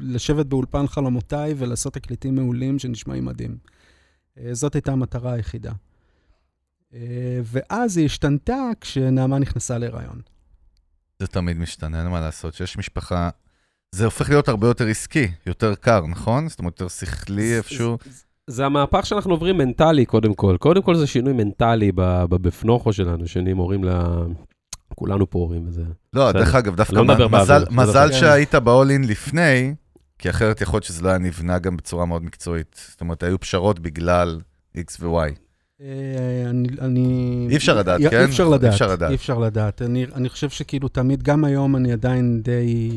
Speaker 3: לשבת באולפן חלומותיי ולעשות תקליטים מעולים שנשמעים מדהים. אה, זאת הייתה המטרה היחידה. אה, ואז היא השתנתה כשנעמה נכנסה להיריון.
Speaker 1: זה תמיד משתנה, אין מה לעשות. שיש משפחה... זה הופך להיות הרבה יותר עסקי, יותר קר, נכון? זאת אומרת, יותר שכלי איפשהו.
Speaker 2: זה המהפך שאנחנו עוברים מנטלי, קודם כל. קודם כל זה שינוי מנטלי ב- ב- בפנוכו שלנו, שנהיים הורים ל... כולנו פה הורים וזה.
Speaker 1: לא,
Speaker 2: בסדר.
Speaker 1: דרך אגב, דווקא
Speaker 2: לא נדבר
Speaker 1: מ- מזל-
Speaker 2: באוויר, לא
Speaker 1: מזל
Speaker 2: נדבר.
Speaker 1: שהיית ב-all in לפני, כי אחרת יכול להיות שזה לא היה נבנה גם בצורה מאוד מקצועית. זאת אומרת, היו פשרות בגלל X ו-Y.
Speaker 3: אה, אני, אני...
Speaker 1: אי אפשר לדעת,
Speaker 3: אי-
Speaker 1: כן?
Speaker 3: אי אפשר לדעת.
Speaker 1: אי אפשר לדעת.
Speaker 3: אי אפשר לדעת. אני, אני חושב שכאילו תמיד, גם היום אני עדיין די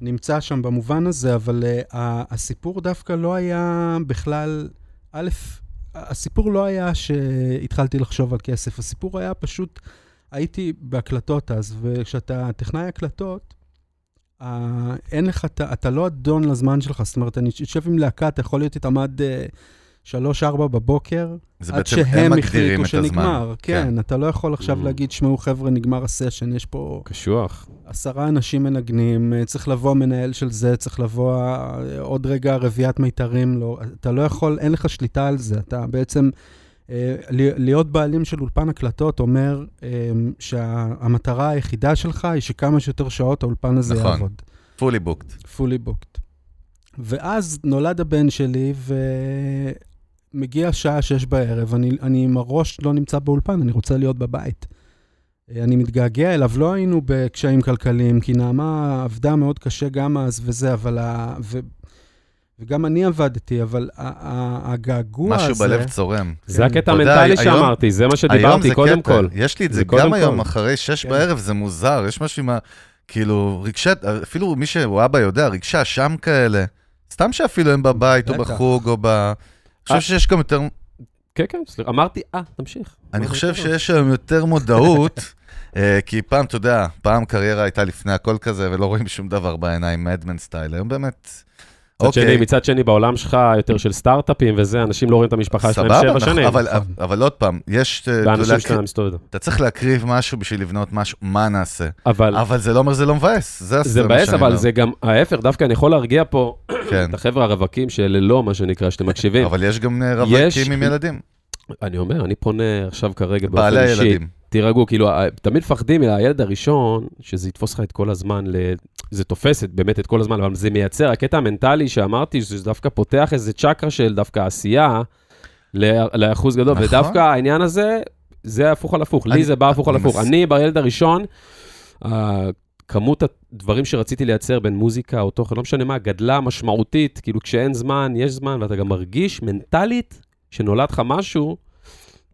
Speaker 3: נמצא שם במובן הזה, אבל uh, הסיפור דווקא לא היה בכלל, א', הסיפור לא היה שהתחלתי לחשוב על כסף, הסיפור היה פשוט, הייתי בהקלטות אז, וכשאתה טכנאי הקלטות, Uh, אין לך, אתה, אתה לא אדון לזמן שלך, זאת אומרת, אני יושב עם להקה, אתה יכול להיות איתם עד אה, שלוש, ארבע בבוקר,
Speaker 1: זה
Speaker 3: עד
Speaker 1: בעצם הם
Speaker 3: שהם
Speaker 1: מגדירים
Speaker 3: החליטו
Speaker 1: את הזמן.
Speaker 3: שנגמר, כן, אתה לא יכול
Speaker 2: Mm.
Speaker 3: עכשיו להגיד, שמעו חבר'ה, נגמר הסשן, יש פה
Speaker 2: קשוח.
Speaker 1: כן.
Speaker 3: עשרה אנשים מנגנים, אה, צריך לבוא המנהל של זה, צריך לבוא אה, עוד רגע רביעיית מיתרים, לא, אתה לא יכול, אין לך שליטה על זה, אתה בעצם, אה, ל- להיות בעלים של אולפן הקלטות אומר אה, שהמטרה היחידה שלך היא שכמה שיותר שעות האולפן הזה
Speaker 1: נכון.
Speaker 3: יעבוד.
Speaker 1: fully booked.
Speaker 3: fully booked. ואז נולד הבן שלי, ומגיע השעה שש בערב, אני, אני עם הראש לא נמצא באולפן, אני רוצה להיות בבית. אה, אני מתגעגע אליו, לא היינו בקשיים כלכליים, כי נעמה עבדה מאוד קשה גם אז וזה, אבל ה... ו... וגם אני עבדתי, אבל ה- ה- הגעגוע הזה...
Speaker 1: משהו בלב צורם.
Speaker 2: זה
Speaker 3: כן.
Speaker 2: הקטע
Speaker 1: אתה יודע,
Speaker 2: המנטלי
Speaker 1: היום-
Speaker 2: שאמרתי, זה מה
Speaker 1: היום
Speaker 2: שדיברתי
Speaker 1: זה
Speaker 2: קודם
Speaker 1: קטע.
Speaker 2: כל.
Speaker 1: יש לי את
Speaker 2: זה
Speaker 1: זה
Speaker 2: קודם
Speaker 1: גם היום,
Speaker 2: כל.
Speaker 1: אחרי שש
Speaker 3: כן.
Speaker 1: בערב, זה מוזר, יש משהו עם ה... כאילו, רגשי... אפילו מי שהוא אבא יודע, רגשי אשם כאלה. סתם שאפילו הם בבית, או
Speaker 3: בטח.
Speaker 1: בחוג, או ב... אני
Speaker 2: אה.
Speaker 1: חושב שיש גם יותר...
Speaker 2: כן, כן, סליחה. אמרתי, אה, תמשיך.
Speaker 1: אני חושב
Speaker 2: בסדר.
Speaker 1: שיש היום יותר מודעות, אה, כי פעם, אתה יודע, פעם קריירה הייתה לפני הכל כזה, ולא רואים שום דבר בעיניים, מדמן סטייל. היום באמת...
Speaker 2: מצד
Speaker 1: אוקיי.
Speaker 2: שני, מצד שני, בעולם שלך יותר של סטארט-אפים וזה, אנשים לא רואים את המשפחה שלהם
Speaker 1: סבבה,
Speaker 2: שבע
Speaker 1: אנחנו-
Speaker 2: שנים. נכון.
Speaker 1: אבל- אבל עוד פעם, יש... אה, אתה יודע,
Speaker 2: ואנשים שלהם מסתובבים.
Speaker 1: אתה צריך להקריב משהו בשביל לבנות משהו, מה נעשה?
Speaker 2: אבל
Speaker 1: אבל זה לא אומר שזה לא מבאס, זה הסדר.
Speaker 2: זה מבאס, אבל זה גם ההפך, דווקא אני יכול להרגיע פה
Speaker 1: כן,
Speaker 2: את החבר'ה הרווקים שאלה לא מה שנקרא, שאתם מקשיבים.
Speaker 1: אבל יש גם אה,
Speaker 2: יש-
Speaker 1: רווקים עם ילדים.
Speaker 2: אני אומר, אני פונה עכשיו כרגע באופן
Speaker 1: בעלי
Speaker 2: אישי,
Speaker 1: הילדים.
Speaker 2: תירגעו, כאילו, ה- תמיד מפחדים מהילד הראשון, שזה יתפוס לך את כל הזמן, ל... זה תופס את, באמת את כל הזמן, אבל זה מייצר, הקטע המנטלי שאמרתי, שזה דווקא פותח איזה צ'קרה של דווקא עשייה ל- לאחוז גדול,
Speaker 1: נכון.
Speaker 2: ודווקא העניין הזה, זה הפוך על הפוך, לי
Speaker 1: אני-
Speaker 2: זה בא הפוך על
Speaker 1: אני
Speaker 2: הפוך.
Speaker 1: מס-
Speaker 2: אני בילד הראשון, ה- כמות הדברים שרציתי לייצר בין מוזיקה או תוכן, לא משנה מה, גדלה משמעותית, כאילו כשאין זמן, יש זמן, ואתה גם מרגיש מנטלית שנולד לך משהו,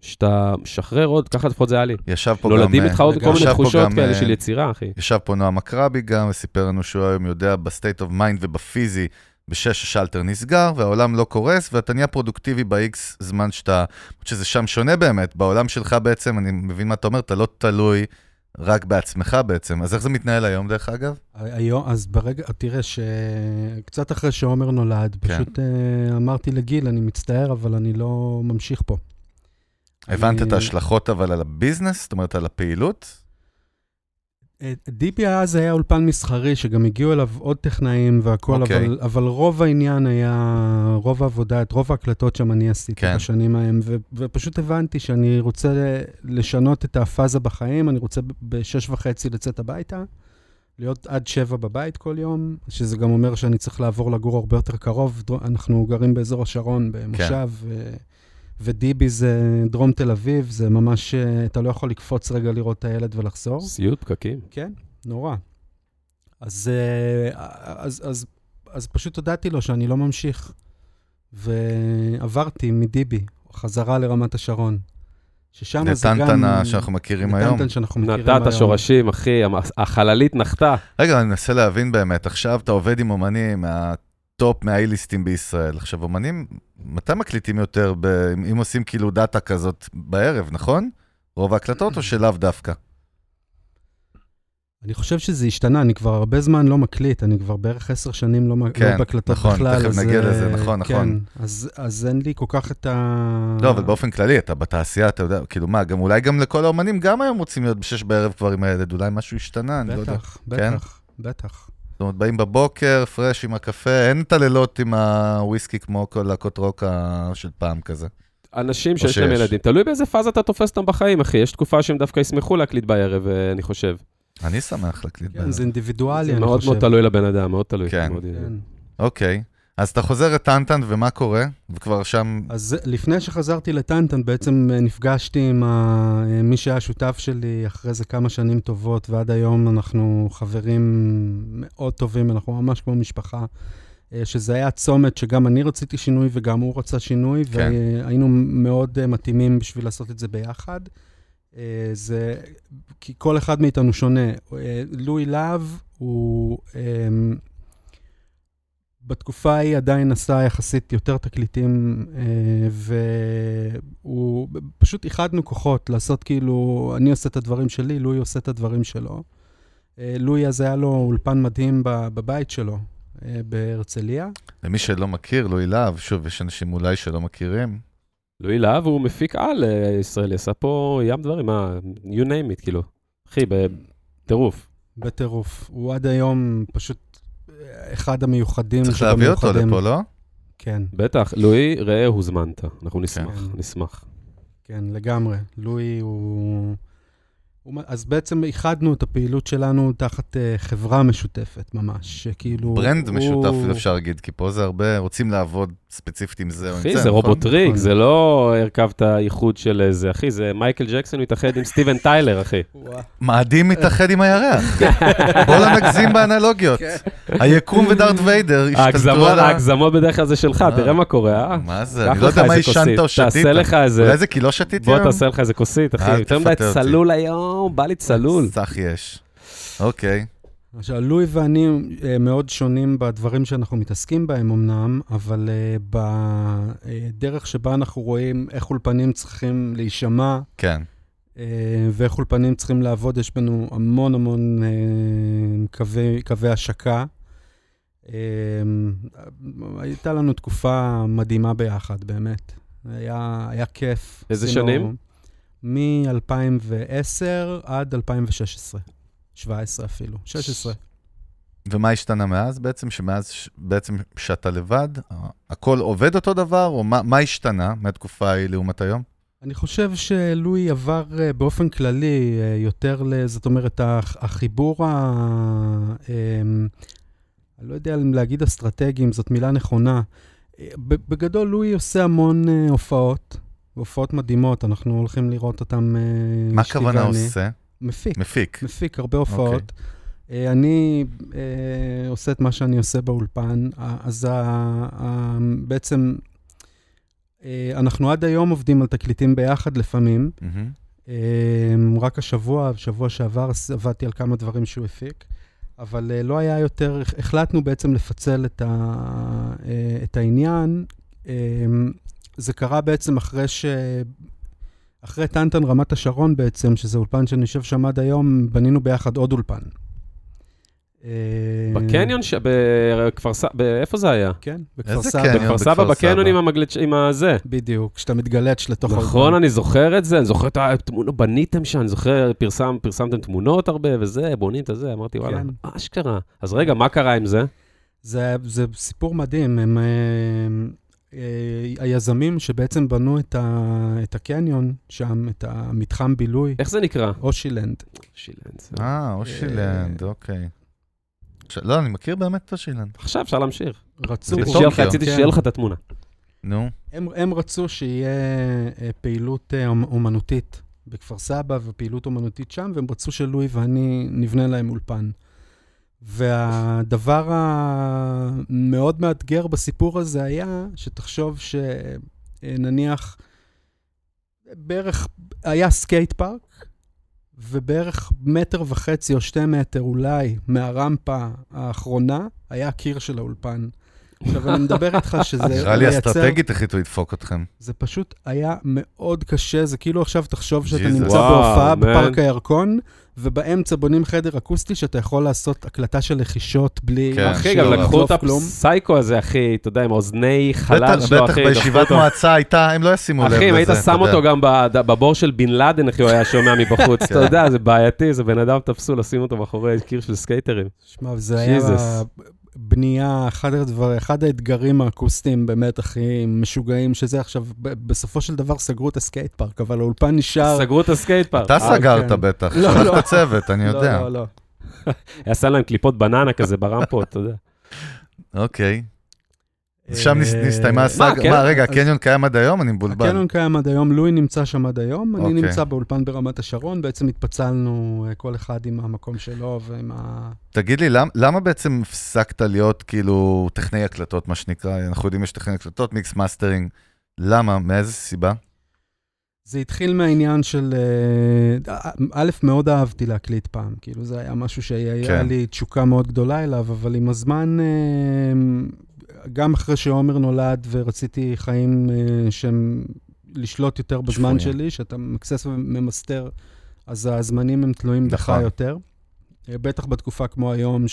Speaker 2: שאתה משחרר עוד, ככה לפחות זה היה לי.
Speaker 1: ישב פה גם...
Speaker 2: נולדים
Speaker 1: אה,
Speaker 2: לא איתך עוד
Speaker 3: וגם
Speaker 2: כל מיני
Speaker 1: ישב פה
Speaker 2: תחושות
Speaker 1: גם,
Speaker 2: כאלה
Speaker 1: אה,
Speaker 2: של יצירה, אחי.
Speaker 1: ישב פה נועם אקרבי גם, וסיפר לנו שהוא היום יודע בסטייט אוף מיינד ובפיזי, בשש השלטר נסגר, והעולם לא קורס, ואתה נהיה פרודוקטיבי ב-X זמן שאתה... שזה שם שונה באמת, בעולם שלך בעצם, אני מבין מה אתה אומר, אתה לא תלוי רק בעצמך בעצם. אז איך זה מתנהל היום, דרך אגב?
Speaker 3: היום, אז ברגע, תראה, שקצת אחרי שעומר נולד,
Speaker 1: כן.
Speaker 3: פשוט אה, אמרתי לגיל, אני מצטער, אבל אני לא ממשיך פה.
Speaker 1: הבנת
Speaker 3: אני-
Speaker 1: את ההשלכות אבל על הביזנס, זאת אומרת על הפעילות?
Speaker 3: אה, דיפי אז היה אולפן מסחרי, שגם הגיעו אליו עוד טכנאים והכול,
Speaker 1: אוקיי.
Speaker 3: אבל, אבל רוב העניין היה, רוב העבודה, את רוב ההקלטות שם אני עשיתי
Speaker 1: כן.
Speaker 3: בשנים ההם, ו, ופשוט הבנתי שאני רוצה לשנות את הפאזה בחיים, אני רוצה ב- בשש וחצי לצאת הביתה, להיות עד שבע בבית כל יום, שזה גם אומר שאני צריך לעבור לגור הרבה יותר קרוב, דר- אנחנו גרים באזור השרון,
Speaker 1: כן.
Speaker 3: במושב, ו... ודיבי זה דרום תל אביב, זה ממש, אה, אתה לא יכול לקפוץ רגע לראות את הילד ולחזור.
Speaker 2: סיוט פקקים.
Speaker 3: כן, נורא. אז, אה, אז, אז, אז פשוט הודעתי לו שאני לא ממשיך, ועברתי מדיבי חזרה לרמת השרון, ששם זה גם...
Speaker 1: נתנתנה שאנחנו מכירים היום.
Speaker 3: נתנתן שאנחנו מכירים היום.
Speaker 2: נטעת שורשים, אחי, המ- החללית נחתה.
Speaker 1: רגע, אני מנסה להבין באמת, עכשיו אתה עובד עם אומנים מהטופ, מהאי-ליסטים בישראל. עכשיו, אומנים, מתי מקליטים יותר, ב... אם- אם עושים כאילו דאטה כזאת בערב, נכון? רוב ההקלטות או שלאו דווקא?
Speaker 3: אני חושב שזה השתנה, אני כבר הרבה זמן לא מקליט, אני כבר בערך עשר שנים לא, מ-
Speaker 1: כן,
Speaker 3: לא בהקלטות
Speaker 1: נכון,
Speaker 3: בכלל.
Speaker 1: תכף
Speaker 3: אז,
Speaker 1: נגיע
Speaker 3: אה,
Speaker 1: לזה, נכון,
Speaker 3: כן,
Speaker 1: נכון.
Speaker 3: אז, אז אין לי כל כך את ה...
Speaker 1: לא, אבל באופן כללי, אתה בתעשייה, אתה יודע, כאילו מה, גם אולי גם לכל האומנים גם היום רוצים להיות בשש בערב כבר עם הילד, אולי משהו השתנה, אני לא יודע.
Speaker 3: בטח, בטח, בטח.
Speaker 1: זאת אומרת, באים בבוקר, פרש עם הקפה, אין את הלילות עם הוויסקי כמו כל להקות רוק ה- של פעם כזה.
Speaker 2: אנשים שיש להם
Speaker 1: שיש.
Speaker 2: ילדים, תלוי באיזה פאזה אתה תופס אותם בחיים, אחי. יש תקופה שהם דווקא ישמחו להקליט בערב, אה, אני חושב.
Speaker 1: אני שמח להקליט
Speaker 3: כן,
Speaker 1: בערב.
Speaker 3: זה אינדיבידואלי,
Speaker 2: זה
Speaker 3: אני
Speaker 2: מאוד
Speaker 3: חושב.
Speaker 2: מאוד תלוי לבן אדם, מאוד תלוי.
Speaker 1: כן.
Speaker 2: מאוד אה, עניין.
Speaker 3: כן.
Speaker 1: אוקיי, אז אתה חוזר לטנטן, ומה קורה? וכבר שם
Speaker 3: אז זה- לפני שחזרתי לטנטן, בעצם אה, נפגשתי עם ה... אה, מי שהיה שותף שלי אחרי זה כמה שנים טובות, ועד היום אנחנו חברים מאוד טובים, אנחנו ממש כמו משפחה. אה, שזה היה צומת שגם אני רציתי שינוי וגם הוא רצה שינוי,
Speaker 1: כן.
Speaker 3: כן. והיינו מאוד אה, מתאימים בשביל לעשות את זה ביחד. אה, זה, כי כל אחד מאיתנו שונה. אה, לואי להב הוא, אמ, בתקופה ההיא עדיין עשה יחסית יותר תקליטים, אה, והוא, פשוט איחדנו כוחות לעשות כאילו, אני עושה את הדברים שלי, לואי עושה את הדברים שלו. אה, לואי אז היה לו אולפן מדהים ב- בבית שלו, אה, בהרצליה.
Speaker 1: למי שלא מכיר, לואי להב, שוב, יש אנשים אולי שלא מכירים.
Speaker 2: לואי להב הוא מפיק על אה, ישראלי, עשה פה ים דברים, מה, you name it, כאילו. אחי, בטירוף.
Speaker 3: בטירוף. הוא עד היום פשוט אה, אחד המיוחדים
Speaker 1: צריך
Speaker 3: שבמיוחדים.
Speaker 1: להביא אותו לפה, לא?
Speaker 3: כן,
Speaker 2: בטח, לואי, ראה, הוזמנת. אנחנו נשמח,
Speaker 3: כן.
Speaker 2: נשמח.
Speaker 3: כן, לגמרי. לואי הוא... הוא... מ- אז בעצם איחדנו את הפעילות שלנו תחת אה, חברה משותפת ממש, שכאילו...
Speaker 1: ברנד
Speaker 3: הוא-
Speaker 1: משותף, אפשר להגיד, כי פה זה הרבה, רוצים לעבוד ספציפית עם זה או עם זה,
Speaker 2: אחי, זה
Speaker 1: נכון?
Speaker 2: רובוטריק,
Speaker 3: נכון.
Speaker 2: זה לא הרכבת איחוד של איזה, אחי, זה מייקל ג'קסון מתאחד עם סטיבן טיילר, אחי.
Speaker 3: וואו.
Speaker 1: מאדים מתאחד עם הירח. בוא לא נגזים באנלוגיות.
Speaker 2: כן.
Speaker 1: היקום ודארט ויידר השתלטו
Speaker 2: ההגזמות-
Speaker 1: על ה...
Speaker 2: ההגזמות בדרך כלל זה שלך,
Speaker 1: אה.
Speaker 2: תראה מה קורה, אה?
Speaker 1: מה זה?
Speaker 2: קח
Speaker 1: אני לא
Speaker 2: לך
Speaker 1: יודע מה
Speaker 2: איזה
Speaker 1: עישנת
Speaker 2: כוסית,
Speaker 1: או שתית.
Speaker 2: תעשה לך איזה,
Speaker 1: אולי זה כי לא שתיתי
Speaker 2: בוא
Speaker 1: היום?
Speaker 2: תעשה לך איזה כוסית, אחי.
Speaker 1: אל
Speaker 2: יותר מדי
Speaker 1: תפתה אותי.
Speaker 2: צלול היום, בא לי צלול.
Speaker 1: סך יש. אוקיי.
Speaker 3: עכשיו, לואי ואני אה, מאוד שונים בדברים שאנחנו מתעסקים בהם אמנם, אבל אה, בדרך שבה אנחנו רואים איך אולפנים צריכים להישמע,
Speaker 1: כן,
Speaker 3: אה, ואיך אולפנים צריכים לעבוד, יש בנו המון המון אה, קווי, קווי השקה. אה, הייתה לנו תקופה מדהימה ביחד, באמת. היה, היה כיף.
Speaker 2: איזה
Speaker 3: עשינו
Speaker 2: שנים?
Speaker 3: מ-2010 עד 2016. 17 אפילו, 16.
Speaker 1: ומה השתנה מאז בעצם? שמאז ש- בעצם שאתה לבד, ה- הכל עובד אותו דבר, או מה- מה השתנה מהתקופה ההיא לעומת היום?
Speaker 3: אני חושב שלואי עבר אה, באופן כללי אה, יותר, ל- זאת אומרת, הח- החיבור ה... אמ, אני לא יודע אם להגיד אסטרטגיים, זאת מילה נכונה. אה, ב- בגדול, לואי עושה המון אה, הופעות, הופעות מדהימות, אנחנו הולכים לראות אותן. אה,
Speaker 1: מה
Speaker 3: אשתי
Speaker 1: הכוונה
Speaker 3: ואני.
Speaker 1: עושה?
Speaker 3: מפיק.
Speaker 1: מפיק.
Speaker 3: מפיק הרבה הופעות. אה, אני אה, עושה את מה שאני עושה באולפן, אה, אז ה- ה- בעצם אה, אנחנו עד היום עובדים על תקליטים ביחד לפעמים.
Speaker 1: מהמם.
Speaker 3: אה, רק השבוע, בשבוע שעבר, עש- עבדתי על כמה דברים שהוא הפיק, אבל אה, לא היה יותר, הח- החלטנו בעצם לפצל את, ה, אה, את העניין. אה, זה קרה בעצם אחרי ש... אחרי טנטן רמת השרון בעצם, שזה אולפן שאני יושב שם עד היום, בנינו ביחד עוד אולפן. אה,
Speaker 2: בקניון, ש- בכפר סבא, איפה זה היה?
Speaker 3: כן, בכפר
Speaker 1: איזה
Speaker 3: סבא.
Speaker 1: קניון
Speaker 2: בכפר סבא,
Speaker 1: בכפר
Speaker 2: בקניון
Speaker 1: סבא.
Speaker 2: עם המגלצ' עם הזה.
Speaker 3: בדיוק, כשאתה מתגלץ' לתוך
Speaker 2: נכון, אני זוכר את זה, אני זוכר את התמונות, בניתם שם, אני זוכר, פרסם, פרסמתם תמונות הרבה וזה, בונים את זה, אמרתי, וואלה,
Speaker 3: כן.
Speaker 2: אשכרה. אז רגע, מה קרה עם זה?
Speaker 3: זה, זה סיפור מדהים. הם, אה, אה, היזמים שבעצם בנו את, ה, את הקניון שם, את המתחם בילוי,
Speaker 2: איך זה נקרא?
Speaker 3: אושילנד.
Speaker 2: שילנד.
Speaker 1: אה, אושילנד, אוקיי. ש- לא, אני מכיר באמת את אושילנד.
Speaker 2: עכשיו אפשר להמשיך.
Speaker 3: רצו...
Speaker 2: רציתי
Speaker 1: בטוקיו.
Speaker 2: שיהיה לך- רציתי
Speaker 3: כן.
Speaker 2: שיהיה לך את התמונה.
Speaker 1: נו,
Speaker 3: הם, הם רצו שיהיה אה, פעילות אה, אומ- אומנותית בכפר סבא ופעילות אומנותית שם, והם רצו שלואי ואני נבנה להם אולפן. והדבר המאוד מאתגר בסיפור הזה היה, שתחשוב שנניח, בערך, היה סקייט פארק, ובערך מטר וחצי או שתי מטר אולי מהרמפה האחרונה, היה הקיר של האולפן. עכשיו, אני מדבר איתך שזה
Speaker 1: נראה לי אסטרטגית החליטו לדפוק אתכם.
Speaker 3: זה פשוט היה מאוד קשה, זה כאילו עכשיו תחשוב שאתה
Speaker 1: Jesus.
Speaker 3: נמצא
Speaker 2: וואו,
Speaker 3: בהופעה
Speaker 2: man.
Speaker 3: בפארק הירקון, ובאמצע בונים חדר אקוסטי שאתה יכול לעשות הקלטה של לחישות בלי...
Speaker 1: כן,
Speaker 2: אחי,
Speaker 1: שלא
Speaker 2: גם
Speaker 1: רב.
Speaker 2: לקחו את
Speaker 3: כלום.
Speaker 2: הפסייקו הזה, אחי, אתה יודע, עם האוזני חלל
Speaker 1: בטח,
Speaker 2: שלו,
Speaker 1: בטח
Speaker 2: אחי.
Speaker 1: בישיבת
Speaker 2: דפקו אותו.
Speaker 1: מועצה הייתה, הם לא ישימו לב לזה.
Speaker 2: אחי, אם היית
Speaker 1: אתה
Speaker 2: שם
Speaker 1: יודע.
Speaker 2: אותו גם בד- בבור של בן לאדן, אחי, הוא היה שומע מבחוץ. אתה
Speaker 1: כן.
Speaker 2: יודע, זה בעייתי, זה בן אדם תפסו לשים אותו מאחורי קיר של סקייטרים.
Speaker 3: שמע, זה היה
Speaker 2: Jesus.
Speaker 3: בנייה, אחד, הדבר, אחד האתגרים האקוסטיים באמת הכי משוגעים שזה. עכשיו, ב- בסופו של דבר סגרו את הסקייט פארק, אבל האולפן נשאר...
Speaker 2: סגרו את הסקייט פארק.
Speaker 1: אתה
Speaker 3: אה,
Speaker 1: סגרת
Speaker 3: כן.
Speaker 1: בטח,
Speaker 3: לא, לא.
Speaker 1: שלחת צוות, אני יודע.
Speaker 3: לא, לא, לא.
Speaker 2: עשה להם קליפות בננה כזה ברמפות, אתה יודע.
Speaker 1: אוקיי. אז שם נס-
Speaker 3: אה,
Speaker 1: נסתיימה הסאגה.
Speaker 2: כן?
Speaker 1: מה, רגע,
Speaker 3: אז-
Speaker 1: הקניון קיים עד היום? אני מבולבל.
Speaker 3: הקניון קיים עד היום, לואי נמצא שם עד היום, אני
Speaker 1: אוקיי.
Speaker 3: נמצא באולפן ברמת השרון, בעצם התפצלנו אה, כל אחד עם המקום שלו ועם ה...
Speaker 1: תגיד לי, למ- למה בעצם הפסקת להיות כאילו טכנאי הקלטות, מה שנקרא? אנחנו יודעים יש טכנאי הקלטות, מיקס מאסטרינג. למה? מאיזה סיבה?
Speaker 3: זה התחיל מהעניין של... אה, א', מאוד אהבתי להקליט פעם, כאילו זה היה משהו שהיה
Speaker 1: כן.
Speaker 3: לי תשוקה מאוד גדולה אליו, אבל עם הזמן, אה, גם אחרי שעומר נולד ורציתי חיים אה, שהם... לשלוט יותר בזמן
Speaker 1: שפויים.
Speaker 3: שלי, שאתה מקסס וממסתר, אז הזמנים הם תלויים בך
Speaker 1: נכון.
Speaker 3: יותר. אה, בטח בתקופה כמו היום,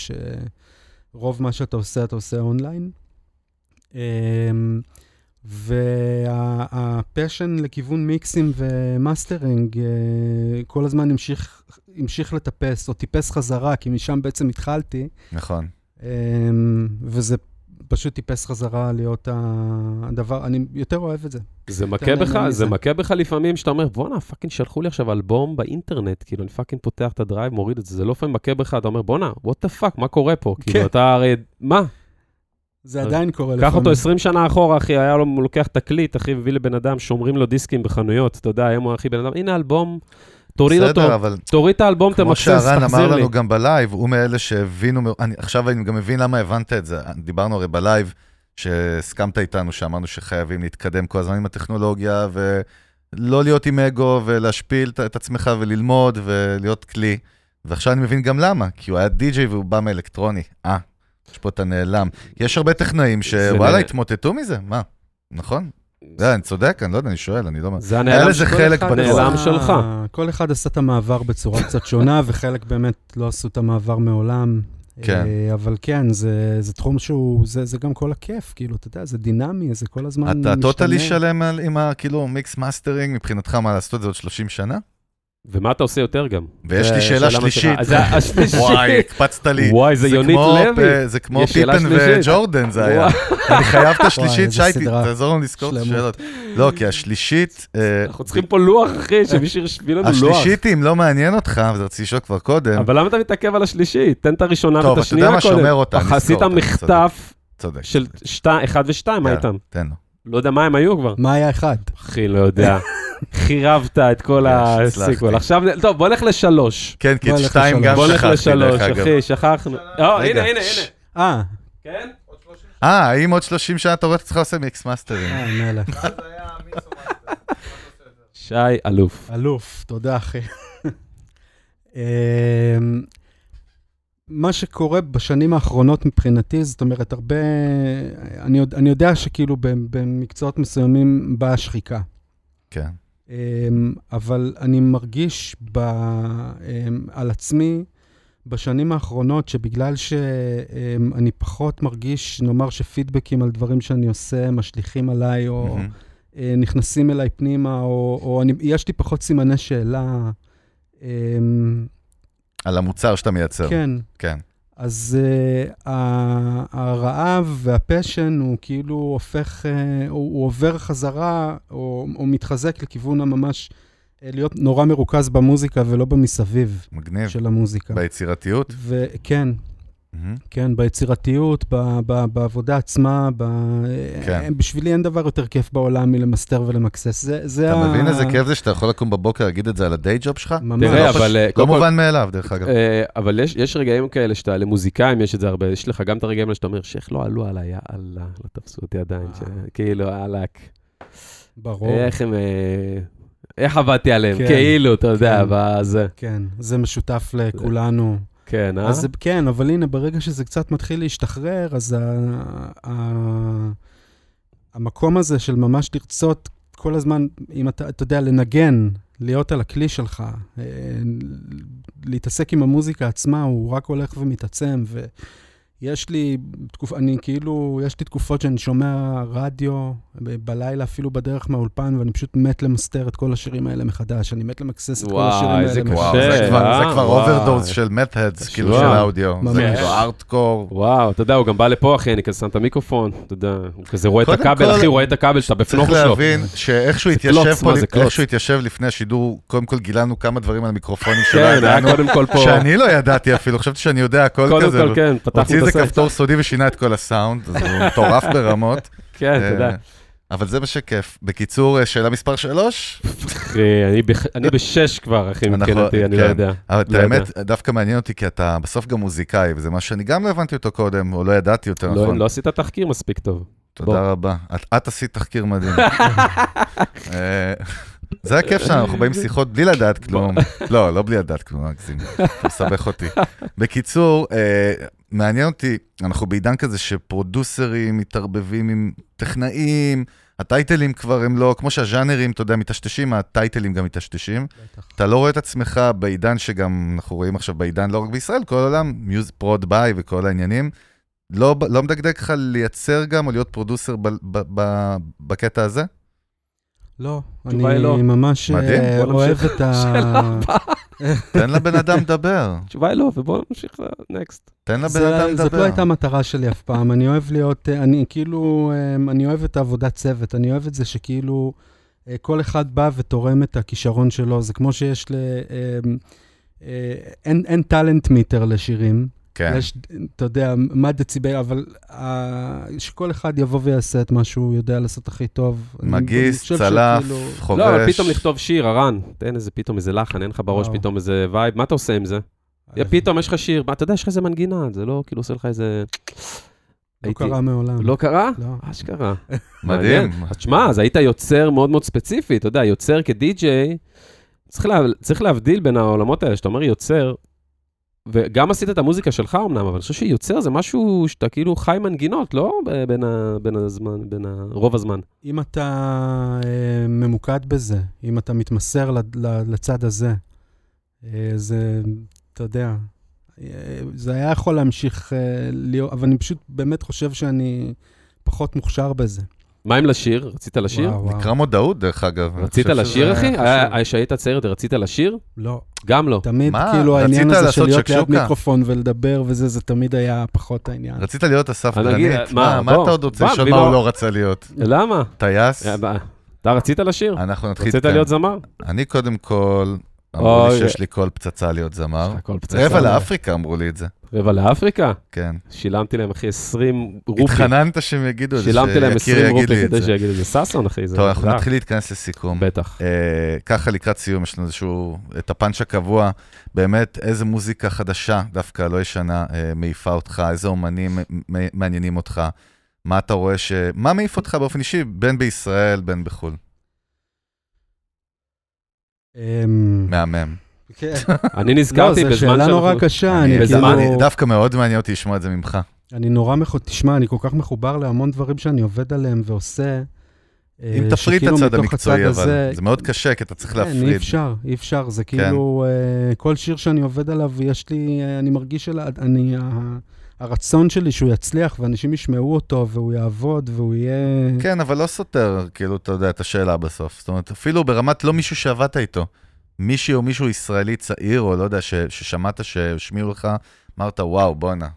Speaker 3: שרוב מה שאתה עושה, אתה עושה אונליין. אמ, והפשן לכיוון מיקסים ומאסטרינג אה, כל הזמן המשיך, המשיך לטפס, או טיפס חזרה, כי משם בעצם התחלתי,
Speaker 1: נכון.
Speaker 3: אמ, וזה פשוט טיפס חזרה להיות ה- הדבר, אני יותר אוהב את זה.
Speaker 2: זה
Speaker 3: אתה
Speaker 2: מכה
Speaker 3: נהנה
Speaker 2: בך,
Speaker 3: מזה.
Speaker 2: זה מכה בך לפעמים, שאתה אומר, בואנה, פאקינג שלחו לי עכשיו אלבום באינטרנט, כאילו, אני פאקינג פותח את הדרייב, מוריד את זה, זה לא לפעמים מכה בך, אתה אומר, בואנה, what the fuck, מה קורה פה?
Speaker 3: כן.
Speaker 2: כאילו, אתה הרי, מה?
Speaker 3: זה
Speaker 2: אז
Speaker 3: עדיין קורה לפעמים.
Speaker 2: קח אותו 20 שנה אחורה, אחי, היה לו, הוא לוקח תקליט, אחי, מביא לבן אדם, שומרים לו דיסקים בחנויות, אתה יודע, היום הוא הכי בן אדם, הנה אלבום, תוריד אותו,
Speaker 1: בסדר, אבל
Speaker 2: תוריד את האלבום,
Speaker 1: כמו
Speaker 2: תמקסס,
Speaker 1: שהרן אמר
Speaker 2: תחזיר לי.
Speaker 1: לנו גם בלייב, הוא מאלה שהבינו, מ- אני, עכשיו אני גם מבין למה הבנת את זה. דיברנו הרי בלייב, שהסכמת איתנו, שאמרנו שחייבים להתקדם כל הזמן עם הטכנולוגיה, ולא להיות עם אגו, ולהשפיל את- את עצמך וללמוד, ולהיות כלי. ועכשיו אני מבין גם למה, כי הוא היה די-ג'יי והוא בא מאלקטרוני. אה, יש פה את הנעלם. יש הרבה טכנאים
Speaker 2: זה
Speaker 1: שוואלה,
Speaker 2: נ-
Speaker 1: התמוטטו מזה, מה? נכון? לא, אני צודק, אני לא יודע, אני שואל, אני לא...
Speaker 2: זה
Speaker 1: היה
Speaker 2: הנעלם
Speaker 1: לזה
Speaker 2: שלך.
Speaker 3: כל
Speaker 1: חלק
Speaker 3: אחד
Speaker 1: בדבר. אה,
Speaker 3: עשה-
Speaker 2: נעלם שלך.
Speaker 3: כל אחד עשה את המעבר בצורה קצת שונה, וחלק באמת לא עשו את המעבר מעולם.
Speaker 1: כן.
Speaker 3: אה, אבל כן, זה, זה תחום שהוא, זה, זה גם כל הכיף, כאילו, אתה יודע, זה דינמי, זה כל הזמן משתנה.
Speaker 1: אתה טוטלי שלם על- עם ה... כאילו, מיקס מאסטרינג, מבחינתך מה לעשות את זה עוד 30 שנה?
Speaker 2: ומה אתה עושה יותר גם?
Speaker 1: ויש
Speaker 2: זה
Speaker 1: לי שאלה
Speaker 2: מצחיקה.
Speaker 1: שלישית.
Speaker 2: אז ה- השלישית.
Speaker 1: וואי, הקפצת לי.
Speaker 2: וואי, זה יונית
Speaker 1: כמו
Speaker 2: לוי.
Speaker 1: פ- זה כמו
Speaker 2: יש שאלה
Speaker 1: פיפן
Speaker 2: שלישית.
Speaker 1: וג'ורדן זה היה.
Speaker 2: וואי.
Speaker 1: אני חייב את השלישית,
Speaker 3: איזה
Speaker 1: שייטי,
Speaker 3: סדרה.
Speaker 1: תעזור לנו לזכור את
Speaker 3: שלמות.
Speaker 1: השאלות. לא, כי השלישית... אה,
Speaker 2: אנחנו צריכים פה לוח, אחי, שמישהו ישביא לנו לוח.
Speaker 1: השלישית, אם לא מעניין אותך, אז רציתי לשאול כבר קודם,
Speaker 2: אבל למה אתה מתעכב על השלישית? תן את הראשונה
Speaker 1: כן. טוב, אתה
Speaker 2: ואת השנייה
Speaker 1: יודע
Speaker 2: קודם.
Speaker 1: מה, שומר אותה,
Speaker 2: אך
Speaker 1: נזכור
Speaker 2: עשית
Speaker 1: אותה, כן.
Speaker 2: מחטף
Speaker 1: צודק.
Speaker 2: של 1 ו-2, מה
Speaker 1: יאללה,
Speaker 2: איתם?
Speaker 1: תן לו.
Speaker 2: לא יודע מה הם היו כבר.
Speaker 3: מה היה אחד?
Speaker 2: אחי, לא יודע. חירבת את כל
Speaker 1: יש, כן, הצלחתי.
Speaker 2: הסיקוול. עכשיו, טוב, בוא נלך לשלוש.
Speaker 1: כן, כי
Speaker 3: בוא
Speaker 1: את
Speaker 3: נלך
Speaker 1: שתיים
Speaker 3: לשלוש.
Speaker 1: גם
Speaker 2: בוא נלך
Speaker 1: שכחתי,
Speaker 2: לשלוש,
Speaker 1: דרך אגב.
Speaker 2: אחי, שכחנו. או,
Speaker 1: רגע.
Speaker 2: הנה, הנה, הנה.
Speaker 1: שש.
Speaker 3: אה,
Speaker 2: כן?
Speaker 1: אה, האם עוד 30 שנה אתה רואה את עצמך עושה מיקס מאסטרים?
Speaker 3: אה, מלך.
Speaker 2: שי אלוף.
Speaker 3: אלוף, תודה אחי. אמ, מה שקורה בשנים האחרונות מבחינתי, זאת אומרת, הרבה... אני, יודע- אני יודע שכאילו במ- במקצועות מסוימים באה שחיקה.
Speaker 1: כן.
Speaker 3: אמ, אבל אני מרגיש ב, אמ, על עצמי בשנים האחרונות שבגלל שאני פחות מרגיש, נאמר שפידבקים על דברים שאני עושה משליכים עליי או
Speaker 1: מהמם.
Speaker 3: אה, נכנסים אליי פנימה, או, או אני, יש לי פחות סימני שאלה. אמ,
Speaker 1: על המוצר שאתה מייצר.
Speaker 3: כן.
Speaker 1: כן.
Speaker 3: אז uh, הרעב והפשן הוא כאילו הופך, uh, הוא, הוא עובר חזרה, או, או מתחזק לכיוון הממש, אה, להיות נורא מרוכז במוזיקה ולא במסביב
Speaker 1: מגניב.
Speaker 3: של המוזיקה.
Speaker 1: ביצירתיות.
Speaker 3: וכן,
Speaker 1: מהמם.
Speaker 3: כן, ביצירתיות, ב, ב, בעבודה עצמה, ב...
Speaker 1: כן.
Speaker 3: כן. בשבילי אין דבר יותר כיף בעולם מלמסתר ולמקסס. זה, זה
Speaker 1: אתה
Speaker 3: ה...
Speaker 1: מבין איזה כיף זה שאתה יכול לקום בבוקר להגיד את זה על הדיי ג'וב שלך?
Speaker 3: ממש.
Speaker 1: זה
Speaker 2: תראה,
Speaker 1: לא פש-
Speaker 2: אבל, אה,
Speaker 1: לא
Speaker 2: קודם כל-
Speaker 1: מובן מאליו, דרך אגב.
Speaker 2: אה, אבל יש- יש רגעים כאלה שאתה, למוזיקאים יש את זה הרבה, יש לך גם את הרגעים האלה שאתה אומר, שייח לא עלו עליי, יאללה, לא תפסו אותי עדיין, ש-
Speaker 3: אה.
Speaker 2: כאילו, אהלק.
Speaker 3: ברור.
Speaker 2: איך הם... אה, איך עבדתי עליהם?
Speaker 3: כן.
Speaker 2: כאילו, אתה יודע,
Speaker 3: כן.
Speaker 2: בזה.
Speaker 3: כן, זה משותף לכולנו.
Speaker 2: כן, אה?
Speaker 3: אז זה, כן, אבל הנה, ברגע שזה קצת מתחיל להשתחרר, אז ה, ה, המקום הזה של ממש לרצות כל הזמן, אם אתה, אתה יודע, לנגן, להיות על הכלי שלך, אה, להתעסק עם המוזיקה עצמה, הוא רק הולך ומתעצם, ויש לי, תקופ, אני כאילו, יש לי תקופות שאני שומע רדיו, ב- בלילה אפילו בדרך מהאולפן, ואני פשוט מת למסתר את כל השירים האלה מחדש, אני מת למקסס את כל
Speaker 2: וואי,
Speaker 3: השירים
Speaker 2: איזה
Speaker 3: האלה מחדש.
Speaker 1: וואו,
Speaker 2: קשה,
Speaker 1: זה כבר-
Speaker 2: אה?
Speaker 1: זה כבר
Speaker 2: וואו.
Speaker 1: אוברדורס של מת'הדס, כאילו
Speaker 2: וואו.
Speaker 1: של האודיו.
Speaker 3: ממש.
Speaker 1: זה כאילו ארטקור.
Speaker 2: וואו, אתה יודע, הוא גם בא לפה, אחי, אני כזה שם את המיקרופון, אתה יודע, הוא כזה רואה את
Speaker 1: קודם
Speaker 2: הכבל,
Speaker 1: כל,
Speaker 2: אחי, הוא רואה את הכבל שאתה בפלוך
Speaker 1: צריך
Speaker 2: שלו.
Speaker 1: להבין שאיכשהו
Speaker 2: זה
Speaker 1: התיישב
Speaker 2: קלוץ,
Speaker 1: פה,
Speaker 2: מה זה קלוץ?
Speaker 1: איכשהו התיישב לפני השידור, קודם כל גילנו כמה דברים על המיקרופונים שלא
Speaker 2: כן, היה
Speaker 1: ידענו,
Speaker 2: קודם כל פה,
Speaker 1: שאני לא ידעתי אפילו, חשבתי שאני יודע הכל
Speaker 2: קודם
Speaker 1: כזה.
Speaker 2: כל, כן, פתחנו
Speaker 1: הוציא
Speaker 2: את
Speaker 1: איזה
Speaker 2: הסרט.
Speaker 1: כפתור סודי ושינה את כל הסאונד, אז הוא מטורף ברמות.
Speaker 2: כן, אתה יודע.
Speaker 1: אה, אבל זה מה שכיף. בקיצור, אה, שאלה מספר שלוש,
Speaker 2: אחי, אני בח- אני בשש כבר, אחי,
Speaker 1: אנחנו-
Speaker 2: מבחינתי, אני לא
Speaker 1: כן.
Speaker 2: יודע.
Speaker 1: אבל את
Speaker 2: לא יודע.
Speaker 1: האמת, דווקא מעניין אותי, כי אתה בסוף גם מוזיקאי, וזה מה שאני גם לא הבנתי אותו קודם, או לא ידעתי יותר
Speaker 2: לא-
Speaker 1: נכון.
Speaker 2: לא עשית תחקיר מספיק טוב. בוא.
Speaker 1: תודה רבה. את- את עשית תחקיר מדהים. אה, זה הכיף שלנו, אנחנו באים שיחות בלי לדעת כלום. לא, לא בלי לדעת כלום, אגזים. אתה מסבך אותי. בקיצור, אה, מעניין אותי, אנחנו בעידן כזה שפרודוסרים מתערבבים עם טכנאים, הטייטלים כבר הם לא, כמו שהז'אנרים, אתה יודע, מטשטשים, הטייטלים גם מטשטשים.
Speaker 3: בטח.
Speaker 1: אתה לא רואה את עצמך בעידן שגם אנחנו רואים עכשיו בעידן, לא רק בישראל, כל העולם, מיוז פרוד ביי וכל העניינים. לא, ב- לא מדגדג לך לייצר גם או להיות פרודוסר ב, ב, ב, בקטע הזה?
Speaker 3: לא, אני
Speaker 2: התשובה היא לא.
Speaker 3: ממש אה,
Speaker 1: מדהים,
Speaker 2: בוא
Speaker 3: אוהב את ה...
Speaker 1: תן לבן אדם לדבר.
Speaker 2: התשובה היא לא, ובואו נמשיך נקסט.
Speaker 1: תן לבן
Speaker 3: זה-
Speaker 1: אדם לדבר.
Speaker 3: זאת לא הייתה המטרה שלי אף פעם, אני אוהב להיות, אה, אני כאילו, אה, אני אוהב את העבודת צוות, אני אוהב את זה שכאילו אה, כל אחד בא ותורם את הכישרון שלו, זה כמו שיש ל... אה, אה, אין, אין טאלנט מיטר לשירים,
Speaker 1: כן,
Speaker 3: יש, אתה יודע, מה דציבל, אבל אה, שכל אחד יבוא ויעשה את מה שהוא יודע לעשות הכי טוב. אני- אני
Speaker 1: מגיס,
Speaker 3: חושב
Speaker 1: צלף,
Speaker 3: שכאילו-
Speaker 1: חובש.
Speaker 2: לא, אבל פתאום לכתוב שיר, הרן, תן איזה פתאום איזה לחן, אין לך בראש
Speaker 3: וואו.
Speaker 2: פתאום איזה וייב, מה אתה עושה עם זה? יא, פתאום יש לך שיר, מה, אתה יודע, יש לך איזה מנגינה, זה לא כאילו עושה לך איזה...
Speaker 3: לא
Speaker 2: הייתי-
Speaker 3: קרה מעולם.
Speaker 2: לא קרה?
Speaker 3: לא.
Speaker 2: אשכרה.
Speaker 1: מדהים.
Speaker 2: מעניין. אז תשמע, אז היית יוצר מאוד מאוד ספציפי, אתה יודע, יוצר כדי-ג'יי, צריך, לה, צריך להבדיל בין העולמות האלה, שאתה אומר יוצר, וגם עשית את המוזיקה שלך אמנם, אבל אני חושב שיוצר זה משהו שאתה כאילו חי מנגינות, לא ב- בין, ה, בין הזמן, בין ה, רוב הזמן.
Speaker 3: אם אתה אה, ממוקד בזה, אם אתה מתמסר ל- ל- לצד הזה, אה, זה, אתה יודע, אה, זה היה יכול להמשיך אה, להיות, אבל אני פשוט באמת חושב שאני פחות מוכשר בזה.
Speaker 2: מה עם לשיר? רצית לשיר?
Speaker 3: וואו, וואו.
Speaker 1: נקרא מודעות, דרך אגב. אני
Speaker 2: רצית
Speaker 1: חושב שזה-
Speaker 2: לשיר, אחי? היה- היה- כשהיית צעיר, רצית לשיר?
Speaker 3: לא.
Speaker 2: גם לא.
Speaker 3: תמיד,
Speaker 1: מה?
Speaker 3: כאילו, העניין
Speaker 1: רצית
Speaker 3: הזה של
Speaker 1: לעשות
Speaker 3: להיות ליד
Speaker 1: שקשוקה?
Speaker 3: מיקרופון ולדבר וזה, זה תמיד היה פחות העניין.
Speaker 1: רצית להיות
Speaker 2: אני
Speaker 1: הספדנית,
Speaker 2: אגיד, מה,
Speaker 1: מה מה
Speaker 2: בוא,
Speaker 1: אתה עוד רוצה
Speaker 2: בוא,
Speaker 1: לשאול
Speaker 2: ואם
Speaker 1: מה הוא
Speaker 2: לא-
Speaker 1: לא רצה להיות?
Speaker 2: למה?
Speaker 1: טייס?
Speaker 2: אה, מה, אתה רצית לשיר?
Speaker 1: אנחנו נתחיל
Speaker 2: רצית
Speaker 1: איתכם.
Speaker 2: להיות זמר?
Speaker 1: אני קודם כל, אמרו לי
Speaker 2: אוי.
Speaker 1: שיש לי קול פצצה להיות זמר.
Speaker 2: אה, הכל פצצה.
Speaker 1: רבע לאפריקה אמרו לי את זה,
Speaker 2: רבע לאפריקה?
Speaker 1: כן.
Speaker 2: שילמתי להם, אחי, 20 רופי.
Speaker 1: התחננת שהם יגידו את זה,
Speaker 2: שילמתי להם
Speaker 1: שיקיר
Speaker 2: 20
Speaker 1: יגיד
Speaker 2: רופי
Speaker 1: לי את
Speaker 2: כדי
Speaker 1: זה.
Speaker 2: שיגידו את זה. ששון, אחי, זה...
Speaker 1: טוב, אנחנו
Speaker 2: אה,
Speaker 1: נתחיל להתכנס לסיכום.
Speaker 2: בטח.
Speaker 1: אה, ככה לקראת סיום, יש לנו איזשהו, את הפאנץ' הקבוע, באמת, איזה מוזיקה חדשה, דווקא לא ישנה, אה, מעיפה אותך, איזה אומנים מ- מ- מעניינים אותך, מה אתה רואה ש... מה מעיף אותך באופן אישי, בין בישראל, בין בחו"ל?
Speaker 3: אמ,
Speaker 1: מהמם.
Speaker 3: כן.
Speaker 2: אני
Speaker 3: לא,
Speaker 2: נזכרתי
Speaker 3: זו
Speaker 2: בזמן
Speaker 3: שאלה נורא קשה, אני
Speaker 1: אני-
Speaker 2: בזמן-
Speaker 1: אני-
Speaker 3: כאילו...
Speaker 1: דווקא מאוד מעניין אותי לשמוע את זה ממך.
Speaker 3: אני נורא מחו... תשמע, אני כל כך מחובר להמון דברים שאני עובד עליהם ועושה. אה,
Speaker 1: אם תפריד את
Speaker 3: שכאילו
Speaker 1: הצד
Speaker 3: מתוך
Speaker 1: המקצועי,
Speaker 3: הצד
Speaker 1: אבל
Speaker 3: הזה-
Speaker 1: זה מאוד קשה, כי אתה צריך
Speaker 3: כן, אי
Speaker 1: להפריד. כן.
Speaker 3: אפשר, אי אפשר. זה כאילו, אה, כל שיר שאני עובד עליו, יש לי, אה, אני מרגיש של... אני, ה- הרצון שלי שהוא יצליח, ואנשים ישמעו אותו, והוא יעבוד, והוא יהיה...
Speaker 1: כן, אבל לא סותר, כאילו, אתה יודע, את השאלה בסוף. זאת אומרת, אפילו ברמת לא מישהו שעבדת איתו. מישהי או מישהו ישראלי צעיר, או לא יודע, ש, ששמעת שהשמיעו לך, אמרת, וואו, בואנה.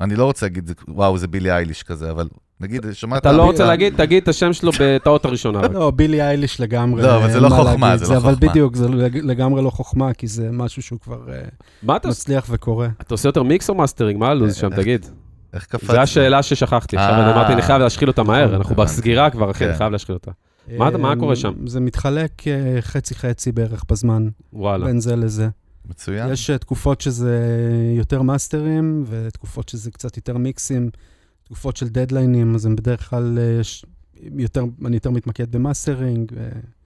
Speaker 1: אני לא רוצה להגיד, וואו, זה בילי אייליש כזה, אבל נגיד, שמעת...
Speaker 2: אתה לא
Speaker 3: אה,
Speaker 2: רוצה להגיד, תגיד את השם שלו את האות הראשונה. רק.
Speaker 3: לא, בילי אייליש לגמרי.
Speaker 1: לא, אבל זה
Speaker 3: אין
Speaker 1: לא
Speaker 3: מה
Speaker 1: חוכמה,
Speaker 3: להגיד.
Speaker 1: זה לא
Speaker 3: אבל
Speaker 1: חוכמה.
Speaker 3: בדיוק, זה לג- לגמרי לא חוכמה, כי זה משהו שהוא כבר אה,
Speaker 2: מה אתה עושה?
Speaker 3: מצליח וקורה.
Speaker 2: אתה עושה יותר מיקס או מאסטרינג? מה הלו"ז שם,
Speaker 1: אה,
Speaker 2: תגיד?
Speaker 1: איך קפצת?
Speaker 2: זו השאלה ששכחתי. עכשיו
Speaker 1: אה.
Speaker 2: אני אמרתי, אני חייב להשחיל אותה מהר, אנחנו
Speaker 1: הבנתי.
Speaker 2: בסגירה כבר, אחי, אני
Speaker 1: כן.
Speaker 2: חייב להשחיל אותה. מה אתה- מה
Speaker 3: אה,
Speaker 2: קורה שם?
Speaker 3: זה מתחלק אה, חצי-חצי בערך בזמן,
Speaker 2: וואלה.
Speaker 3: בין זה לזה.
Speaker 1: מצוין.
Speaker 3: יש אה, תקופות שזה יותר מאסטרים, ותקופות שזה קצת יותר מיקסים, תקופות של דדליינים, אז הם בדרך כלל, אה, יש- יותר, אני יותר מתמקד במאסטרינג, אה,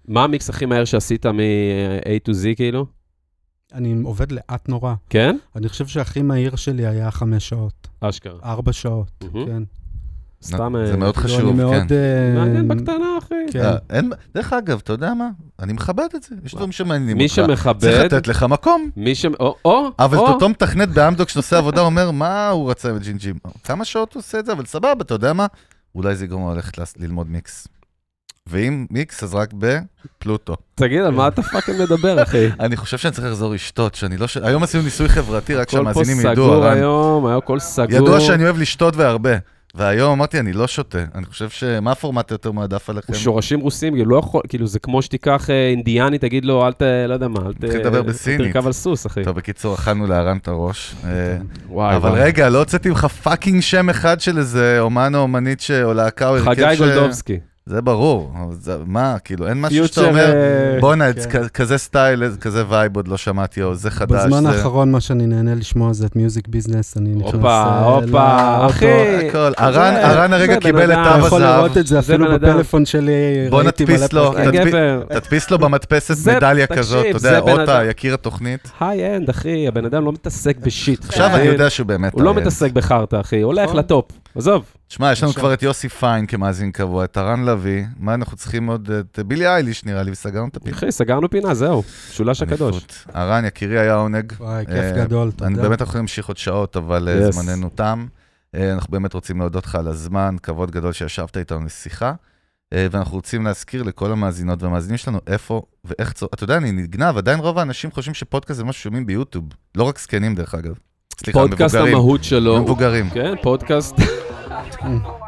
Speaker 2: מה המיקס הכי מהר שעשית מ-A to Z, כאילו?
Speaker 3: אני עובד לאט נורא.
Speaker 2: כן?
Speaker 3: אני חושב שהכי מהיר שלי היה חמש שעות,
Speaker 2: אשכרה.
Speaker 3: ארבע שעות,
Speaker 2: מהמם.
Speaker 3: כן.
Speaker 2: סתם...
Speaker 1: זה
Speaker 2: אה,
Speaker 1: Mm-hmm. מאוד
Speaker 3: כאילו,
Speaker 1: חשוב,
Speaker 3: אני
Speaker 1: כן.
Speaker 3: מאוד... אה,
Speaker 2: מעניין בקטנה, אחי.
Speaker 3: כן.
Speaker 1: אה, אין- דרך אגב, אתה יודע מה? אני מכבד את זה. יש דברים שמעניינים
Speaker 2: מי
Speaker 1: אותך. צריך
Speaker 2: שמכבד,
Speaker 1: לתת לך מקום.
Speaker 2: מי ש... או, או,
Speaker 1: אבל את
Speaker 2: או,
Speaker 1: אותו מתכנת באמדוק שעושה עבודה אומר, מה הוא רצה בג'ינג'ים? כמה שעות הוא עושה את זה, אבל סבבה, אתה יודע מה? אולי זה יגרום לו ללכת לס- ללמוד מיקס. ואם מיקס, אז רק בפלוטו.
Speaker 2: תגיד, על מה אתה פאקינג מדבר, אחי?
Speaker 1: אני חושב שאני צריך לחזור לשתות, שאני לא... ש- היום עשינו ניסוי חברתי, רק
Speaker 2: הכל פה
Speaker 1: שהמאזינים ידעו.
Speaker 2: סגור
Speaker 1: הרן.
Speaker 2: היום, היה הכל סגור.
Speaker 1: ידוע שאני אוהב לשתות והרבה. והיום אמרתי, אני לא שותה. אני חושב ש... מה הפורמט היותר מועדף עליכם?
Speaker 2: הוא שורשים רוסים, כאילו, לא יכול, כאילו, זה כמו שתיקח אה, אינדיאני, תגיד לו, אל ת... לא יודע מה, אל ת...
Speaker 1: מתחיל לדבר
Speaker 2: אל
Speaker 1: בסינית.
Speaker 2: תרכב על סוס, אחי.
Speaker 1: טוב, בקיצור, אכלנו להרן את הראש. אה,
Speaker 2: וואי,
Speaker 1: אבל
Speaker 2: וואי.
Speaker 1: רגע, לא הוצאתי ממך פאקינג שם אחד של איזה אומן או אומנית ש... או להקה או הרכב
Speaker 2: חגי
Speaker 1: ש-
Speaker 2: גולדובסקי.
Speaker 1: זה ברור, אבל זה, מה, כאילו, אין אה, משהו שאתה
Speaker 2: פיוטר,
Speaker 1: אומר,
Speaker 2: אה,
Speaker 1: בואנה,
Speaker 3: כן.
Speaker 1: כ- כזה סטייל, איזה- כזה וייב עוד לא שמעתי, או זה חדש.
Speaker 3: בזמן
Speaker 1: זה...
Speaker 3: האחרון, מה שאני נהנה לשמוע זה את מיוזיק ביזנס, אני נכנס...
Speaker 2: הופה,
Speaker 3: אה,
Speaker 2: הופה,
Speaker 3: לאוטו.
Speaker 2: אחי.
Speaker 1: הכל.
Speaker 2: זה-
Speaker 1: הרן- הרן
Speaker 2: זה
Speaker 1: הרגע
Speaker 2: בן
Speaker 1: קיבל את
Speaker 2: אדם.
Speaker 1: תו
Speaker 3: אתה יכול
Speaker 1: הזהב.
Speaker 3: לראות את זה
Speaker 2: זה בן
Speaker 3: אפילו
Speaker 2: אדם.
Speaker 3: בפלאפון שלי.
Speaker 1: בוא
Speaker 3: ראיתי
Speaker 1: נדפיס
Speaker 3: מלא
Speaker 1: לו.
Speaker 3: פרקים.
Speaker 1: תדפי-
Speaker 2: אה, גבר.
Speaker 1: תדפיס לו במדפסת
Speaker 2: זה-
Speaker 1: מדליה
Speaker 2: תקשיב,
Speaker 1: כזאת, אתה
Speaker 2: זה
Speaker 1: יודע,
Speaker 2: בן
Speaker 1: אותה,
Speaker 2: אדם. אה,
Speaker 1: יקיר התוכנית.
Speaker 2: היי-אנד, אחי, הבן אדם לא מתעסק בשיט.
Speaker 1: עכשיו
Speaker 2: אחי.
Speaker 1: אני יודע שהוא באמת...
Speaker 2: הוא לא
Speaker 1: אריה.
Speaker 2: מתעסק בחרטא, אחי, הולך
Speaker 3: נכון.
Speaker 2: לטופ. עזוב.
Speaker 1: תשמע, יש לנו
Speaker 3: עכשיו.
Speaker 1: כבר את יוסי פיין כמאזין קבוע, את הרן לביא, מה אנחנו צריכים עוד? את בילי אייליש נראה לי, וסגרנו את הפינה.
Speaker 2: אחי, סגרנו פינה, זהו. משולש הקדוש.
Speaker 1: אליפות. הרן, יקירי, היה עונג.
Speaker 3: וואי,
Speaker 1: אה,
Speaker 3: כיף גדול,
Speaker 1: אני
Speaker 3: תודה.
Speaker 1: באמת יכול להמשיך עוד שעות, אבל
Speaker 2: Yes.
Speaker 1: yes. זמננו תם. אה, אנחנו באמת רוצים להודות לך על הזמן, כבוד גדול שישבת איתנו לשיחה. אה, ואנחנו רוצים להזכיר לכל המאזינות והמאזינים שלנו איפה ואיך צור... אתה יודע, אני נגנב, עדיין רוב האנשים חושבים שפודקאסט זה משהו ששומעים ביוטיוב. לא רק זקנים, דרך אגב. סליחה,
Speaker 2: פודקאסט
Speaker 1: מבוגרים.
Speaker 2: המהות שלו.
Speaker 1: מבוגרים.
Speaker 2: כן, פודקאסט.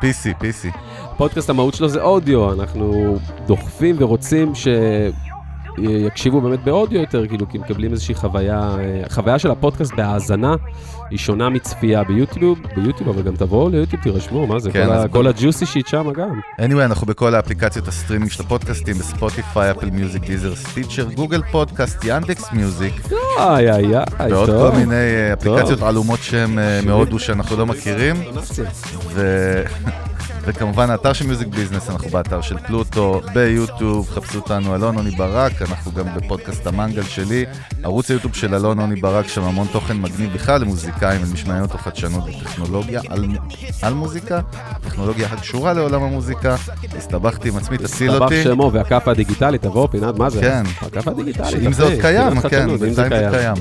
Speaker 1: PC, PC.
Speaker 2: פודקאסט המהות שלו זה אודיו, אנחנו דוחפים ורוצים שיקשיבו באמת באודיו יותר, כאילו, כי מקבלים איזושהי חוויה, אה, החוויה של הפודקאסט בהאזנה היא שונה מצפייה ביוטיוב, ביוטיוב, אבל גם תבואו ליוטיוב, תירשמו, מה זה,
Speaker 1: כן,
Speaker 2: כל,
Speaker 1: אז
Speaker 2: ה,
Speaker 1: ב-
Speaker 2: כל הג'וסי שיט שם גם.
Speaker 1: anyway, אנחנו בכל האפליקציות הסטרימינג של הפודקאסטים, בספוטיפיי, אפל מיוזיק, דיזר, סטיצ'ר, גוגל פודקאסט, ינדקס מיוזיק,
Speaker 2: איי, איי, איי,
Speaker 1: ועוד
Speaker 2: טוב. אוקיי.
Speaker 1: כל מיני אה, אפליקציות עלומות שהן אה, מהודו שאנחנו לא מכירים. ו... וכמובן האתר של מיוזיק ביזנס, אנחנו באתר של פלוטו, ביוטיוב, חפשו אותנו אלון עוני ברק, אנחנו גם בפודקאסט המנגל שלי, ערוץ היוטיוב של אלון עוני ברק, שם המון תוכן מגניב בכלל למוזיקאים, למי שמעניין אותו חדשנות וטכנולוגיה על, על מוזיקה, טכנולוגיה הקשורה לעולם המוזיקה, הסתבכתי עם עצמי, תסיל
Speaker 2: טבח
Speaker 1: אותי,
Speaker 2: שמו והכף הדיגיטלית, תבואו פינת, מה זה?
Speaker 1: כן.
Speaker 2: הכף הדיגיטלית.
Speaker 1: אם זה עוד
Speaker 2: אחי,
Speaker 1: קיים,
Speaker 2: פינת
Speaker 1: כן,
Speaker 2: חדשנות, אם
Speaker 1: בינתיים זה קיים.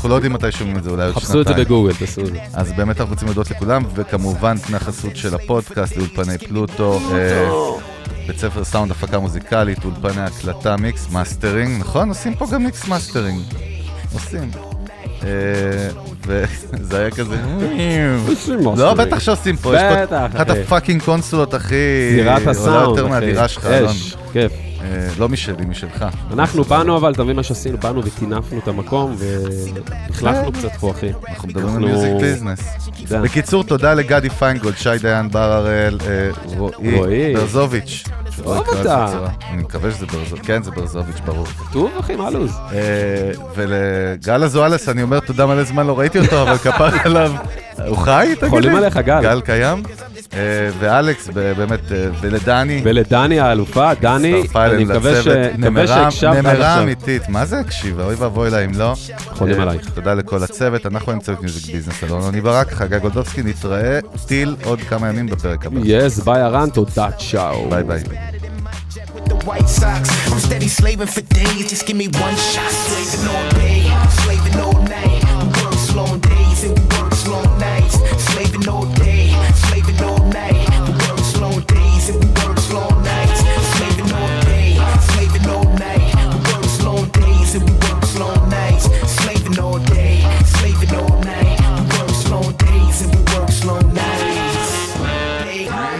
Speaker 1: אנחנו לא יודעים מתי שומעים את זה, אולי עוד
Speaker 2: חפשו
Speaker 1: שנתיים.
Speaker 2: את זה בגוגל, תעשו את זה.
Speaker 1: אז באמת אנחנו רוצים להודות לכולם, וכמובן, תנא חסות של הפודקאסט, לאולפני פלוטו, אה, בית ספר סאונד, הפקה מוזיקלית, אולפני הקלטה, מיקס מאסטרינג, נכון? עושים פה גם מיקס מאסטרינג. עושים. אה, וזה היה כזה... לא, בטח שעושים פה, יש פה
Speaker 2: בטח,
Speaker 1: אחת
Speaker 2: אחי.
Speaker 1: הפאקינג קונסולות הכי...
Speaker 2: זירת
Speaker 1: עולה
Speaker 2: הסאונד,
Speaker 1: יותר
Speaker 2: אחי.
Speaker 1: מהדירה שלך, אלון.
Speaker 2: יש, כיף.
Speaker 1: אה, לא משלי, משלך.
Speaker 2: אנחנו באנו, אבל אתה מבין מה שעשינו, באנו וטינפנו את המקום, והחלפנו קצת פה, אחי.
Speaker 1: אנחנו מדברים על מיוזיק ביזנס.
Speaker 2: יודע.
Speaker 1: בקיצור, תודה לגדי פיינגולד, שי דיין, בר הראל, אה, רועי
Speaker 2: רועי.
Speaker 1: ברזוביץ'. שלא
Speaker 2: טוב
Speaker 1: יקרא את זה
Speaker 2: אתה.
Speaker 1: בצורה. אני מקווה שזה ברזוביץ', כן, זה ברזוביץ', ברור.
Speaker 2: טוב, אחי, מה לו"ז?
Speaker 1: אה, ולגל אזואלס, אני אומר תודה מלא זמן, לא ראיתי אותו, אבל כפר עליו. הוא חי? תגיד לי.
Speaker 2: חולים עליך, גל.
Speaker 1: גל קיים. אה, ואלכס, ב- באמת, אה, ולדני.
Speaker 2: ולדני האלופה, דני,
Speaker 1: הצטרפה
Speaker 2: אני
Speaker 1: אלינו
Speaker 2: מקווה ש-
Speaker 1: לצוות.
Speaker 2: מקווה
Speaker 1: נמרה-
Speaker 2: שהקשבת עד
Speaker 1: נמרה
Speaker 2: עכשיו.
Speaker 1: אמיתית, מה זה הקשיבה? אוי ואבוי לה אם לא.
Speaker 2: חולם
Speaker 1: אה,
Speaker 2: עלייך.
Speaker 1: תודה לכל הצוות, אנחנו עם צוות מיוזיק ביזנס, אלון עוני ברק, חגי גולדובסקי, נתראה טיל עוד כמה ימים בפרק הבא.
Speaker 2: יס, ביי ארן, תודה, צ'או.
Speaker 1: ביי ביי.
Speaker 4: better than mine. Check with the white socks. I'm steady slaving for days. Just give me one shot. Slaving all day, slaving all night. We work long days and we work long nights. Slaving all day, slaving all night. We work long days and we work long nights. Slaving all day, slaving all night. We work long days and we work long nights. Slaving all day, slaving all night. We work long days and we work long nights day,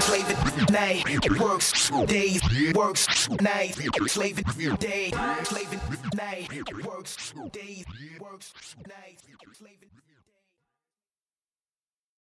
Speaker 4: slaving night, works days, works night, slaving day, slaving night, works days, works night, slaving.